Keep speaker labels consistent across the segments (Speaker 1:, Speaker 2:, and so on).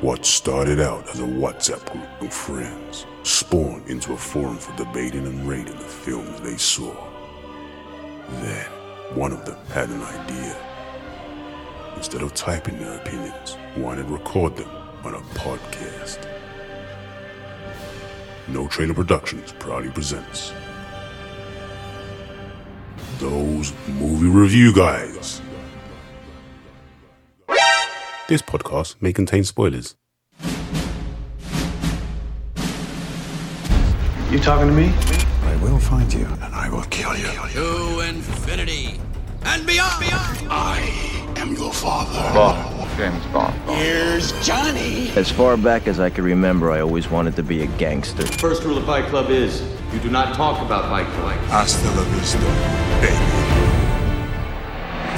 Speaker 1: What started out as a WhatsApp group of friends spawned into a forum for debating and rating the films they saw. Then, one of them had an idea. Instead of typing their opinions, why not record them on a podcast? No Trailer Productions proudly presents Those Movie Review Guys. This podcast may contain spoilers.
Speaker 2: You talking to me?
Speaker 3: I will find you and I will kill you.
Speaker 4: to infinity and beyond.
Speaker 3: am your father.
Speaker 5: James Bond.
Speaker 6: As far back as I can remember, I always wanted to be a gangster.
Speaker 7: First rule of Fight Club is you do not talk about Fight Club.
Speaker 3: Hasta la vista, baby.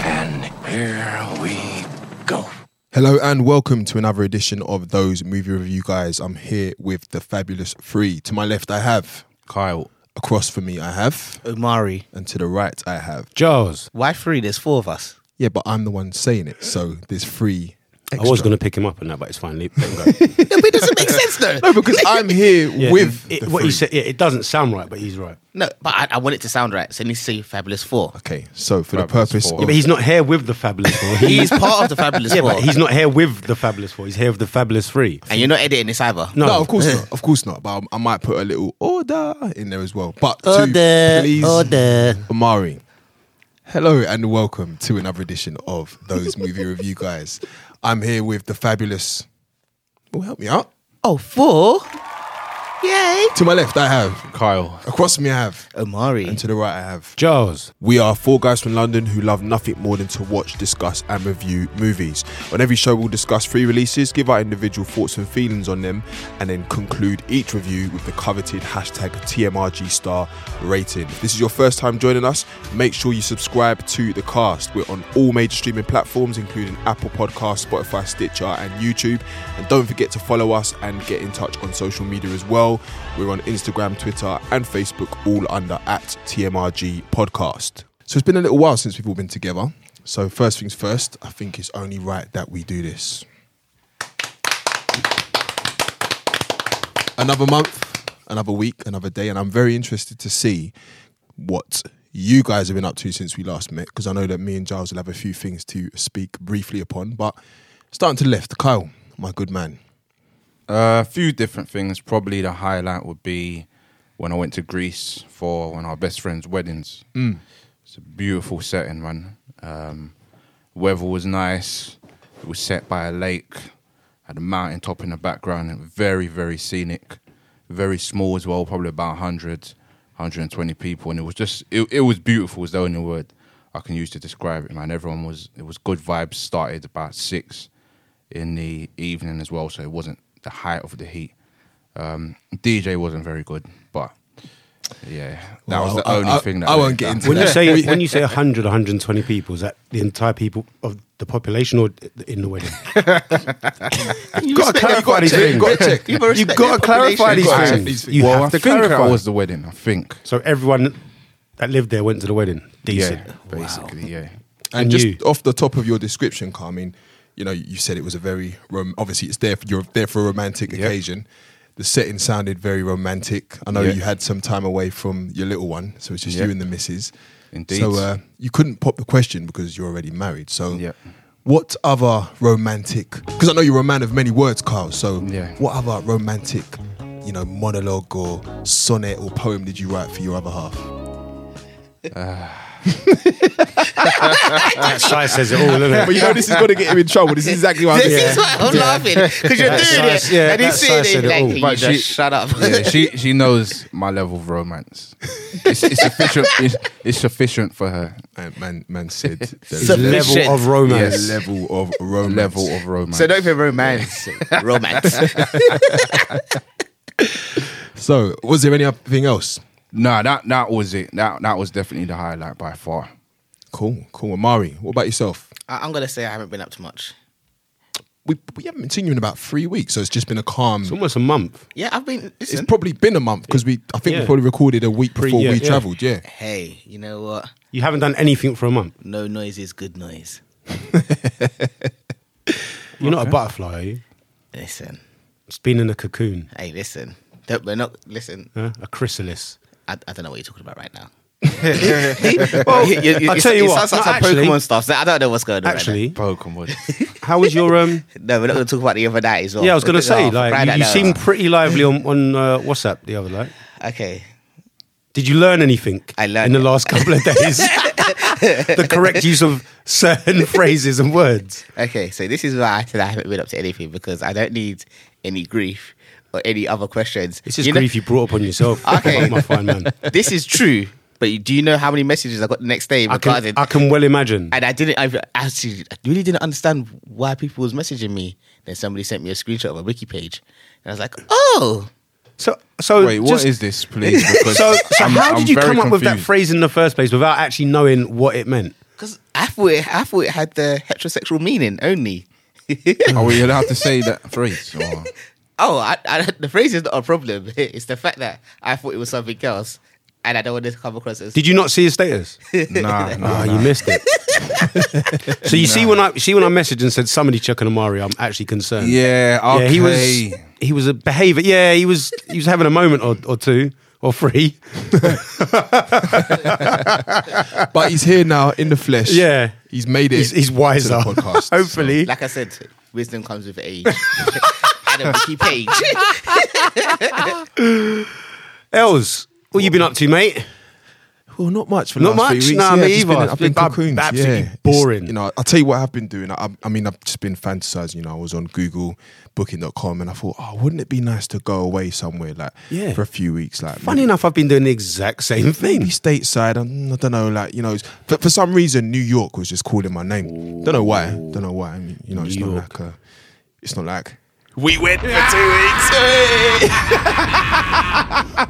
Speaker 6: And here we go.
Speaker 8: Hello and welcome to another edition of those movie review guys. I'm here with the fabulous three. To my left, I have
Speaker 9: Kyle.
Speaker 8: across from me, I have,
Speaker 9: Omari.
Speaker 8: and to the right, I have.
Speaker 10: Jaws.
Speaker 9: Why three? There's four of us.
Speaker 8: Yeah, but I'm the one saying it, so there's three. Extra.
Speaker 10: I was going to pick him up on that, but it's fine. Leave, let him go.
Speaker 9: It doesn't make sense though.
Speaker 8: no because I'm here
Speaker 10: Yeah,
Speaker 8: with
Speaker 10: it,
Speaker 8: the
Speaker 10: what
Speaker 8: three.
Speaker 10: he said. Yeah, it doesn't sound right, but he's right.
Speaker 9: No, but I, I want it to sound right. So it needs to say Fabulous Four.
Speaker 8: Okay, so for the
Speaker 9: Fabulous
Speaker 8: purpose,
Speaker 9: Four.
Speaker 8: of,
Speaker 10: But he's not here with the Fabulous Four.
Speaker 9: He's part of the Fabulous
Speaker 10: yeah,
Speaker 9: Four.
Speaker 10: but he's not here with the Fabulous Four. He's here with the Fabulous Three.
Speaker 9: and you're not editing this either.
Speaker 10: No,
Speaker 8: no, of course not, of course not. But I'm- I might put a little order in there as well. But to
Speaker 9: Order,
Speaker 8: please,
Speaker 9: order.
Speaker 8: Amari. Hello and welcome to another edition of those movie review guys. I'm here with the fabulous. Oh, help me out.
Speaker 9: Oh, four? Yay.
Speaker 8: To my left, I have.
Speaker 9: Kyle. Um,
Speaker 8: Across from me, I have.
Speaker 9: Omari.
Speaker 8: And to the right, I have.
Speaker 10: Jaws.
Speaker 8: We are four guys from London who love nothing more than to watch, discuss, and review movies. On every show, we'll discuss three releases, give our individual thoughts and feelings on them, and then conclude each review with the coveted hashtag TMRG star rating. If this is your first time joining us, make sure you subscribe to the cast. We're on all major streaming platforms, including Apple Podcasts, Spotify, Stitcher, and YouTube. And don't forget to follow us and get in touch on social media as well. We're on Instagram, Twitter, and Facebook, all under at TMRG Podcast. So it's been a little while since we've all been together. So first things first, I think it's only right that we do this. Another month, another week, another day, and I'm very interested to see what you guys have been up to since we last met because I know that me and Giles will have a few things to speak briefly upon. But starting to the left, Kyle, my good man.
Speaker 5: A few different things. Probably the highlight would be when I went to Greece for one of our best friends' weddings. It's a beautiful setting, man. Um, weather was nice. It was set by a lake, had a mountain top in the background. and Very, very scenic. Very small as well, probably about 100, 120 people. And it was just, it, it was beautiful, is the only word I can use to describe it, man. Everyone was, it was good vibes. Started about six in the evening as well, so it wasn't the height of the heat. Um, DJ wasn't very good, but yeah, that was the
Speaker 8: Well, I-
Speaker 5: only
Speaker 8: I-
Speaker 5: thing that
Speaker 8: I
Speaker 5: let
Speaker 8: won't
Speaker 5: it
Speaker 8: get
Speaker 5: down.
Speaker 8: into
Speaker 10: When you
Speaker 8: Yeah.
Speaker 10: say when you say 100, 120 people, is that the entire people of the population or in the wedding? You've got to clarify these things.
Speaker 9: You've got to
Speaker 10: You've got to clarify these
Speaker 8: Gotta check
Speaker 10: things.
Speaker 8: these
Speaker 10: You
Speaker 5: well,
Speaker 10: have
Speaker 5: I
Speaker 10: to
Speaker 5: think
Speaker 10: clarify.
Speaker 5: that was the wedding. I think.
Speaker 10: So everyone that lived there went to the wedding. Decent.
Speaker 5: Yeah, basically, yeah.
Speaker 8: And,
Speaker 10: And
Speaker 8: just
Speaker 10: you.
Speaker 8: off the top of your description, Carl, I mean, you know, you said it was a very rom- obviously it's there for, you're there for a romantic occasion. The setting sounded very romantic. I know
Speaker 5: Yeah.
Speaker 8: you had some time away from your little one, so it's just
Speaker 5: Yeah.
Speaker 8: you and the missus.
Speaker 5: Indeed.
Speaker 8: So uh, you couldn't pop the question because you're already married. So
Speaker 5: Yeah.
Speaker 8: what other romantic? Because I know you're a man of many words, Carl. So
Speaker 5: Yeah.
Speaker 8: what other romantic, you know, monologue or sonnet or poem did you write for your other half?
Speaker 10: That size says it all, doesn't it?
Speaker 8: But you know, this is going to get him in trouble. Oh, This is exactly why. I'm
Speaker 9: This
Speaker 8: here.
Speaker 9: is why I'm laughing because you're
Speaker 10: That's
Speaker 9: doing
Speaker 10: nice,
Speaker 9: it,
Speaker 10: yeah,
Speaker 9: and he's
Speaker 10: that's
Speaker 9: saying
Speaker 10: nice,
Speaker 9: it
Speaker 10: said it all.
Speaker 9: like, you
Speaker 5: But
Speaker 9: just
Speaker 5: she-
Speaker 9: shut up.
Speaker 5: yeah, she she knows my level of romance. It's, it's sufficient. It's, it's sufficient for her.
Speaker 8: Man, man, man said
Speaker 10: His
Speaker 8: the
Speaker 9: Sufficient.
Speaker 10: level of romance.
Speaker 5: Yes.
Speaker 8: level of romance.
Speaker 5: Level of romance.
Speaker 9: so don't be romance. romance.
Speaker 8: So, was there anything else?
Speaker 5: nah, that that was it. That that was definitely the highlight by far.
Speaker 8: Cool, cool. Amari, what about yourself?
Speaker 9: I, I'm gonna say I haven't been up to much.
Speaker 8: We, we haven't been seeing you in about three weeks, so it's just been a calm.
Speaker 10: It's almost a month.
Speaker 9: Yeah, I've been.
Speaker 8: It's
Speaker 9: Listen,
Speaker 8: probably been a month because we, I think we
Speaker 10: Yeah.
Speaker 8: probably recorded a week
Speaker 10: Pre-
Speaker 8: before
Speaker 10: yeah,
Speaker 8: we
Speaker 10: yeah.
Speaker 8: travelled. Yeah.
Speaker 9: hey, you know what?
Speaker 10: You haven't done anything for a month.
Speaker 9: No noise is good noise.
Speaker 10: You're not a butterfly, are you?
Speaker 9: Listen,
Speaker 10: It's been in a cocoon,
Speaker 9: hey, listen. Don't, we're not listen.
Speaker 10: huh? a chrysalis.
Speaker 9: I, I don't know what you're talking about right now. well, you, you,
Speaker 10: I'll tell you
Speaker 9: it
Speaker 10: what,
Speaker 9: sounds like
Speaker 10: no,
Speaker 9: some
Speaker 10: actually-
Speaker 9: Pokemon stuff. So I don't know what's going on. right now.
Speaker 10: Actually,
Speaker 5: Pokemon.
Speaker 10: how was your um?
Speaker 9: no, we're not going to talk about the other night as well.
Speaker 10: Yeah, I was going to
Speaker 9: Because,
Speaker 10: say
Speaker 9: oh, for crying
Speaker 10: like you,
Speaker 9: out
Speaker 10: you
Speaker 9: loud.
Speaker 10: seemed pretty lively on on uh, WhatsApp the other night.
Speaker 9: okay.
Speaker 10: Did you learn anything?
Speaker 9: I learned
Speaker 10: in the
Speaker 9: it.
Speaker 10: last couple of days the correct use of certain phrases and words.
Speaker 9: Okay, so this is why I said I haven't been up to anything because I don't need any grief or any other questions.
Speaker 10: This is
Speaker 9: You know-
Speaker 10: grief you brought upon yourself.
Speaker 9: Okay.
Speaker 10: my fine man.
Speaker 9: this is true, but do you know how many messages I got the next day
Speaker 10: I
Speaker 9: regarding?
Speaker 10: can, I can well imagine.
Speaker 9: and I didn't. I actually I really didn't understand why people was messaging me. Then somebody sent me a screenshot of a wiki page, and I was like, "Oh,
Speaker 10: So, so
Speaker 5: Wait, what is
Speaker 10: just-
Speaker 5: this, please? Because
Speaker 10: So, so
Speaker 5: I'm-
Speaker 10: how
Speaker 5: I'm
Speaker 10: did you
Speaker 5: very
Speaker 10: come up with that
Speaker 5: confused.
Speaker 10: phrase in the first place without actually knowing what it meant?
Speaker 9: because I thought it, I thought it had the heterosexual meaning only."
Speaker 5: Are we allowed to say that phrase? Or?
Speaker 9: Oh, I, I, the phrase is not a problem. It's the fact that I thought it was something else, and I don't want to come across as.
Speaker 10: Did you not see his status?
Speaker 5: Nah,
Speaker 10: Ah,
Speaker 5: nah,
Speaker 10: you missed it. so you see when I see when I messaged and said somebody check on Amari, I'm actually concerned.
Speaker 5: Yeah, okay.
Speaker 10: Yeah, he was he was a behavior. Yeah, he was he was having a moment or, or two or three.
Speaker 8: But he's here now in the flesh.
Speaker 10: Yeah.
Speaker 8: He's made it.
Speaker 10: He's, he's
Speaker 8: to
Speaker 10: wiser.
Speaker 8: the podcast.
Speaker 10: Hopefully.
Speaker 9: like I said, wisdom comes with age. and a wiki page.
Speaker 10: Els, what you been up to, mate?
Speaker 8: Well, not much for the
Speaker 10: Not
Speaker 8: last
Speaker 10: much?
Speaker 8: three weeks.
Speaker 10: Nah,
Speaker 8: yeah,
Speaker 10: me
Speaker 8: just been-
Speaker 10: either.
Speaker 8: I've been
Speaker 10: It's been
Speaker 8: cocooned.
Speaker 10: absolutely
Speaker 8: yeah. It's-
Speaker 10: boring.
Speaker 8: you know, I'll tell you what I've been doing. I, I mean, I've just been fantasizing. You know, I was on Google Booking.com and I thought, oh, wouldn't it be nice to go away somewhere like
Speaker 10: Yeah.
Speaker 8: for a few weeks? Like,
Speaker 10: Funny
Speaker 8: maybe-
Speaker 10: enough, I've been doing the exact same
Speaker 8: Maybe
Speaker 10: thing.
Speaker 8: stateside, um, I don't know, like you know, it's- but for some reason New York was just calling my name. Don't know why. Don't know why. I mean, you know, it's not like a, it's not like we went for two weeks.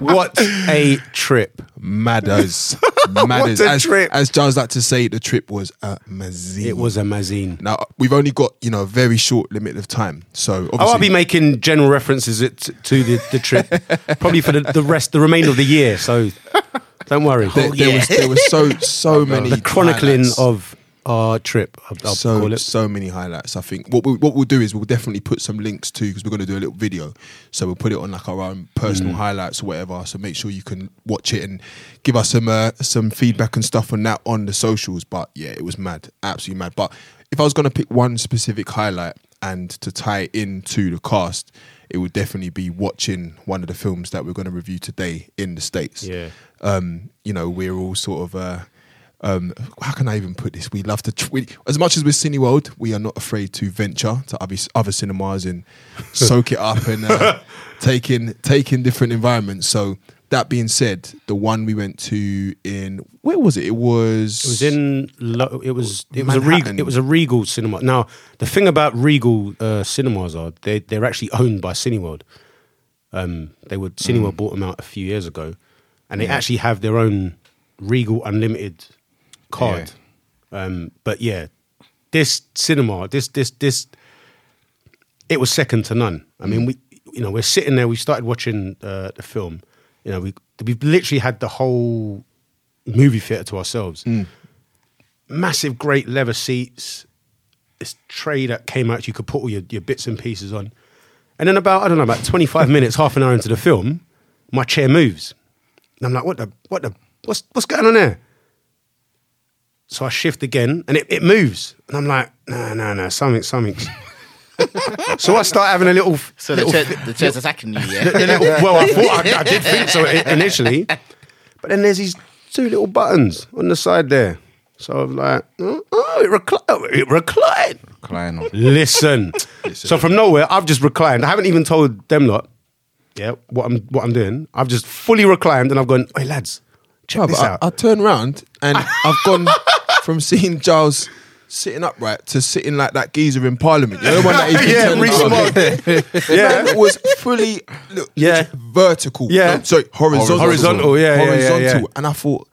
Speaker 10: What a trip.
Speaker 8: Matters, matters.
Speaker 10: What a
Speaker 8: as,
Speaker 10: trip.
Speaker 8: as Giles like to say, the trip was amazing.
Speaker 10: It was a mazine.
Speaker 8: Now we've only got you know a very short limit of time, so obviously,
Speaker 10: Oh, I'll be making general references it, to the, the trip, probably for the, the rest, the remainder of the year. So don't worry.
Speaker 8: there, there was there was so so many
Speaker 10: the chronicling
Speaker 8: highlights.
Speaker 10: of our trip, I'll, I'll call
Speaker 8: so
Speaker 10: it.
Speaker 8: so many highlights. I think what we, what we'll do is we'll definitely put some links too because we're going to do a little video. So we'll put it on like our own
Speaker 10: Mm.
Speaker 8: personal highlights or whatever. So make sure you can watch it and give us some uh, some feedback and stuff on that on the socials. But yeah, it was mad, absolutely mad. But if I was going to pick one specific highlight and to tie it into the cast, it would definitely be watching one of the films that we're going to review today in the states
Speaker 10: Yeah.
Speaker 8: um, you know, we're all sort of. Uh, um, how can I even put this? We love to, tr- we, as much as we're Cineworld, we are not afraid to venture to other, other cinemas and soak it up and uh, take in take in different environments. So that being said, the one we went to in where was it? It was
Speaker 10: It was in. Lo- it was. It was a.
Speaker 8: Manhattan.
Speaker 10: Reg- it was a Regal cinema. Now the thing about Regal uh, cinemas are they they're actually owned by Cineworld. Um, they were Cineworld bought them out a few years ago, and they actually have their own Regal Unlimited card. Um, but yeah, this cinema, this this this, it was second to none. I mean, we you know we're sitting there. We started watching uh, the film. You know, we we've literally had the whole movie theater to ourselves. Massive, great leather seats. This tray that came out, you could put all your, your bits and pieces on. And then about I don't know about twenty five minutes, half an hour into the film, my chair moves, and I'm like, what the what the what's what's going on there? So I shift again, and it, it moves, and I'm like, no no no, something something. so I start having a little f-
Speaker 9: So the,
Speaker 10: little
Speaker 9: chair,
Speaker 10: fi-
Speaker 9: the chair's attacking you,
Speaker 10: the- the
Speaker 9: yeah?
Speaker 10: little- well, I thought I, I did think so i- initially, but then there's these two little buttons on the side there. So I'm like, oh, oh, it reclined. It reclined.
Speaker 5: Klein or-
Speaker 10: Listen. So from nowhere, I've just reclined. I haven't even told them lot. Yeah, what I'm what I'm doing. I've just fully reclined and I've gone. Hey lads, check
Speaker 8: No, but
Speaker 10: this
Speaker 8: I,
Speaker 10: out.
Speaker 8: I turn around and I've gone from seeing Giles sitting upright to sitting like that geezer in Parliament. You know, the one that he's
Speaker 10: Yeah,
Speaker 8: turning
Speaker 10: Reece
Speaker 8: around.
Speaker 10: Mogg.
Speaker 8: The man was fully look,
Speaker 10: Yeah.
Speaker 8: vertical.
Speaker 10: Yeah.
Speaker 8: no, sorry, horizontal.
Speaker 10: Horizontal, yeah, yeah, yeah,
Speaker 8: horizontal.
Speaker 10: yeah.
Speaker 8: And I thought,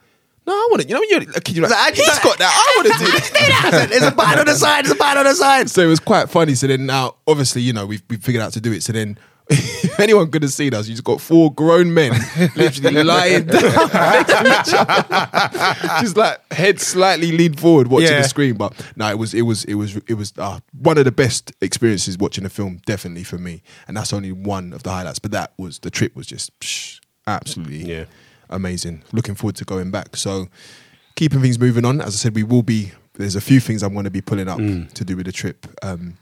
Speaker 8: no, I want to. You know, when you're a kid, you're like,
Speaker 10: Like, I
Speaker 8: he's
Speaker 10: just-
Speaker 8: got that. I want to do that.
Speaker 10: There's a button on the side. There's a button on the side.
Speaker 8: So it was quite funny. So then now, obviously, you know, we've, we figured out to do it. So then if anyone could have seen us, you just got four grown men literally lying down next to each other. just like head slightly leaned forward watching
Speaker 10: Yeah.
Speaker 8: the screen. But no, it was it was it was it was uh, one of the best experiences watching the film, definitely for me. And that's only one of the highlights. But that was the trip was just psh, absolutely
Speaker 10: Yeah.
Speaker 8: amazing. Looking forward to going back. So keeping things moving on. As I said, we will be. There's a few things I'm going to be pulling up to do with the trip um,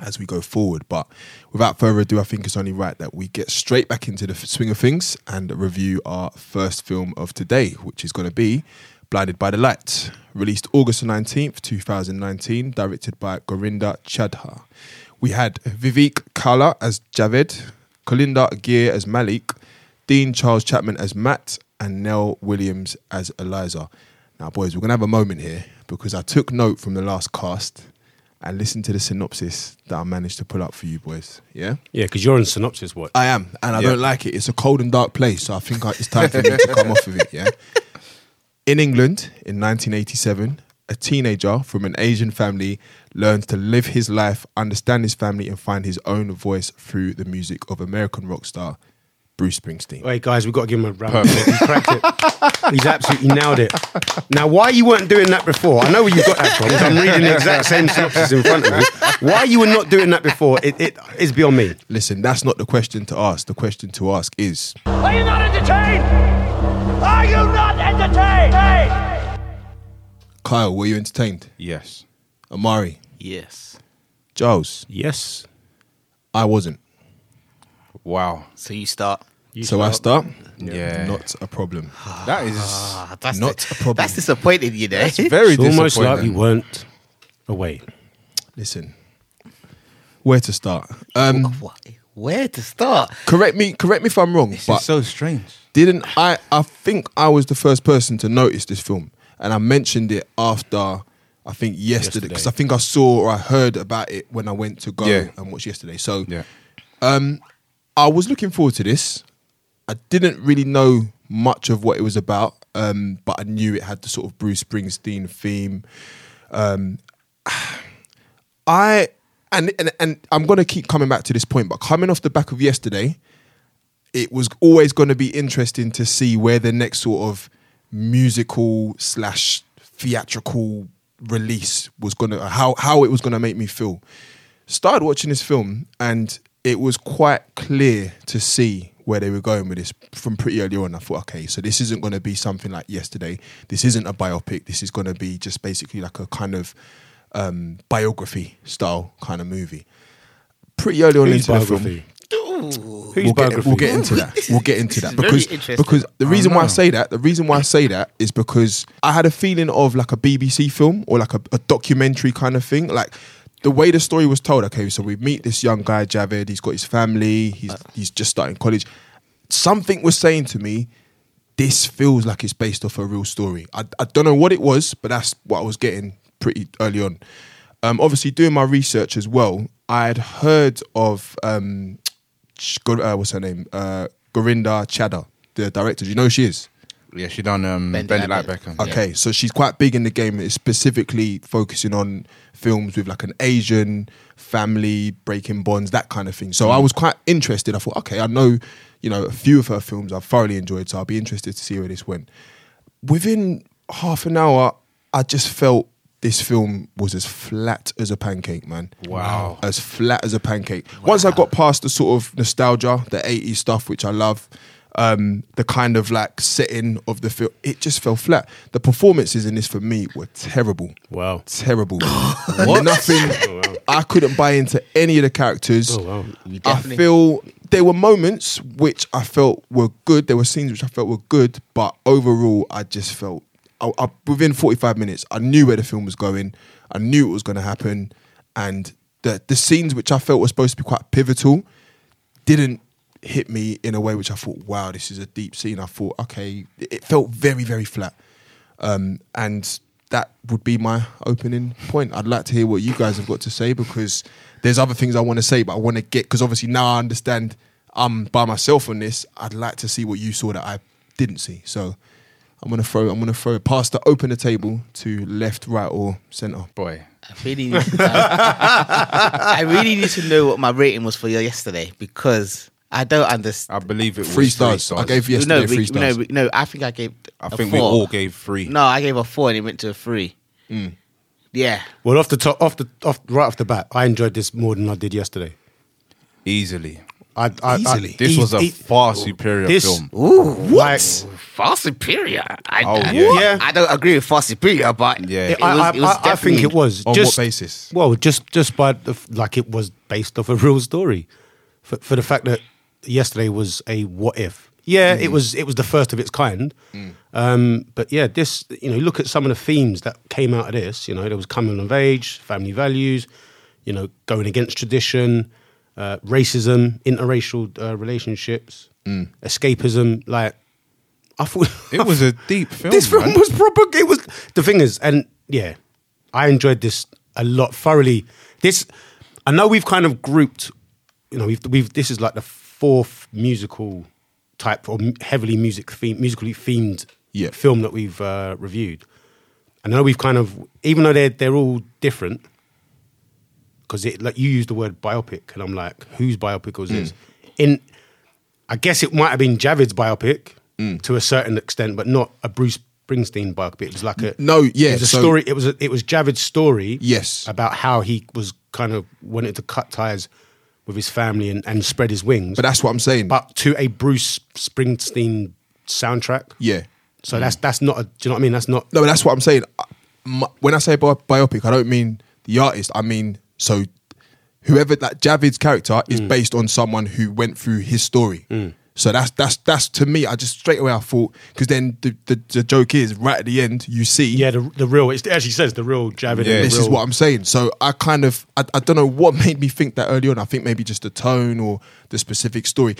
Speaker 8: as we go forward. But without further ado, I think it's only right that we get straight back into the f- swing of things and review our first film of today, which is going to be Blinded by the Light, released August 19th, 2019, directed by Gorinda Chadha. We had Vivek Kala as Javed, Kolinda Gear as Malik, Dean Charles Chapman as Matt and Nell Williams as Eliza. Now, boys, we're going to have a moment here because I took note from the last cast and listened to the synopsis that I managed to pull up for you, boys. Yeah?
Speaker 10: Yeah, because you're in synopsis. What?
Speaker 8: I am, and I
Speaker 10: Yeah.
Speaker 8: don't like it. It's a cold and dark place, so I think I, it's time for me to come off of it. Yeah. In England, in 1987, a teenager from an Asian family learns to live his life, understand his family, and find his own voice through the music of American rock star Bruce Springsteen.
Speaker 10: Hey guys, we've got to give him a round. Of applause. He cracked it. He's absolutely nailed it. Now, why you weren't doing that before? I know where you got that from. 'cause I'm reading the exact same synopsis in front of me. Why you were not doing that before? It, it is beyond me.
Speaker 8: Listen, that's not the question to ask. The question to ask is
Speaker 2: Are you not entertained? Are you not entertained?
Speaker 8: Kyle, were you entertained?
Speaker 5: Yes.
Speaker 8: Amari,
Speaker 9: Yes.
Speaker 8: Giles,
Speaker 10: Yes.
Speaker 8: I wasn't.
Speaker 5: Wow.
Speaker 9: So you start.
Speaker 8: so I start?
Speaker 5: Yeah.
Speaker 8: Not a problem.
Speaker 5: That is
Speaker 9: Ah, that's
Speaker 8: Not a problem.
Speaker 9: That's disappointing, you know.
Speaker 5: very
Speaker 10: It's almost like
Speaker 5: disappointing.
Speaker 10: you weren't Oh, away.
Speaker 8: Listen, where to start? Um,
Speaker 9: What- Where to start?
Speaker 8: correct me, correct me if I'm wrong, but
Speaker 5: It's so strange.
Speaker 8: didn't I? I think I was the first person to notice this film, and I mentioned it after. I think yesterday because
Speaker 10: Yesterday.
Speaker 8: I think I saw or I heard about it when I went to go
Speaker 5: Yeah.
Speaker 8: and watch yesterday. So
Speaker 5: Yeah.
Speaker 8: I was looking forward to this. I didn't really know much of what it was about, um, but I knew it had the sort of Bruce Springsteen theme. Um, I and, and and I'm gonna keep coming back to this point, but coming off the back of yesterday, it was always going to be interesting to see where the next sort of musical slash theatrical release was going to how how it was going to make me feel. Started watching this film and it was quite clear to see where they were going with this from pretty early on. I thought, okay, so this isn't going to be something like yesterday. This isn't a biopic. This is going to be just basically like a kind of um, biography style kind of movie. Pretty early on
Speaker 10: Whose
Speaker 8: into the film,
Speaker 10: biography? Whose
Speaker 8: we'll
Speaker 10: biography? Oh,
Speaker 8: get, we'll get into that. We'll get into that
Speaker 9: This is very
Speaker 8: because
Speaker 9: interesting.
Speaker 8: because the reason why I say that the reason why I say that is because I had a feeling of like a BBC film or like a, a documentary kind of thing. Like the way the story was told. Okay, so we meet this young guy Javed. He's got his family.
Speaker 9: Uh.
Speaker 8: He's he's just starting college. Something was saying to me, this feels like it's based off a real story. I, I don't know what it was, but that's what I was getting pretty early on. Um, obviously, doing my research as well, I had heard of um, Ch- Gor- uh, what's her name, uh, Gorinda Chadha, the director. Do you know who she is?
Speaker 5: Yeah, she done um,
Speaker 9: Bend
Speaker 5: Bend,
Speaker 9: it
Speaker 5: It
Speaker 9: like
Speaker 5: Like
Speaker 9: Beckham.
Speaker 5: Beckham.
Speaker 8: Okay, so she's quite big in the game. It's specifically focusing on films with like an Asian family breaking bonds, that kind of thing. So I was quite interested. I thought, okay, I know, you know, a few of her films I've thoroughly enjoyed, so I'll be interested to see where this went. Within half an hour, I just felt this film was as flat as a pancake, man.
Speaker 5: Wow.
Speaker 8: As flat as a pancake. Once I got past the sort of nostalgia, the 80s stuff, which I love, um, the kind of like setting of the film, it just fell flat. The performances in this for me were terrible.
Speaker 10: Wow.
Speaker 8: Terrible. Nothing. I couldn't buy into any of the characters.
Speaker 10: wow.
Speaker 9: You
Speaker 8: I
Speaker 9: definitely-
Speaker 8: feel there were moments which I felt were good. There were scenes which I felt were good, but overall, I just felt I, I, within 45 minutes, I knew where the film was going. I knew it was going to happen, and the the scenes which I felt were supposed to be quite pivotal didn't hit me in a way which I thought, wow, this is a deep scene. I thought, okay, it it felt very, very flat. Um, and that would be my opening point. I'd like to hear what you guys have got to say because there's other things I want to say, but I want to get because obviously now I understand I'm by myself on this. I'd like to see what you saw that I didn't see. So I'm gonna throw. I'm gonna throw it past the open the table to left, right, or centre.
Speaker 5: Boy,
Speaker 9: I really, need to, I, I really need to know what my rating was for you yesterday because I don't understand.
Speaker 5: I believe it was
Speaker 8: Three stars. I gave you yesterday
Speaker 9: no, we-
Speaker 8: three stars.
Speaker 9: no, we- no, I think I gave.
Speaker 5: I
Speaker 9: a
Speaker 5: think
Speaker 9: four.
Speaker 5: we all gave three. Mm.
Speaker 9: No, I gave a four and it went to a three. Yeah,
Speaker 10: Well, off the top, off the off, right off the bat, I enjoyed this more than I did yesterday.
Speaker 5: easily.
Speaker 10: I, I,
Speaker 8: Easily.
Speaker 10: I,
Speaker 5: This
Speaker 10: e-
Speaker 5: was a
Speaker 10: e-
Speaker 5: far superior
Speaker 10: this-
Speaker 5: film.
Speaker 10: like,
Speaker 9: far superior. I,
Speaker 5: Oh,
Speaker 9: I-
Speaker 5: yeah.
Speaker 10: Yeah.
Speaker 9: I don't agree with far superior, but
Speaker 5: Yeah.
Speaker 9: it
Speaker 10: I,
Speaker 9: was,
Speaker 10: I,
Speaker 9: it was
Speaker 10: I, I think
Speaker 9: definitely-
Speaker 10: it was
Speaker 8: On what
Speaker 10: just,
Speaker 8: basis?
Speaker 10: Well, just just by the, f- like it was based off a real story, for, for the fact that yesterday was a what if. Yeah, it was it was the first of its kind. Um, but yeah, this you know look at some of the themes that came out of this. You know, there was coming of age, family values, you know, going against tradition, uh, racism, interracial uh, relationships, escapism. Like, I thought
Speaker 5: It was a deep film.
Speaker 10: this film
Speaker 5: man.
Speaker 10: was proper. It was the thing is, and yeah, I enjoyed this a lot thoroughly. This, I know we've kind of grouped, you know, we've we've this is like the fourth musical type or m- heavily music theme, musically themed
Speaker 8: Yeah.
Speaker 10: film that we've uh, reviewed. And I know we've kind of, even though they're they're all different, because it like you used the word biopic, and I'm like, whose biopic
Speaker 8: Hmm.
Speaker 10: was this? In, I guess it might have been Javid's biopic
Speaker 8: Hmm.
Speaker 10: to a certain extent, but not a Bruce Springsteen biopic. It was like a
Speaker 8: No, yeah,
Speaker 10: it was a
Speaker 8: so-
Speaker 10: story. It was a, it was Javid's story,
Speaker 8: Yes.
Speaker 10: about how he was kind of wanted to cut ties with his family and, and spread his wings,
Speaker 8: But that's what I'm saying.
Speaker 10: but to a Bruce Springsteen soundtrack.
Speaker 8: yeah.
Speaker 10: So that's that's not a. Do you know what I mean? That's not.
Speaker 8: No, but that's what I'm saying. I- my- When I say bi- biopic, I don't mean the artist. I mean so whoever that Javid's character
Speaker 10: Mm.
Speaker 8: is based on someone who went through his story. So that's that's that's to me. I just straight away I thought because then the, the the joke is right at the end you see
Speaker 10: Yeah, the, the real. It actually says the real Javid.
Speaker 5: Yeah.
Speaker 10: and the
Speaker 8: this is
Speaker 10: real-
Speaker 8: what I'm saying. So I kind of I, I don't know what made me think that early on. I think maybe just the tone or the specific story,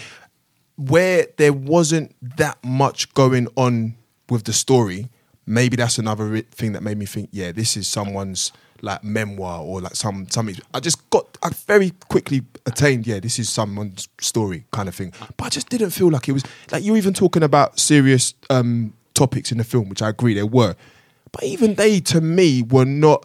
Speaker 8: where there wasn't that much going on with the story. Maybe that's another re- thing that made me think. Yeah, this is someone's like memoir or like some something. I just got I very quickly attained. Yeah, this is someone's story kind of thing. But I just didn't feel like it was like you're even talking about serious um, topics in the film, which I agree there were. But even they, to me, were not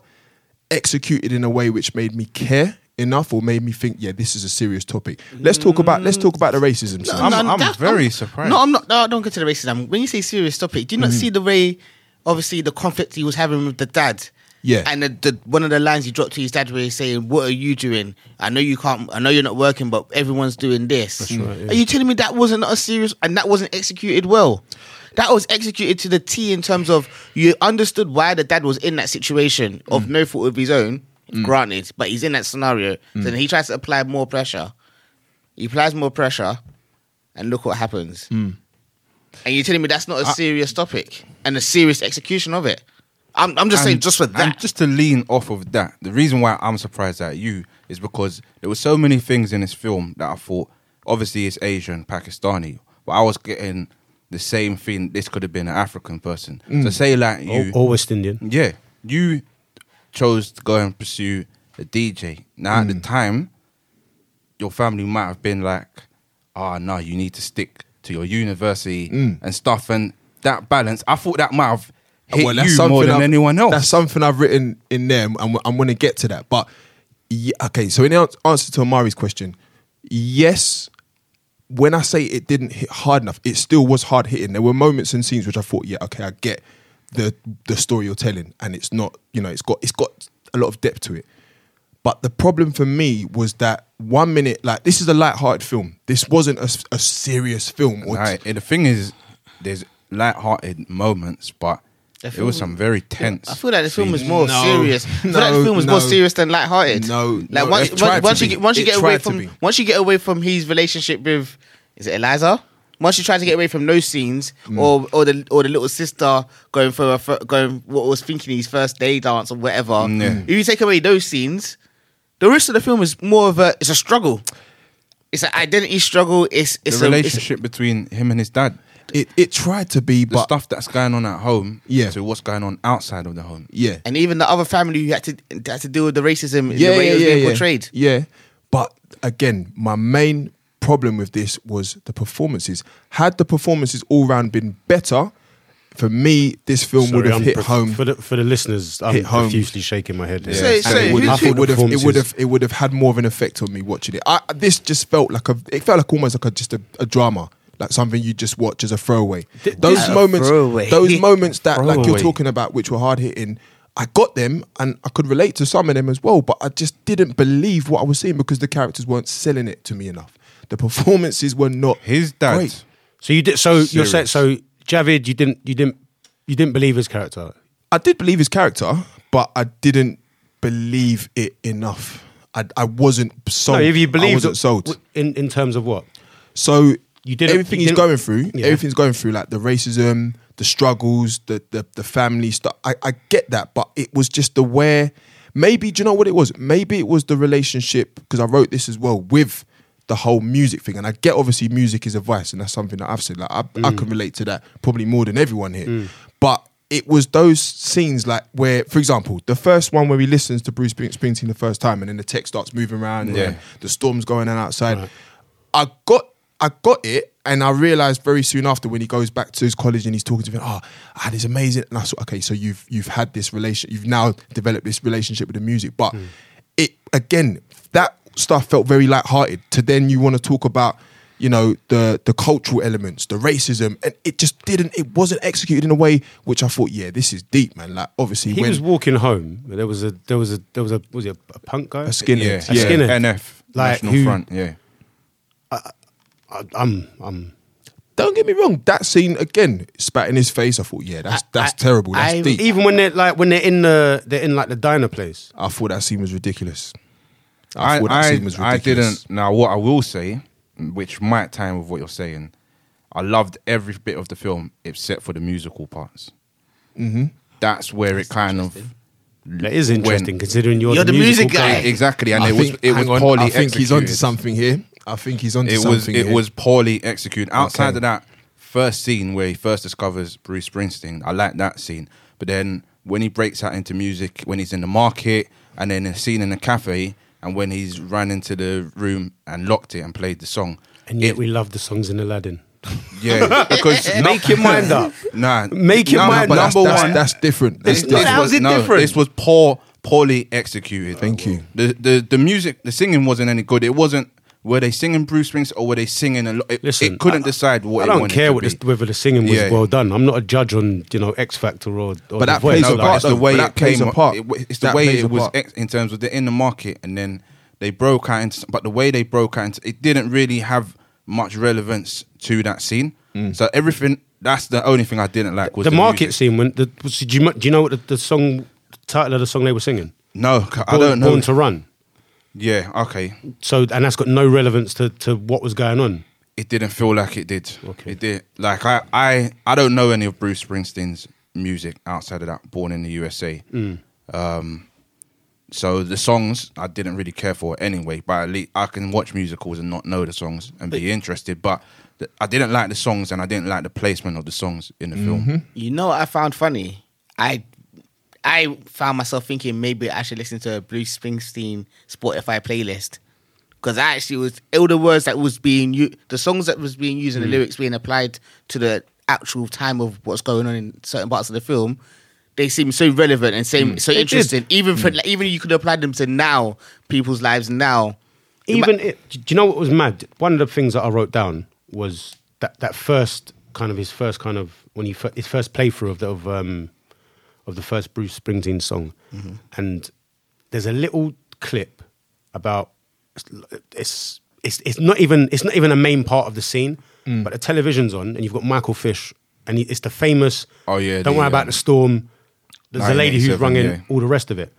Speaker 8: executed in a way which made me care enough or made me think, yeah, this is a serious topic. Let's talk about let's talk about the racism. side.
Speaker 5: I'm- I'm
Speaker 9: that-
Speaker 5: very surprised. Mm-hmm.
Speaker 9: No, I'm not. No, don't get to the racism. When you say serious topic, do you not see the way, obviously, the conflict he was having with the dad?
Speaker 8: Yeah.
Speaker 9: And the, the, one of the lines he dropped to his dad where he's saying, What are you doing? I know you can't, I know you're not working, but everyone's doing this. Mm. Are you telling me that wasn't a serious and that wasn't executed well? That was executed to the T in terms of you understood why the dad was in that situation of
Speaker 5: Mm.
Speaker 9: no fault of his own, granted, but he's in that scenario.
Speaker 5: Mm.
Speaker 9: So then he tries to apply more pressure. He applies more pressure, and look what happens.
Speaker 5: Hmm.
Speaker 9: And you're telling me that's not a serious topic and a serious execution of it. I'm, I'm just saying,
Speaker 5: And-
Speaker 9: just for
Speaker 5: and
Speaker 9: that.
Speaker 5: just to lean off of that, the reason why I'm surprised at you is because there were so many things in this film that I thought, obviously, it's Asian, Pakistani, but I was getting the same thing. This could have been an African person. So say like you,
Speaker 10: Or, or West Indian.
Speaker 5: yeah, you chose to go and pursue a DJ. Now
Speaker 8: Hmm.
Speaker 5: at the time, your family might have been like, "Ah, no, you need to stick to your university
Speaker 8: Hmm.
Speaker 5: and stuff." And that balance, I thought that might have hit
Speaker 8: Well, that's
Speaker 5: you
Speaker 8: something
Speaker 5: more than
Speaker 8: I've-
Speaker 5: anyone else.
Speaker 8: That's something I've written in there, and I'm, I'm going to get to that. But yeah, okay, so in ans- answer to Amari's question, yes, when I say it didn't hit hard enough, it still was hard hitting. There were moments and scenes which I thought, yeah, okay, I get the the story you're telling, and it's not, you know, it's got it's got a lot of depth to it. But the problem for me was that one minute, like this is a light-hearted film. This wasn't a, s- a serious film. Or
Speaker 5: Right. And the thing is, there's light-hearted moments, but it was some very tense.
Speaker 9: I feel like this film is more
Speaker 8: No,
Speaker 9: serious. I feel like
Speaker 8: no,
Speaker 9: this film was more
Speaker 8: no.
Speaker 9: serious than lighthearted.
Speaker 8: No,
Speaker 9: like
Speaker 8: no,
Speaker 9: once,
Speaker 8: it tried
Speaker 9: once,
Speaker 8: to
Speaker 9: once you
Speaker 8: be.
Speaker 9: get once you
Speaker 8: It
Speaker 9: get away
Speaker 8: tried to
Speaker 9: from
Speaker 8: be.
Speaker 9: once you get away from his relationship with is it Eliza? Once you try to get away from those scenes,
Speaker 8: Mm.
Speaker 9: or or the or the little sister going for a fir- going what was thinking his first day dance or whatever.
Speaker 8: Mm,
Speaker 5: yeah.
Speaker 9: If you take away those scenes, the rest of the film is more of a it's a struggle. It's an identity struggle. It's
Speaker 5: the
Speaker 9: it's a it's a-
Speaker 5: relationship between him and his dad,
Speaker 8: it, it tried to be,
Speaker 5: the
Speaker 8: but
Speaker 5: stuff that's going on at home,
Speaker 8: Yeah.
Speaker 5: to what's going on outside of the home.
Speaker 8: yeah,
Speaker 9: and even the other family who had to had to deal with the racism, in the way it was being portrayed.
Speaker 8: Yeah. But again, my main problem with this was the performances. Had the performances all round been better, for me, this film would
Speaker 10: Sorry,
Speaker 8: have
Speaker 10: I'm
Speaker 8: hit
Speaker 10: prof-
Speaker 8: home.
Speaker 10: for the, for the listeners. I'm
Speaker 8: hit home.
Speaker 10: profusely shaking my head.
Speaker 8: Yeah.
Speaker 10: here.
Speaker 8: And
Speaker 10: And would-
Speaker 8: it would- I
Speaker 10: I
Speaker 8: thought it would have, it would have,
Speaker 10: performances-
Speaker 8: it would have had more of an effect on me watching it. I, this just felt like a, it felt like almost like a, just a, a drama, like something you just watch as a throwaway. Those
Speaker 9: this-
Speaker 8: moments,
Speaker 9: A throwaway.
Speaker 8: those moments that like you're
Speaker 5: Throwaway.
Speaker 8: talking about, which were hard hitting. I got them, and I could relate to some of them as well, but I just didn't believe what I was seeing because the characters weren't selling it to me enough. The performances were not
Speaker 5: His dad.
Speaker 8: Great.
Speaker 10: So you did. So you're set.
Speaker 5: Serious.
Speaker 10: So Javid, you didn't. You didn't. You didn't believe his character.
Speaker 8: I did believe his character, but I didn't believe it enough. I, I wasn't sold.
Speaker 10: no, if you
Speaker 8: I
Speaker 10: believed
Speaker 8: wasn't sold.
Speaker 10: in in terms of what?
Speaker 8: So
Speaker 10: You didn't-
Speaker 8: everything
Speaker 10: you
Speaker 8: he's
Speaker 10: didn't-
Speaker 8: going through,
Speaker 10: Yeah.
Speaker 8: everything's going through, like the racism, the struggles, the the, the family stuff. I, I get that, but it was just the where. Maybe do you know what it was? Maybe it was the relationship because I wrote this as well with the whole music thing, and I get obviously music is a vice, and that's something that I've said. Like I, I
Speaker 10: Mm.
Speaker 8: can relate to that probably more than everyone here, but. It was those scenes like where, for example, the first one where he listens to Bruce Spring- Springsteen the first time, and then the text starts moving around,
Speaker 5: Yeah.
Speaker 8: and the storm's going on outside. I got I got it, and I realized very soon after when he goes back to his college and he's talking to me, oh, I had this amazing. And I thought, okay, so you've you've had this relation, you've now developed this relationship with the music, but it again that stuff felt very lighthearted. To then you want to talk about. You know the the cultural elements, the racism, and it just didn't. It wasn't executed in a way which I thought, yeah, this is deep, man. Like obviously,
Speaker 10: He
Speaker 8: when
Speaker 10: was walking home. There was a. There was a. There was a. Was he a, a punk guy?
Speaker 8: a skinhead,
Speaker 10: A
Speaker 5: Yeah, yeah.
Speaker 10: skinhead.
Speaker 5: NF,
Speaker 10: Like
Speaker 5: National
Speaker 10: who-
Speaker 5: Front. Yeah,
Speaker 10: I, I'm. I'm.
Speaker 8: Don't get me wrong. That scene again, spat in his face. I thought, yeah, that's that's terrible. That's
Speaker 9: I-
Speaker 8: deep.
Speaker 10: Even when they're like when they're in the they're in like the diner place.
Speaker 8: I thought that scene was ridiculous. I,
Speaker 5: I,
Speaker 8: thought that
Speaker 5: I,
Speaker 8: scene was
Speaker 5: I
Speaker 8: ridiculous.
Speaker 5: didn't. Now, what I will say, which might time with what you're saying, I loved every bit of the film except for the musical parts. Mm-hmm. That's where it kind of
Speaker 10: That is interesting considering you're,
Speaker 9: You're the music
Speaker 10: musical
Speaker 9: guy.
Speaker 10: player.
Speaker 5: exactly, and
Speaker 8: I
Speaker 5: it was
Speaker 8: think-
Speaker 5: it was
Speaker 8: hang on,
Speaker 5: poorly
Speaker 8: I think
Speaker 5: executed.
Speaker 8: he's onto something here. I think he's onto
Speaker 5: It
Speaker 8: something.
Speaker 5: was it
Speaker 8: here.
Speaker 5: was poorly executed. Outside
Speaker 8: Okay.
Speaker 5: of that first scene where he first discovers Bruce Springsteen, I like that scene. But then when he breaks out into music, when he's in the market, and then a scene in a cafe, and when he's ran into the room and locked it and played the song.
Speaker 10: And yet
Speaker 5: it-
Speaker 10: we love the songs in Aladdin.
Speaker 5: Yeah, because
Speaker 10: Make your mind up.
Speaker 5: Nah,
Speaker 10: Make your
Speaker 5: no,
Speaker 10: mind
Speaker 5: but
Speaker 10: up.
Speaker 8: That's,
Speaker 5: Number
Speaker 8: that's,
Speaker 5: one,
Speaker 8: that's different. That's
Speaker 5: this,
Speaker 8: different.
Speaker 5: this was no, This was poor, poorly executed.
Speaker 8: Thank you.
Speaker 5: The, the the music, the singing wasn't any good. It wasn't. Were they singing Bruce Springs or were they singing a lot? It,
Speaker 10: Listen,
Speaker 5: it couldn't
Speaker 10: I-
Speaker 5: decide what.
Speaker 10: I
Speaker 5: it
Speaker 10: don't
Speaker 5: wanted
Speaker 10: care
Speaker 5: to
Speaker 10: what
Speaker 5: be.
Speaker 10: the, whether the singing was
Speaker 5: Yeah.
Speaker 10: well done. I'm not a judge on you know X Factor or, or
Speaker 8: But
Speaker 10: the
Speaker 8: that
Speaker 10: voice.
Speaker 8: plays a
Speaker 10: Like,
Speaker 8: part,
Speaker 5: It's the
Speaker 8: though.
Speaker 5: way
Speaker 8: But
Speaker 5: it
Speaker 8: that plays
Speaker 5: came
Speaker 8: a part.
Speaker 5: It, it's the
Speaker 8: That
Speaker 5: way
Speaker 8: plays a
Speaker 5: it was
Speaker 8: part.
Speaker 5: ex- in terms of the in the market, and then they broke out. Into, but the way they broke out, into, it didn't really have much relevance to that scene.
Speaker 8: Mm.
Speaker 5: So everything. That's the only thing I didn't like was
Speaker 10: the market
Speaker 5: music.
Speaker 10: scene when the, do you mu- do you know what the, the song the title of the song they were singing?
Speaker 5: No, c- I
Speaker 10: Born-
Speaker 5: don't know.
Speaker 10: Born to Run.
Speaker 5: yeah, okay.
Speaker 10: So and that's got no relevance to, to what was going on.
Speaker 5: It didn't feel like it did.
Speaker 10: Okay.
Speaker 5: It did. Like I, I, I don't know any of Bruce Springsteen's music outside of that. Born in the USA. Um, so the songs I didn't really care for anyway. But at least I can watch musicals and not know the songs and be interested. But th- I didn't like the songs and I didn't like the placement of the songs in the film.
Speaker 9: You know what I found funny? I I found myself thinking maybe I should listen to a Bruce Springsteen Spotify playlist because I actually was all the words that was being u- the songs that was being used and the lyrics being applied to the actual time of what's going on in certain parts of the film. They seem so relevant and seem so
Speaker 10: did.
Speaker 9: interesting. Even for like, even you could apply them to now people's lives now.
Speaker 10: Even it, do you know what was mad? One of the things that I wrote down was that that first kind of his first kind of when he fir- his first playthrough of the of um of the first Bruce Springsteen song,
Speaker 5: Mm-hmm.
Speaker 10: and there's a little clip about it's it's it's not even it's not even a main part of the scene,
Speaker 5: Mm.
Speaker 10: but the television's on and you've got Michael Fish and he, it's the famous
Speaker 5: Oh, yeah,
Speaker 10: don't
Speaker 5: the,
Speaker 10: worry about
Speaker 5: um,
Speaker 10: the storm. There's a lady who's
Speaker 5: 987,
Speaker 10: rung in
Speaker 5: yeah.
Speaker 10: all the rest of it.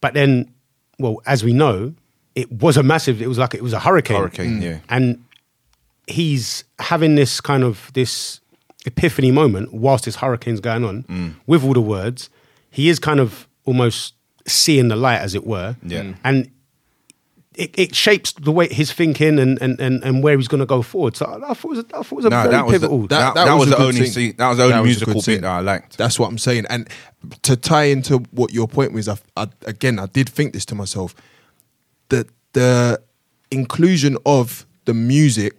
Speaker 10: But then, well, as we know, it was a massive. It was like it was a hurricane.
Speaker 5: Hurricane, Mm. yeah.
Speaker 10: And he's having this kind of this epiphany moment whilst this hurricane's going on
Speaker 5: Mm.
Speaker 10: with all the words. He is kind of almost seeing the light, as it were.
Speaker 5: Yeah. Mm.
Speaker 10: And it, it shapes the way his thinking and and and, and where he's going to go forward. So I, I thought it was, a- I thought it was a
Speaker 5: No,
Speaker 10: very
Speaker 5: that was the,
Speaker 10: pivotal.
Speaker 5: that, that, was,
Speaker 8: a
Speaker 5: the
Speaker 8: good
Speaker 5: only
Speaker 8: scene.
Speaker 5: scene. That was the only
Speaker 8: That was a
Speaker 5: musical
Speaker 8: good
Speaker 5: bit
Speaker 8: scene.
Speaker 5: that I liked.
Speaker 8: That's what I'm saying. And to tie into what your point was, I, I, again, I did think this to myself: that the inclusion of the music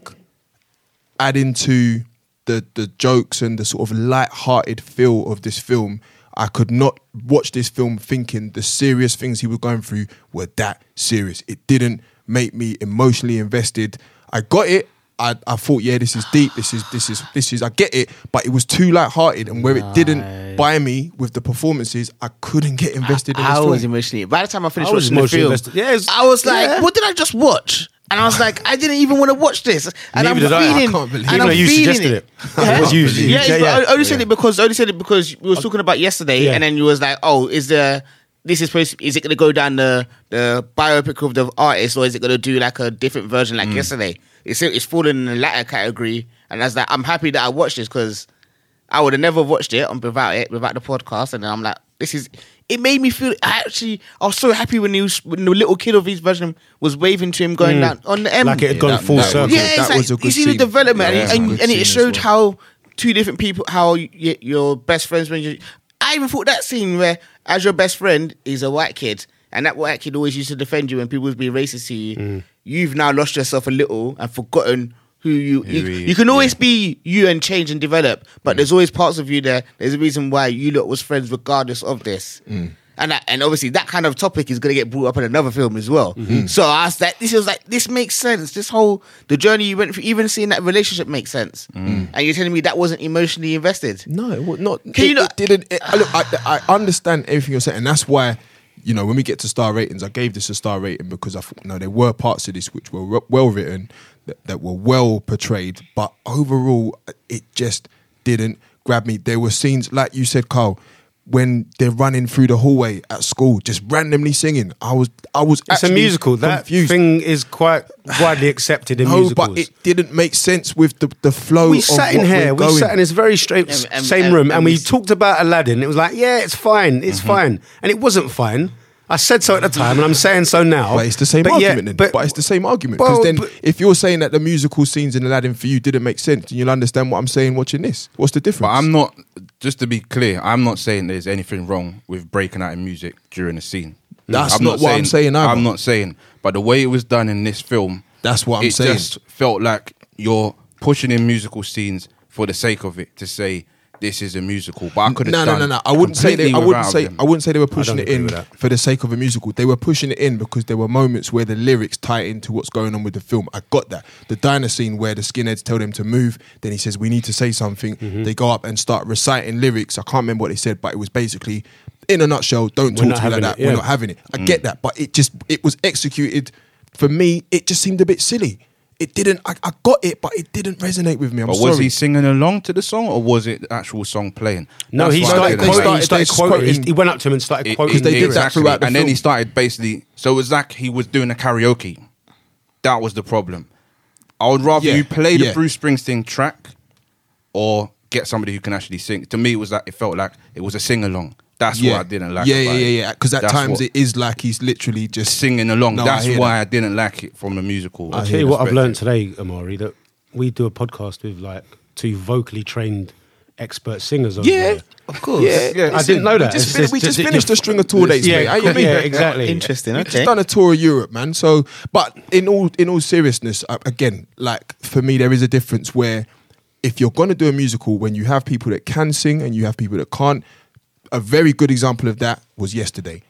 Speaker 8: adding to the the jokes and the sort of light-hearted feel of this film, I could not watch this film thinking the serious things he was going through were that serious. It didn't make me emotionally invested. I got it. I, I thought, yeah, this is deep. This is this is this is. I get it, but it was too light-hearted, and where it didn't buy me with the performances, I couldn't get invested in this
Speaker 9: I
Speaker 8: film.
Speaker 9: was emotionally. By the time I finished
Speaker 10: I was
Speaker 9: watching the
Speaker 10: emotionally
Speaker 9: film,
Speaker 10: invested. Yeah, it's-
Speaker 9: I was like,
Speaker 10: yeah.
Speaker 9: "What did I just watch?" And I was like, "I didn't even want to watch this." And
Speaker 10: Neither
Speaker 9: I'm
Speaker 10: did I. I
Speaker 9: feeling,
Speaker 8: can't believe
Speaker 9: and
Speaker 10: Even
Speaker 9: I'm
Speaker 10: though you
Speaker 9: feeling
Speaker 10: suggested it.
Speaker 9: Yeah,
Speaker 10: It was you- you-
Speaker 9: yeah,
Speaker 10: yeah,
Speaker 9: it's- oh, I
Speaker 10: yeah. Oh,
Speaker 9: I only said it because I only said it because we was talking about yesterday,
Speaker 10: Yeah.
Speaker 9: and then you was like, "Oh, is there?" This is supposed. Is it going to go down the the biopic of the artist, or is it going to do like a different version
Speaker 10: Mm.
Speaker 9: like yesterday? It's it's fallen in the latter category, and I was like, I'm happy that I watched this because I would have never watched it on without it, without the podcast. And then I'm like, this is. It made me feel. I actually, I was so happy when he was, when the little kid of his version was waving to him going down on the M.
Speaker 10: Mm. Like it had
Speaker 9: Yeah,
Speaker 10: gone
Speaker 5: that-
Speaker 10: full
Speaker 5: that was-
Speaker 10: circle.
Speaker 9: yeah, it's
Speaker 8: That
Speaker 9: like,
Speaker 8: was a
Speaker 9: you
Speaker 8: good
Speaker 9: see
Speaker 8: scene.
Speaker 9: the development,
Speaker 5: Yeah, that
Speaker 9: and,
Speaker 5: was
Speaker 9: and,
Speaker 5: a
Speaker 9: and
Speaker 5: good
Speaker 9: it
Speaker 5: scene as
Speaker 9: showed how two different people, how y- your best friends when you. I even thought that scene where, as your best friend is a white kid, and that white kid always used to defend you when people was being racist to you.
Speaker 5: Mm.
Speaker 9: You've now lost yourself a little and forgotten who you. you,
Speaker 5: he-
Speaker 9: you can always be you and change and develop,
Speaker 5: Mm.
Speaker 9: but there's always parts of you there. There's a reason why you lot was friends regardless of this.
Speaker 5: Mm.
Speaker 9: And, I, and obviously that kind of topic is going to get brought up in another film as well. So I was like, this was like, this makes sense. This whole, the journey you went through, even seeing that relationship makes sense. And you're telling me that wasn't emotionally invested.
Speaker 8: No, it wa- not.
Speaker 9: Can
Speaker 8: it,
Speaker 9: you not-
Speaker 8: it didn't. It, I- look, I, I understand everything you're saying, and that's why, you know, when we get to star ratings, I gave this a star rating because I thought, no, there were parts of this which were re- well written, that, that were well portrayed, but overall, it just didn't grab me. There were scenes, like you said, Carl. When they're running through the hallway at school, just randomly singing, I was, I was.
Speaker 10: It's a
Speaker 8: actually
Speaker 10: musical. That
Speaker 8: confused.
Speaker 10: thing is quite widely accepted in
Speaker 8: no,
Speaker 10: musicals.
Speaker 8: but it didn't make sense with the, the flow.
Speaker 10: we
Speaker 8: of
Speaker 10: sat in
Speaker 8: what
Speaker 10: here.
Speaker 8: we're
Speaker 10: We
Speaker 8: going.
Speaker 10: sat in this very straight
Speaker 9: And- and-
Speaker 10: same
Speaker 9: and-
Speaker 10: room, and,
Speaker 9: and
Speaker 10: we
Speaker 9: we-
Speaker 10: talked about Aladdin. It was like, yeah, it's fine,
Speaker 8: Mm-hmm.
Speaker 10: it's fine, and it wasn't fine. I said so at the time, and I'm saying so now.
Speaker 8: But it's the same
Speaker 10: yeah,
Speaker 8: argument then. But, it's the same argument. Because
Speaker 10: Well,
Speaker 8: then
Speaker 10: but-
Speaker 8: if you're saying that the musical scenes in Aladdin for you didn't make sense, then you'll understand what I'm saying watching this. What's the difference?
Speaker 5: But I'm not. Just to be clear, I'm not saying there's anything wrong with breaking out in music during a scene.
Speaker 8: That's not what I'm saying either.
Speaker 5: I'm not saying. But the way it was done in this film,
Speaker 8: That's what I'm
Speaker 5: it
Speaker 8: saying.
Speaker 5: just felt like you're pushing in musical scenes for the sake of it to say this is a musical. But I could have
Speaker 8: no, no,
Speaker 5: done
Speaker 8: no, no. I wouldn't say they. I
Speaker 5: completely
Speaker 8: wouldn't
Speaker 5: without
Speaker 8: say.
Speaker 5: them.
Speaker 8: I wouldn't say they were pushing it
Speaker 10: agree
Speaker 8: in
Speaker 10: with that.
Speaker 8: for the sake of a musical. They were pushing it in because there were moments where the lyrics tie into what's going on with the film. I got that. The diner scene where the skinheads tell them to move, then he says, "We need to say something."
Speaker 10: Mm-hmm.
Speaker 8: They go up and start reciting lyrics. I can't remember what they said, but it was basically, in a nutshell, "Don't
Speaker 10: We're
Speaker 8: talk
Speaker 10: not
Speaker 8: to me like
Speaker 10: having
Speaker 8: that.
Speaker 10: it,
Speaker 8: We're
Speaker 10: yeah. Mm.
Speaker 8: not having it." I get that, but it just it was executed for me. It just seemed a bit silly. It didn't. I, I got it, but it didn't resonate with me. I'm
Speaker 5: But
Speaker 8: sorry.
Speaker 5: was he singing along to the song, or was it the actual song playing?
Speaker 10: no,
Speaker 5: That's
Speaker 10: he
Speaker 5: what I
Speaker 10: started,
Speaker 5: didn't
Speaker 8: they
Speaker 10: quoting,
Speaker 5: like.
Speaker 10: he
Speaker 8: started-
Speaker 10: started
Speaker 8: they
Speaker 10: quoting. He,
Speaker 8: quoting-
Speaker 10: he went up to him and started
Speaker 5: It-
Speaker 10: quoting.
Speaker 5: it-
Speaker 10: the
Speaker 8: they did that
Speaker 10: lyrics.
Speaker 5: exactly.
Speaker 8: throughout the
Speaker 5: and then he
Speaker 8: film.
Speaker 5: started basically. So it was like he was doing a karaoke. That was the problem. I would rather
Speaker 8: Yeah,
Speaker 5: you play
Speaker 8: yeah.
Speaker 5: the Bruce Springsteen track, or get somebody who can actually sing. To me, it was like it felt like it was a sing along. That's what I didn't like.
Speaker 8: Yeah, yeah,
Speaker 5: about
Speaker 8: yeah,
Speaker 5: it.
Speaker 8: yeah. Because at
Speaker 5: That's
Speaker 8: times
Speaker 5: what-
Speaker 8: it is like he's literally just
Speaker 5: singing along.
Speaker 8: No, I
Speaker 5: That's
Speaker 8: hear
Speaker 5: why
Speaker 8: that.
Speaker 5: I didn't like it from the musical.
Speaker 10: I'll tell you what I've learned today, Amari, that we do a podcast with like two vocally trained expert singers. Over
Speaker 8: Yeah,
Speaker 10: there.
Speaker 9: Of course.
Speaker 8: Yeah,
Speaker 10: Yeah, I
Speaker 8: listen,
Speaker 10: didn't know that.
Speaker 8: We just,
Speaker 10: It's
Speaker 8: fin-
Speaker 10: just-
Speaker 8: we
Speaker 10: just
Speaker 8: just
Speaker 10: that
Speaker 8: finished
Speaker 10: you-
Speaker 8: a string of tour dates,
Speaker 10: Yeah,
Speaker 8: mate. How you
Speaker 10: yeah,
Speaker 8: mean?
Speaker 10: exactly.
Speaker 9: Interesting.
Speaker 8: We've
Speaker 9: Okay.
Speaker 8: just done a tour of Europe, man. So, but in all in all seriousness, uh, again, like for me, there is a difference where if you're going to do a musical, when you have people that can sing and you have people that can't, a very good example of that was yesterday.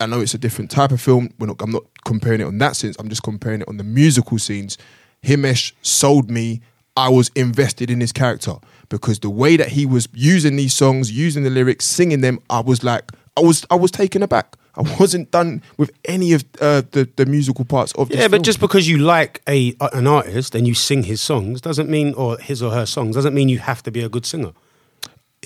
Speaker 8: I know it's a different type of film. We're not, I'm not comparing it on that sense. I'm just comparing it on the musical scenes. Himesh sold me. I was invested in his character because the way that he was using these songs, using the lyrics, singing them, I was like, I was, I was taken aback. I wasn't done with any of uh, the the musical parts of this
Speaker 10: Yeah,
Speaker 8: film.
Speaker 10: but just because you like a an artist and you sing his songs doesn't mean, or his or her songs doesn't mean you have to be a good singer.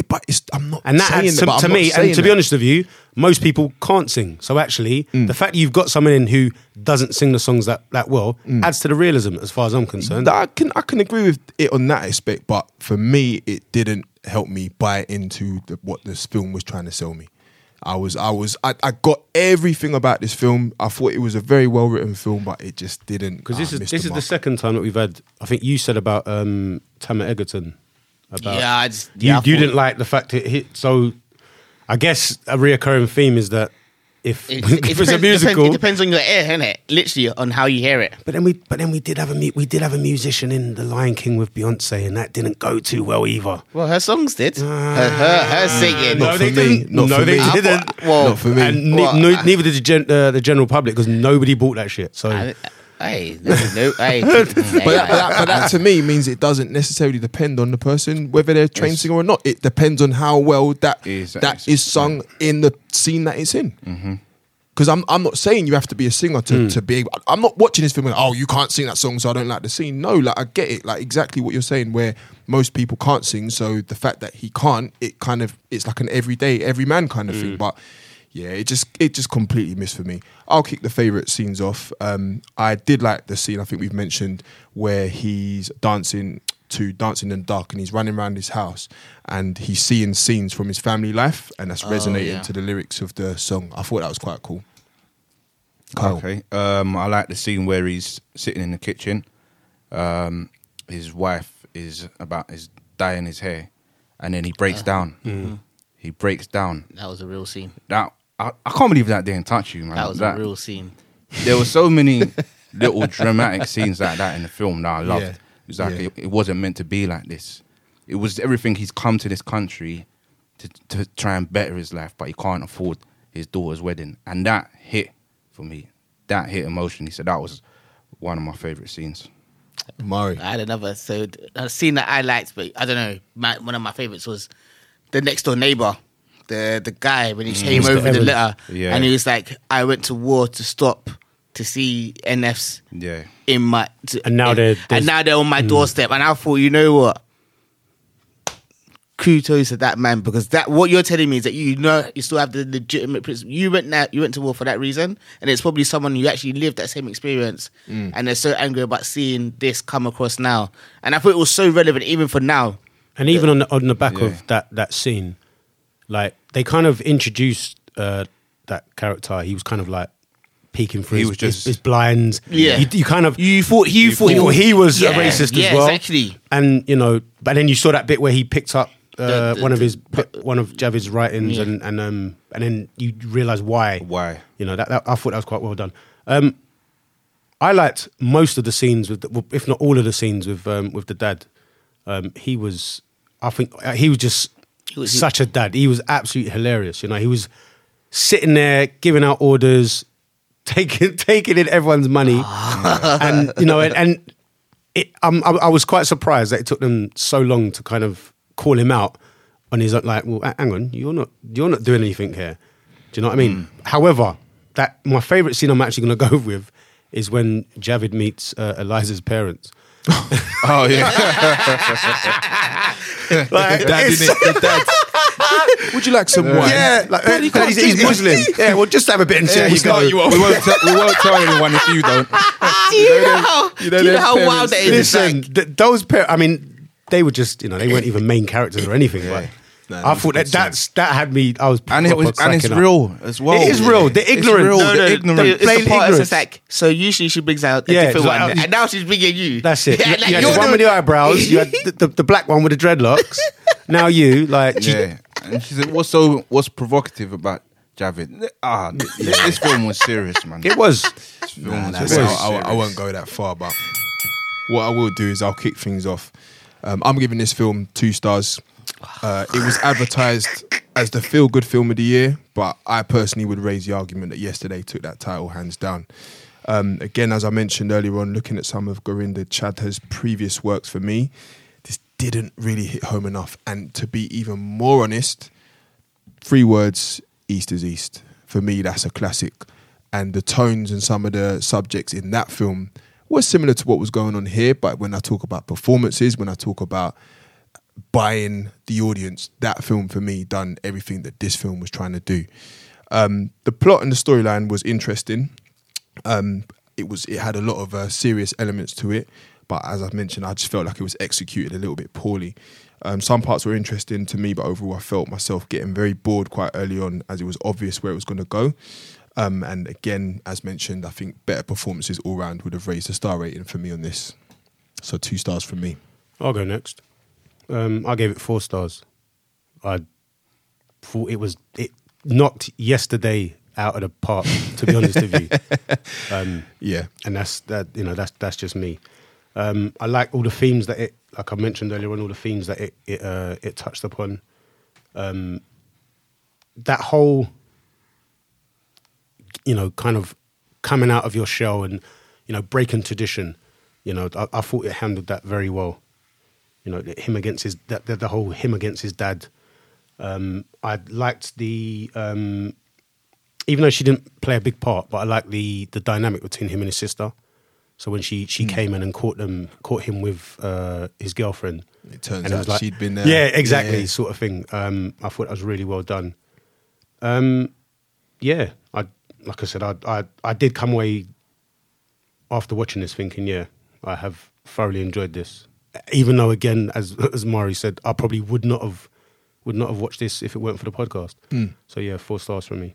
Speaker 8: but it's, I'm not
Speaker 10: And that
Speaker 8: saying
Speaker 10: adds
Speaker 8: that,
Speaker 10: to,
Speaker 8: but I'm
Speaker 10: to
Speaker 8: not
Speaker 10: me, and
Speaker 8: saying
Speaker 10: to be
Speaker 8: that. Mm.
Speaker 10: honest with you, most people can't sing. So actually, the fact that you've got someone in who doesn't sing the songs that, that well adds to the realism, as far as I'm concerned.
Speaker 8: Mm. That I can I can agree with it on that aspect, but for me, it didn't help me buy into the, what this film was trying to sell me. I was I was I, I got everything about this film. I thought it was a very well written film, but it just didn't. ah,
Speaker 10: Because this
Speaker 8: I
Speaker 10: is
Speaker 8: missed
Speaker 10: this is the
Speaker 8: mark.
Speaker 10: second time that we've had. I think you said about um, Tamer Egerton. About
Speaker 9: Yeah, I just-
Speaker 10: you,
Speaker 9: yeah, I
Speaker 10: you
Speaker 9: thought-
Speaker 10: didn't like the fact it hit. So I guess a reoccurring theme is that if
Speaker 9: It,
Speaker 10: if
Speaker 9: it
Speaker 10: it's a
Speaker 9: depends-
Speaker 10: musical.
Speaker 9: depends- it depends on your ear, innit? Literally on how you hear it.
Speaker 10: But then we, but then we did have a mu- we did have a musician in The Lion King with Beyonce, and that didn't go too well either.
Speaker 9: Well, her songs did. Her, her, her singing.
Speaker 10: Uh, Mm. No, they didn't. no, they
Speaker 9: I
Speaker 10: didn't.
Speaker 9: thought- well,
Speaker 8: Not for me.
Speaker 10: And ne-
Speaker 9: Well,
Speaker 10: no-
Speaker 9: I-
Speaker 10: neither did the, gen- uh, the general public because nobody bought that shit. So
Speaker 9: I- I- Hey, no, no, hey.
Speaker 8: But that, but, that, but that to me means it doesn't necessarily depend on the person whether they're a trained singer or not. It depends on how well that
Speaker 5: Exactly.
Speaker 8: that is sung in the scene that it's in. Because I'm I'm not saying you have to be a singer to, to be. able- I'm not watching this film. And, oh, you can't sing that song, so I don't like the scene. No, like I get it. Like exactly what you're saying, where most people can't sing. So the fact that he can't, it kind of it's like an everyday, every man kind of thing. But yeah, it just it just completely missed for me. I'll kick the favorite scenes off. Um, I did like the scene I think we've mentioned where he's dancing to Dancing in the Dark and he's running around his house and he's seeing scenes from his family life and that's resonating
Speaker 9: yeah.
Speaker 8: to the lyrics of the song. I thought that was quite cool. Kyle.
Speaker 5: Okay. Um, I like the scene where he's sitting in the kitchen. Um, his wife is about is dyeing his hair, and then he breaks down. He breaks down.
Speaker 9: That was a real scene.
Speaker 5: That I, I can't believe that didn't touch you, man.
Speaker 9: Oh, That was a real scene.
Speaker 5: There were so many little dramatic scenes like that in the film that I loved.
Speaker 8: Yeah.
Speaker 5: It was like
Speaker 8: Yeah.
Speaker 5: it, it wasn't meant to be like this. It was everything he's come to this country to, to try and better his life, but he can't afford his daughter's wedding, and that hit for me. That hit emotionally. So that was one of my favorite scenes.
Speaker 8: Murray.
Speaker 9: I had another so a scene that I liked, but I don't know. My, one of my favorites was the next door neighbor, the the guy when he came over the
Speaker 10: Evans.
Speaker 9: letter,
Speaker 5: Yeah.
Speaker 9: and he was like, "I went to war to stop to see NFs
Speaker 5: Yeah,
Speaker 9: in my to-
Speaker 10: And now
Speaker 9: in-
Speaker 10: they're- Mm.
Speaker 9: and now they're on my doorstep." And I thought, you know what? Kudos to that man because that what you're telling me is that you know you still have the legitimate principle. You went now you went to war for that reason, and it's probably someone who actually lived that same experience,
Speaker 10: Mm.
Speaker 9: and they're so angry about seeing this come across now. And I thought it was so relevant even for now.
Speaker 10: And even on the, on the back
Speaker 5: Yeah.
Speaker 10: of that that scene, like they kind of introduced uh, that character. He was kind of like peeking through
Speaker 5: He
Speaker 10: his,
Speaker 5: was
Speaker 10: his-
Speaker 5: just-
Speaker 10: his blinds.
Speaker 9: Yeah.
Speaker 10: you, you kind of
Speaker 9: You thought you,
Speaker 10: you thought, he was a
Speaker 9: Yeah,
Speaker 10: racist
Speaker 9: yeah,
Speaker 10: as well.
Speaker 9: exactly.
Speaker 10: And you know, but then you saw that bit where he picked up. Uh,
Speaker 9: The- the-
Speaker 10: one of his one of Javid's writings
Speaker 9: Yeah.
Speaker 10: and and um and then you realize why
Speaker 5: Why.
Speaker 10: you know that, that I thought that was quite well done. Um, I liked most of the scenes with, the, if not all of the scenes with um, with the dad. Um, he was, I think, uh, he was just
Speaker 9: was- he-
Speaker 10: such a dad. He was absolutely hilarious. You know, he was sitting there giving out orders, taking taking in everyone's money,
Speaker 9: Ah.
Speaker 10: and you know, and, and it, um, I, I was quite surprised that it took them so long to kind of call him out on his own, like. Well, h- hang on, you're not you're not doing anything here. Do you know what I mean? However, that my favorite scene I'm actually going to go with is when Javid meets uh, Eliza's parents.
Speaker 5: Oh yeah,
Speaker 10: Like, it's-
Speaker 8: Would you like some wine?
Speaker 10: yeah, like, uh, he's, he's Muslim. yeah, well, just have a bit and see
Speaker 5: There
Speaker 10: how
Speaker 5: we
Speaker 10: you go.
Speaker 5: go. we, won't te- we won't tell anyone if you don't.
Speaker 9: Ah, Do you know how, do you know
Speaker 8: their
Speaker 9: how
Speaker 8: parents-
Speaker 9: wild that is? It's
Speaker 10: Listen, th- those pair. I mean, they were just you know they weren't even main characters or anything. Like,
Speaker 8: No,
Speaker 10: I
Speaker 8: that's
Speaker 10: thought that
Speaker 8: good
Speaker 10: that's that had me. I was
Speaker 5: And it
Speaker 10: proper
Speaker 5: was and it's
Speaker 10: cracking up.
Speaker 5: real as well.
Speaker 10: It is real. The ignorant.
Speaker 5: real.
Speaker 10: No,
Speaker 5: the
Speaker 10: no, no,
Speaker 5: ignorant.
Speaker 9: like- it's
Speaker 10: Plain
Speaker 9: the part that's
Speaker 10: ignorance.
Speaker 9: just like so. Usually she brings out a
Speaker 10: Yeah,
Speaker 9: different
Speaker 10: it's like,
Speaker 9: one,
Speaker 10: uh,
Speaker 9: and now she's bringing you.
Speaker 10: That's it.
Speaker 9: Yeah,
Speaker 10: You-
Speaker 9: like,
Speaker 10: you had
Speaker 9: you're
Speaker 10: the one with
Speaker 9: the-
Speaker 10: the eyebrows. You had the, the, the black one with the dreadlocks. now you like.
Speaker 5: Yeah. And she said, "What's so what's provocative about Javid? Ah, th- this film was serious, man.
Speaker 10: It was.
Speaker 5: This film was
Speaker 8: Nah,
Speaker 5: serious.
Speaker 8: I, I- I won't go that far, but what I will do is I'll kick things off. Um, I'm giving this film two stars. Uh, it was advertised as the feel good film of the year, but I personally would raise the argument that yesterday took that title hands down. Um, again, as I mentioned earlier on, looking at some of Gorinda Chadha's previous works for me, this didn't really hit home enough. And to be even more honest, three words east is east for me that's a classic and the tones and some of the subjects in that film were similar to what was going on here but when i talk about performances when i talk about buying the audience that film for me done everything that this film was trying to do um, the plot and the storyline was interesting um, it was it had a lot of uh, serious elements to it, but as I've mentioned, I just felt like it was executed a little bit poorly. Um, some parts were interesting to me, but overall, I felt myself getting very bored quite early on, as it was obvious where it was going to go. Um, and again, as mentioned, I think better performances all round would have raised the star rating for me on this. So two stars from me.
Speaker 10: I'll go next. Um, I gave it four stars. I thought it was it knocked yesterday out of the park. To be honest with you, um,
Speaker 8: yeah,
Speaker 10: and that's that. You know, that's that's just me. Um, I like all the themes that it, like I mentioned earlier on, all the themes that it it, uh, it touched upon. Um, that whole, you know, kind of coming out of your shell and you know breaking tradition. You know, I, I thought it handled that very well. You know, him against his that the, the whole him against his dad. Um, I liked the um, even though she didn't play a big part, but I liked the the dynamic between him and his sister. So when she she came in and caught them, caught him with uh, his girlfriend.
Speaker 8: It turns
Speaker 10: and
Speaker 8: out she'd been there.
Speaker 10: Yeah, exactly,
Speaker 8: Yeah.
Speaker 10: sort of thing. Um, I thought that was really well done. Um, yeah, I like I said, I, I I did come away after watching this thinking, yeah, I have thoroughly enjoyed this. Even though, again, as as Mari said, I probably would not have would not have watched this if it weren't for the podcast.
Speaker 8: Mm.
Speaker 10: So yeah, four stars from me.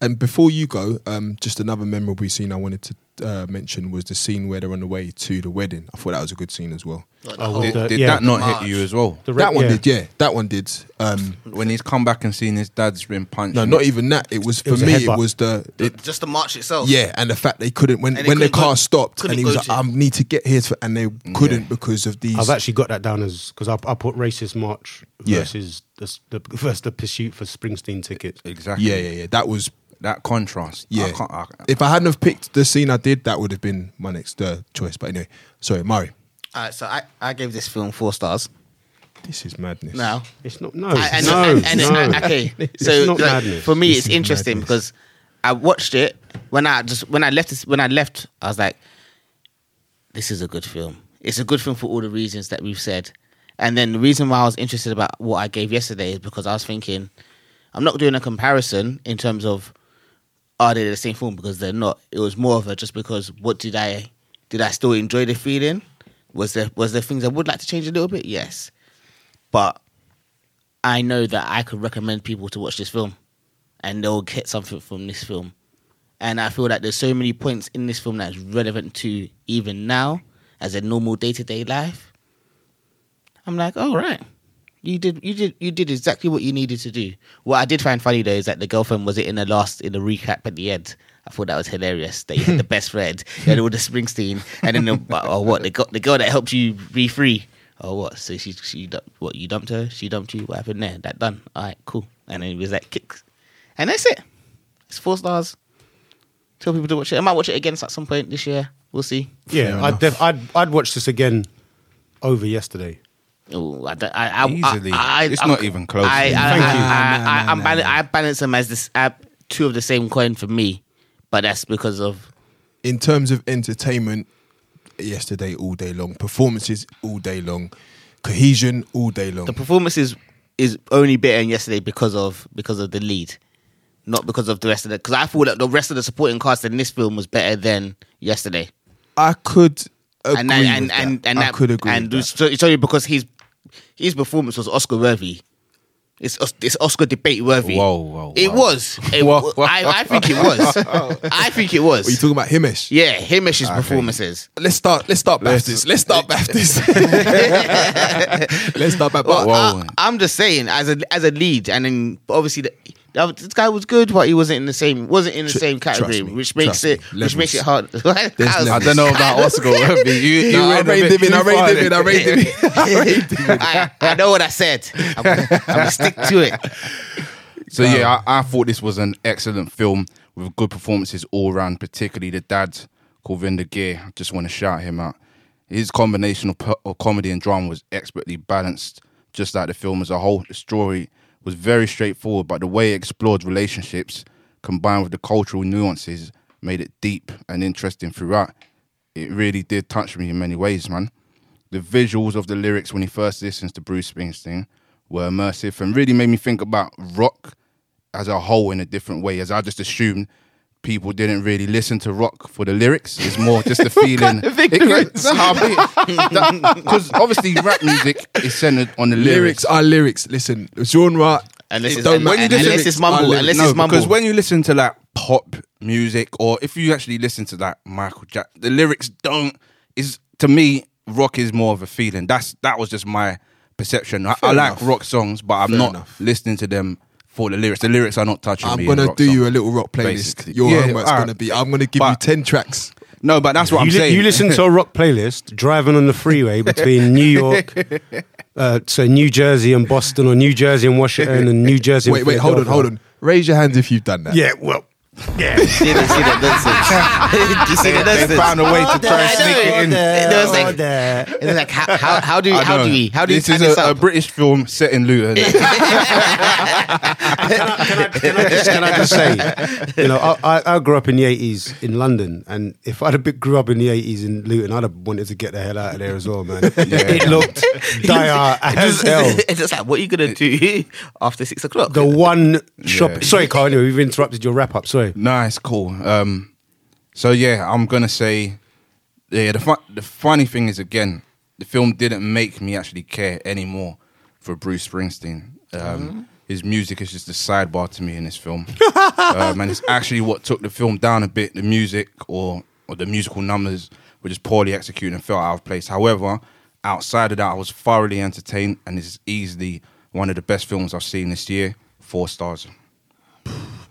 Speaker 8: And before you go, um, just another memorable scene I wanted to uh, mention was the scene where they're on the way to the wedding. I thought that was a good scene as well.
Speaker 5: Like the Oh, whole- with the- Did- did yeah. that not hit you as well? The
Speaker 8: that
Speaker 5: re-
Speaker 8: one
Speaker 5: yeah.
Speaker 8: did, yeah. That one did. Um,
Speaker 5: when he's come back and seen his dad's been punched.
Speaker 8: no, not even that. It was for
Speaker 5: was a
Speaker 8: me. It
Speaker 5: headbutt.
Speaker 8: was the it,
Speaker 9: Just the march itself.
Speaker 8: yeah, and the fact they couldn't when
Speaker 9: And they
Speaker 8: when the
Speaker 9: couldn't
Speaker 8: car
Speaker 9: go-
Speaker 8: stopped and
Speaker 9: couldn't
Speaker 8: he was
Speaker 9: go
Speaker 8: like,
Speaker 9: to-
Speaker 8: I need to get here for, and they couldn't because of these.
Speaker 10: I've actually got that down as because I, I put racist march
Speaker 8: Yeah.
Speaker 10: versus the, the versus the pursuit for Springsteen tickets.
Speaker 5: Exactly.
Speaker 8: Yeah, yeah, yeah. That was
Speaker 5: that contrast. I
Speaker 8: Yeah.
Speaker 5: can't- I-
Speaker 8: if I hadn't have picked the scene I did, that would have been my next uh, choice. But anyway, sorry, Murray.
Speaker 9: All right, so I, I gave this film four stars.
Speaker 8: This is madness.
Speaker 9: Now,
Speaker 10: It's not no
Speaker 9: I- and-
Speaker 10: no,
Speaker 9: and- and-
Speaker 10: no.
Speaker 9: and- okay,
Speaker 10: It's
Speaker 9: so
Speaker 10: not
Speaker 9: like,
Speaker 10: madness.
Speaker 9: for me,
Speaker 10: It's
Speaker 9: it's
Speaker 10: not
Speaker 9: interesting
Speaker 10: madness.
Speaker 9: because I watched it when I just when I left this, when I left, I was like, "This is a good film. It's a good film for all the reasons that we've said." And then the reason why I was interested about what I gave yesterday is because I was thinking, I'm not doing a comparison in terms of are they the same film because they're not. It was more of a just because what did I did I still enjoy the feeling? Was there was there things I would like to change a little bit? Yes, but I know that I could recommend people to watch this film and they'll get something from this film. And I feel that there's so many points in this film that's relevant to even now as a normal day to day life. I'm like, all right. You did you did you did exactly what you needed to do. What I did find funny though is that the girlfriend was it in the last in the recap at the end. I thought that was hilarious. That you had the best friend, you had all the Springsteen, and then the, or what the, girl- the girl that helped you be free, or what? So she she dump- what you dumped her, she dumped you. What happened there? That done. All right, cool. And then it was like kicks, and that's it. It's four stars. Tell people to watch it. I might watch it again at some point this year. We'll see.
Speaker 10: yeah. I'd, def- I'd I'd watch this again over yesterday.
Speaker 9: Ooh, I, don't- I, I,
Speaker 5: Easily.
Speaker 9: I, I,
Speaker 5: It's
Speaker 9: I'm-
Speaker 5: not even close.
Speaker 9: I, I,
Speaker 5: Thank
Speaker 9: I,
Speaker 5: you.
Speaker 9: I, I,
Speaker 5: Nah, nah,
Speaker 9: I'm
Speaker 5: nah,
Speaker 9: bal- I balance them as this uh, two of the same coin for me, but that's because of
Speaker 8: in terms of entertainment, yesterday all day long, performances all day long, cohesion all day long.
Speaker 9: the performance is, is only better in yesterday because of because of the lead, not because of the rest of the. Because I thought that the rest of the supporting cast in this film was better than yesterday,
Speaker 8: I could agree
Speaker 9: and that, and,
Speaker 8: with
Speaker 9: and
Speaker 8: that.
Speaker 9: and
Speaker 8: I
Speaker 9: that-
Speaker 8: could agree.
Speaker 9: And
Speaker 8: with
Speaker 9: it's so- it's only because his his performance was Oscar worthy. It's Os- it's Oscar debate worthy.
Speaker 5: Whoa, whoa,
Speaker 9: It
Speaker 5: whoa.
Speaker 9: was. It,
Speaker 5: Whoa.
Speaker 9: I, I think it was. I think it
Speaker 8: that. Are you
Speaker 9: was.
Speaker 8: talking about Himesh?
Speaker 9: Yeah, Hamish's performances.
Speaker 8: Let's start. Let's start
Speaker 5: Let's-
Speaker 8: Baptist. Let's start Baptist. let's start Baptist.
Speaker 9: Well,
Speaker 5: Whoa.
Speaker 9: I, am just saying, as a as a lead, and then obviously the, the other- this guy was good, but he wasn't in the same wasn't in the
Speaker 8: Tr-
Speaker 9: same
Speaker 8: trust
Speaker 9: category,
Speaker 8: me,
Speaker 9: which makes
Speaker 8: trust me.
Speaker 9: it
Speaker 8: Levels.
Speaker 9: which makes it hard.
Speaker 5: I don't know about Oscar. Worthy. you, you
Speaker 8: I
Speaker 5: went a
Speaker 8: reined
Speaker 5: bit
Speaker 8: him in.
Speaker 5: too
Speaker 8: I
Speaker 5: far
Speaker 8: reined him
Speaker 5: there.
Speaker 8: in. I reined him in.
Speaker 9: I, I know what I said. I'm, gonna- I'm gonna stick to it.
Speaker 5: So yeah, I, I thought this was an excellent film with good performances all round, particularly the dad, Corvinda Gear. I just want to shout him out. His combination of, po- of comedy and drama was expertly balanced, just like the film as a whole. The story was very straightforward, but the way it explored relationships combined with the cultural nuances made it deep and interesting throughout. It really did touch me in many ways, man. The visuals of the lyrics when he first listens to Bruce Springsteen were immersive and really made me think about rock as a whole in a different way, as I just assumed people didn't really listen to rock for the lyrics. It's more just the feeling. Because obviously, rap music is centered on the lyrics.
Speaker 8: Lyrics are lyrics. Listen, genre.
Speaker 9: Unless
Speaker 8: it
Speaker 9: it's-
Speaker 8: don't
Speaker 9: and-
Speaker 8: matter.
Speaker 9: and- unless
Speaker 8: Lyrics
Speaker 9: it's mumble,
Speaker 8: are lyrics.
Speaker 9: unless
Speaker 5: no,
Speaker 9: it's mumble.
Speaker 5: because when you listen to like pop music, or if you actually listen to that Michael Jack, the lyrics don't. Is to me, rock is more of a feeling. That's that was just my perception. I, I like rock songs, but I'm not
Speaker 8: enough.
Speaker 5: listening to them for the lyrics. The lyrics are not touching
Speaker 8: I'm
Speaker 5: me.
Speaker 8: gonna
Speaker 5: in rock
Speaker 8: do
Speaker 5: songs,
Speaker 8: you a little rock playlist.
Speaker 5: basically.
Speaker 8: Your
Speaker 5: Yeah,
Speaker 8: homework's
Speaker 5: alright.
Speaker 8: gonna be I'm gonna give you
Speaker 5: But-
Speaker 8: ten tracks.
Speaker 5: No, but that's what I'm
Speaker 10: you, li-
Speaker 5: saying.
Speaker 10: you listen to a rock playlist driving on the freeway between New York, uh, so New Jersey and Boston, or New Jersey and Washington, and New Jersey.
Speaker 8: Wait,
Speaker 10: and
Speaker 8: wait, hold on, hold on.
Speaker 10: Philadelphia.
Speaker 8: Raise your hands if you've done that.
Speaker 10: Yeah, well,
Speaker 9: See that, see that nonsense. you see that
Speaker 5: They
Speaker 9: nonsense.
Speaker 5: found a way to try and
Speaker 9: I know.
Speaker 5: sneak it in.
Speaker 9: They was like- And they're like, how, how, how do
Speaker 5: I
Speaker 9: how
Speaker 5: know.
Speaker 9: do we how do
Speaker 5: this
Speaker 9: we tie
Speaker 5: is
Speaker 9: this
Speaker 5: a, a
Speaker 9: up?
Speaker 5: British film set in Luton.
Speaker 10: can I just, can I just say, you know, I, I, I grew up in the eighties in London, and if I'd have been- grew up in the eighties in Luton, I'd have wanted to get the hell out of there as well, man. It looked dire as hell.
Speaker 9: it's just like, what are you gonna do after six o'clock?
Speaker 10: The one shop.
Speaker 5: Yeah.
Speaker 10: Sorry, Carl. Anyway, we've interrupted your wrap up. Sorry.
Speaker 5: No, it's cool. Um, so yeah, I'm gonna say, yeah. The fu- the funny thing is, again, the film didn't make me actually care anymore for Bruce Springsteen. Um, His music is just a sidebar to me in this film, um, and it's actually what took the film down a bit. The music or or the musical numbers were just poorly executed and felt out of place. However, outside of that, I was thoroughly entertained, and this is easily one of the best films I've seen this year. Four stars.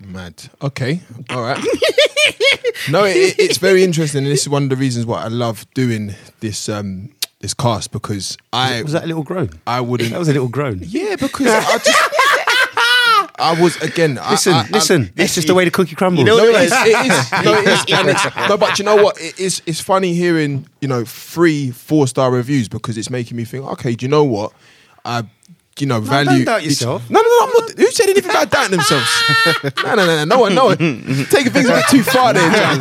Speaker 8: Mad. Okay. All right. no, it, it- it's very interesting, and this is one of the reasons why I love doing this um this cast because I
Speaker 10: Was that a little groan?
Speaker 8: I wouldn't.
Speaker 10: That was a little groan.
Speaker 8: yeah, because I just I was again. I-
Speaker 10: Listen,
Speaker 8: I, I,
Speaker 10: listen. That's just the way the cookie crumbles.
Speaker 8: No, it is. It is. No, it is. And it's, no, but you know what? It is. It's funny hearing you know three four star reviews because it's making me think. Okay, do you know what? I you know value
Speaker 10: don't doubt
Speaker 8: each-
Speaker 10: yourself.
Speaker 8: No, no, no. I'm not, who said anything about doubting themselves? no, no, no, no. No one, no one. Taking things a bit too far there. John.